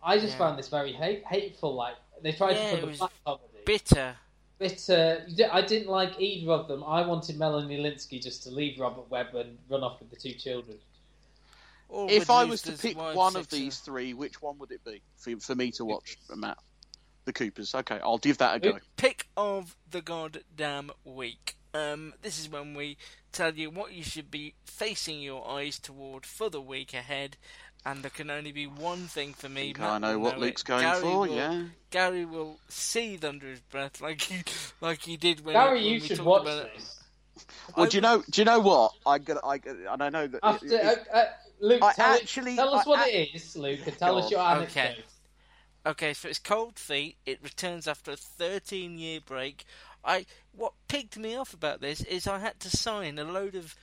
[SPEAKER 9] I just
[SPEAKER 1] Yeah.
[SPEAKER 9] found this very hate- hateful. Like they tried
[SPEAKER 1] Yeah,
[SPEAKER 9] to
[SPEAKER 1] it
[SPEAKER 9] put the
[SPEAKER 1] was
[SPEAKER 9] black comedy,
[SPEAKER 1] Bitter.
[SPEAKER 9] but uh, you di- I didn't like either of them. I wanted Melanie Linsky just to leave Robert Webb and run off with the two children.
[SPEAKER 2] if
[SPEAKER 9] would
[SPEAKER 2] I
[SPEAKER 9] lose
[SPEAKER 2] was to
[SPEAKER 9] this
[SPEAKER 2] pick
[SPEAKER 9] wide
[SPEAKER 2] one of
[SPEAKER 9] sector.
[SPEAKER 2] these three, which one would it be for, for me to watch, uh, Matt? The Coopers. Okay, I'll give that a go.
[SPEAKER 1] Pick of the goddamn week. Um, this is when we tell you what you should be facing your eyes toward for the week ahead, and there can only be one thing for me.
[SPEAKER 2] Think I
[SPEAKER 1] Matt will
[SPEAKER 2] know what
[SPEAKER 1] know
[SPEAKER 2] Luke's
[SPEAKER 1] it.
[SPEAKER 2] going
[SPEAKER 1] Gary
[SPEAKER 2] for,
[SPEAKER 1] will-
[SPEAKER 2] yeah.
[SPEAKER 1] Gary will seethe under his breath like he like he did when
[SPEAKER 9] Gary,
[SPEAKER 1] when
[SPEAKER 9] you
[SPEAKER 1] we
[SPEAKER 9] should
[SPEAKER 1] talked
[SPEAKER 9] watch
[SPEAKER 1] about it.
[SPEAKER 2] Well, do you know? Do you know what? I got. I got- and I know that.
[SPEAKER 9] After uh,
[SPEAKER 2] it-
[SPEAKER 9] uh, Luke,
[SPEAKER 2] I
[SPEAKER 9] tell,
[SPEAKER 2] actually-
[SPEAKER 9] it, tell us
[SPEAKER 2] I
[SPEAKER 9] what
[SPEAKER 2] ac-
[SPEAKER 9] it is, Luke, and tell us your
[SPEAKER 1] God.
[SPEAKER 9] anecdote.
[SPEAKER 1] Okay. Okay, so it's Cold Feet. It returns after a 13 year break. I What picked me off about this is I had to sign a load of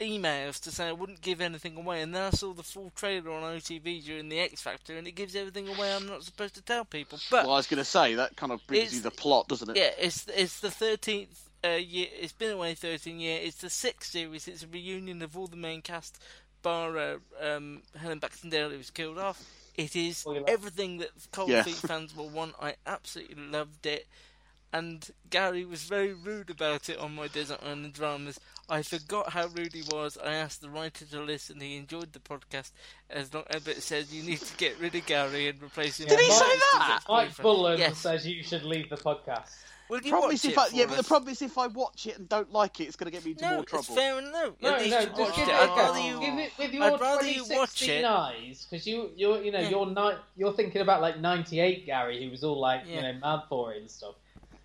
[SPEAKER 1] emails to say I wouldn't give anything away, and then I saw the full trailer on OTV during the X Factor, and it gives everything away I'm not supposed to tell people. But
[SPEAKER 2] well, I was going to say that kind of brings
[SPEAKER 1] It's-
[SPEAKER 2] you the plot, doesn't it?
[SPEAKER 1] yeah, it's it's the thirteenth uh, year. It's been away thirteen years. It's the sixth series. It's a reunion of all the main cast, bar uh, um, Helen Baxendale who was killed off. It is everything that Cold
[SPEAKER 2] Yeah.
[SPEAKER 1] Feet fans will want. I absolutely loved it. And Gary was very rude about it on my Desert Island Dramas. I forgot how rude he was. I asked the writer to list, and he enjoyed the podcast. As long as it says, you need to get rid of Gary and replace him.
[SPEAKER 9] Yeah,
[SPEAKER 1] with
[SPEAKER 9] Mike-
[SPEAKER 1] Mike Stevens'
[SPEAKER 9] Mike
[SPEAKER 1] boyfriend.
[SPEAKER 9] Bullen
[SPEAKER 1] Yes.
[SPEAKER 9] says you should leave the podcast.
[SPEAKER 1] Will you
[SPEAKER 2] Problem
[SPEAKER 1] watch
[SPEAKER 2] is if
[SPEAKER 1] it
[SPEAKER 2] I,
[SPEAKER 1] for
[SPEAKER 2] yeah, but the
[SPEAKER 1] us?
[SPEAKER 2] problem is if I watch it and don't like it, it's going to get me into
[SPEAKER 1] No,
[SPEAKER 2] more
[SPEAKER 1] it's
[SPEAKER 2] trouble.
[SPEAKER 1] fair enough.
[SPEAKER 9] No,
[SPEAKER 1] At
[SPEAKER 9] no,
[SPEAKER 1] least
[SPEAKER 9] just
[SPEAKER 1] watch
[SPEAKER 9] give
[SPEAKER 1] it.
[SPEAKER 9] it,
[SPEAKER 1] I'd
[SPEAKER 9] a
[SPEAKER 1] rather
[SPEAKER 9] go.
[SPEAKER 1] you-
[SPEAKER 9] give it with
[SPEAKER 1] I'd
[SPEAKER 9] your
[SPEAKER 1] rather you
[SPEAKER 9] 2016
[SPEAKER 1] watch it.
[SPEAKER 9] eyes, because you, you're, you know,
[SPEAKER 1] Yeah.
[SPEAKER 9] you're ni- you're thinking about like '98 Gary, who was all like, you
[SPEAKER 1] Yeah.
[SPEAKER 9] know, mad for it and stuff.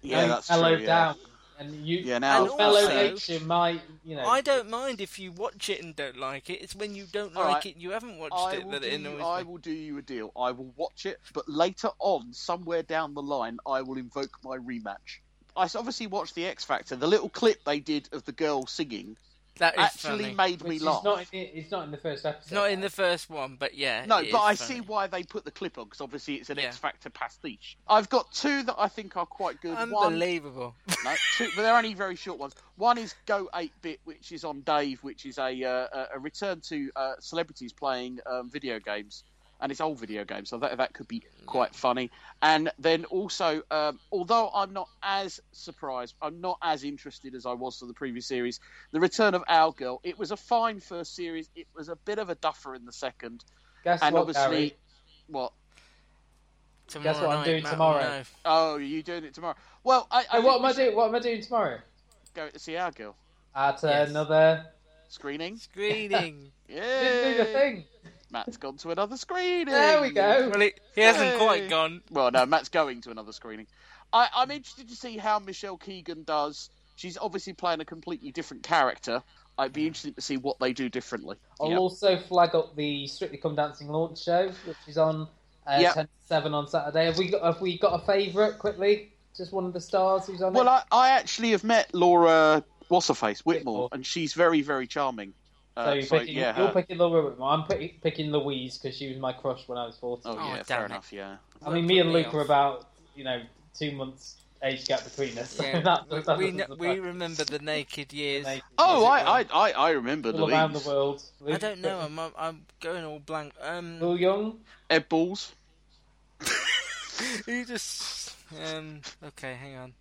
[SPEAKER 2] Yeah,
[SPEAKER 9] and
[SPEAKER 2] that's true,
[SPEAKER 9] Mellowed
[SPEAKER 2] yeah.
[SPEAKER 9] down, and you,
[SPEAKER 2] Yeah, now-
[SPEAKER 9] now
[SPEAKER 2] And
[SPEAKER 9] fellow
[SPEAKER 2] also-
[SPEAKER 9] nature might, you know,
[SPEAKER 1] I don't mind if you watch it and don't like it. It's when you don't
[SPEAKER 2] All
[SPEAKER 1] like
[SPEAKER 2] right.
[SPEAKER 1] it, you haven't watched
[SPEAKER 2] I
[SPEAKER 1] it,
[SPEAKER 2] will
[SPEAKER 1] that
[SPEAKER 2] do
[SPEAKER 1] it
[SPEAKER 2] you-
[SPEAKER 1] annoys
[SPEAKER 2] I
[SPEAKER 1] me.
[SPEAKER 2] will do you a deal. I will watch it, but later on, somewhere down the line, I will invoke my rematch. I s- obviously watched the X Factor. The little clip they did of the girl singing
[SPEAKER 1] That is
[SPEAKER 2] actually
[SPEAKER 1] funny.
[SPEAKER 2] made me
[SPEAKER 9] which is
[SPEAKER 2] laugh.
[SPEAKER 9] not in, it- it's not in the first episode.
[SPEAKER 1] It's not in the first one, but yeah.
[SPEAKER 2] No,
[SPEAKER 1] it is
[SPEAKER 2] but I
[SPEAKER 1] funny.
[SPEAKER 2] see why they put the clip on because obviously it's an
[SPEAKER 1] Yeah.
[SPEAKER 2] X Factor pastiche. I've got two that I think are quite good.
[SPEAKER 1] Unbelievable.
[SPEAKER 2] One, no, two, but they're only very short ones. One is Go Eight Bit, which is on Dave, which is a uh, a- a return to uh, celebrities playing um, video games, and it's old video games, so that that could be quite funny. And then also, um, although I'm not as surprised, I'm not as interested as I was for the previous series. The return of Owl Girl. It was a fine first series. It was a bit of a duffer in the second.
[SPEAKER 9] Guess
[SPEAKER 2] and
[SPEAKER 9] what,
[SPEAKER 2] obviously,
[SPEAKER 9] Gary?
[SPEAKER 2] what?
[SPEAKER 1] Tomorrow
[SPEAKER 9] Guess what I'm
[SPEAKER 1] night,
[SPEAKER 9] doing
[SPEAKER 1] Matt will
[SPEAKER 9] tomorrow?
[SPEAKER 1] know.
[SPEAKER 2] Oh, you doing it tomorrow? Well, I, I
[SPEAKER 9] And Oh, what
[SPEAKER 2] think
[SPEAKER 9] am
[SPEAKER 2] we
[SPEAKER 9] I doing? What am I doing tomorrow?
[SPEAKER 2] should Go to see Owl Girl
[SPEAKER 9] At uh,
[SPEAKER 2] Yes.
[SPEAKER 9] another.
[SPEAKER 2] screening.
[SPEAKER 1] Screening.
[SPEAKER 2] Yeah.
[SPEAKER 9] Didn't do the thing.
[SPEAKER 2] Matt's gone to another screening.
[SPEAKER 9] There we go.
[SPEAKER 1] Well, he, he hasn't quite gone.
[SPEAKER 2] Well, no, Matt's going to another screening. I, I'm interested to see how Michelle Keegan does. She's obviously playing a completely different character. I'd be interested to see what they do differently.
[SPEAKER 9] I'll
[SPEAKER 2] Yep.
[SPEAKER 9] also flag up the Strictly Come Dancing launch show, which is on uh,
[SPEAKER 2] Yep.
[SPEAKER 9] ten to seven on Saturday. Have we got have we got a favourite quickly? Just one of the stars who's on
[SPEAKER 2] Well,
[SPEAKER 9] it.
[SPEAKER 2] I, I actually have met Laura what's her face Whitmore, and she's very, very charming.
[SPEAKER 9] so
[SPEAKER 2] Uh,
[SPEAKER 9] you're,
[SPEAKER 2] so,
[SPEAKER 9] picking,
[SPEAKER 2] yeah,
[SPEAKER 9] you're
[SPEAKER 2] her-
[SPEAKER 9] picking Laura Whitmore. I'm pick, picking Louise because she was my crush when I was fourteen.
[SPEAKER 2] Oh, yeah, fair enough. Yeah.
[SPEAKER 9] I mean, me and Luke are about you know two months age gap between us. so
[SPEAKER 1] Yeah.
[SPEAKER 9] that-
[SPEAKER 1] we we,
[SPEAKER 9] that doesn't
[SPEAKER 1] kn-
[SPEAKER 9] surprise
[SPEAKER 1] we
[SPEAKER 9] me.
[SPEAKER 1] remember the naked years.
[SPEAKER 2] Oh, I, I, I, I remember
[SPEAKER 9] All around the
[SPEAKER 2] Louise.
[SPEAKER 9] world.
[SPEAKER 1] I don't know. I'm I'm- I'm going all blank. Um,
[SPEAKER 9] Will Young.
[SPEAKER 2] Ed Balls.
[SPEAKER 1] you just um. Okay, hang on.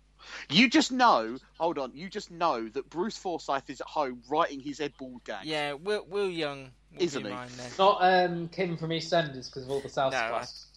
[SPEAKER 2] You just know. Hold on. You just know that Bruce Forsyth is at home writing his Ed Ball gang.
[SPEAKER 1] Yeah, Will, Will Young will
[SPEAKER 2] Isn't
[SPEAKER 1] be
[SPEAKER 2] he?
[SPEAKER 1] mine then.
[SPEAKER 9] Not um, Kim from EastEnders because of all the South class.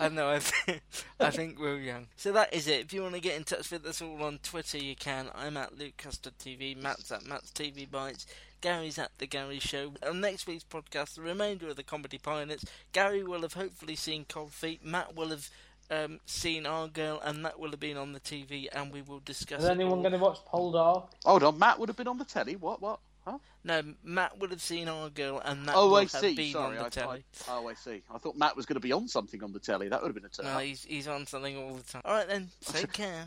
[SPEAKER 1] I know. I, th- I think Will Young. So that is it. If you want to get in touch with us all on Twitter, you can. I'm at Luke Custard TV. Matt's at Matt's TV Bites. Gary's at the Gary Show. On next week's podcast, the remainder of the Comedy Pirates. Gary will have hopefully seen Cold Feet. Matt will have um, seen Our Girl, and that will have been on the TV. And we will discuss.
[SPEAKER 9] Is
[SPEAKER 1] it
[SPEAKER 9] anyone
[SPEAKER 1] all.
[SPEAKER 9] going to watch Poldark?
[SPEAKER 2] Hold on. Matt would have been on the telly. What? What? Huh?
[SPEAKER 1] No, Matt would have seen Our Girl, and that
[SPEAKER 2] oh,
[SPEAKER 1] will
[SPEAKER 2] I
[SPEAKER 1] have
[SPEAKER 2] see.
[SPEAKER 1] been
[SPEAKER 2] Sorry,
[SPEAKER 1] on
[SPEAKER 2] I,
[SPEAKER 1] the telly.
[SPEAKER 2] I, oh, I see. I thought Matt was going to be on something on the telly. That would have been a turn.
[SPEAKER 1] No, he's he's on something all the time. All right then, take care.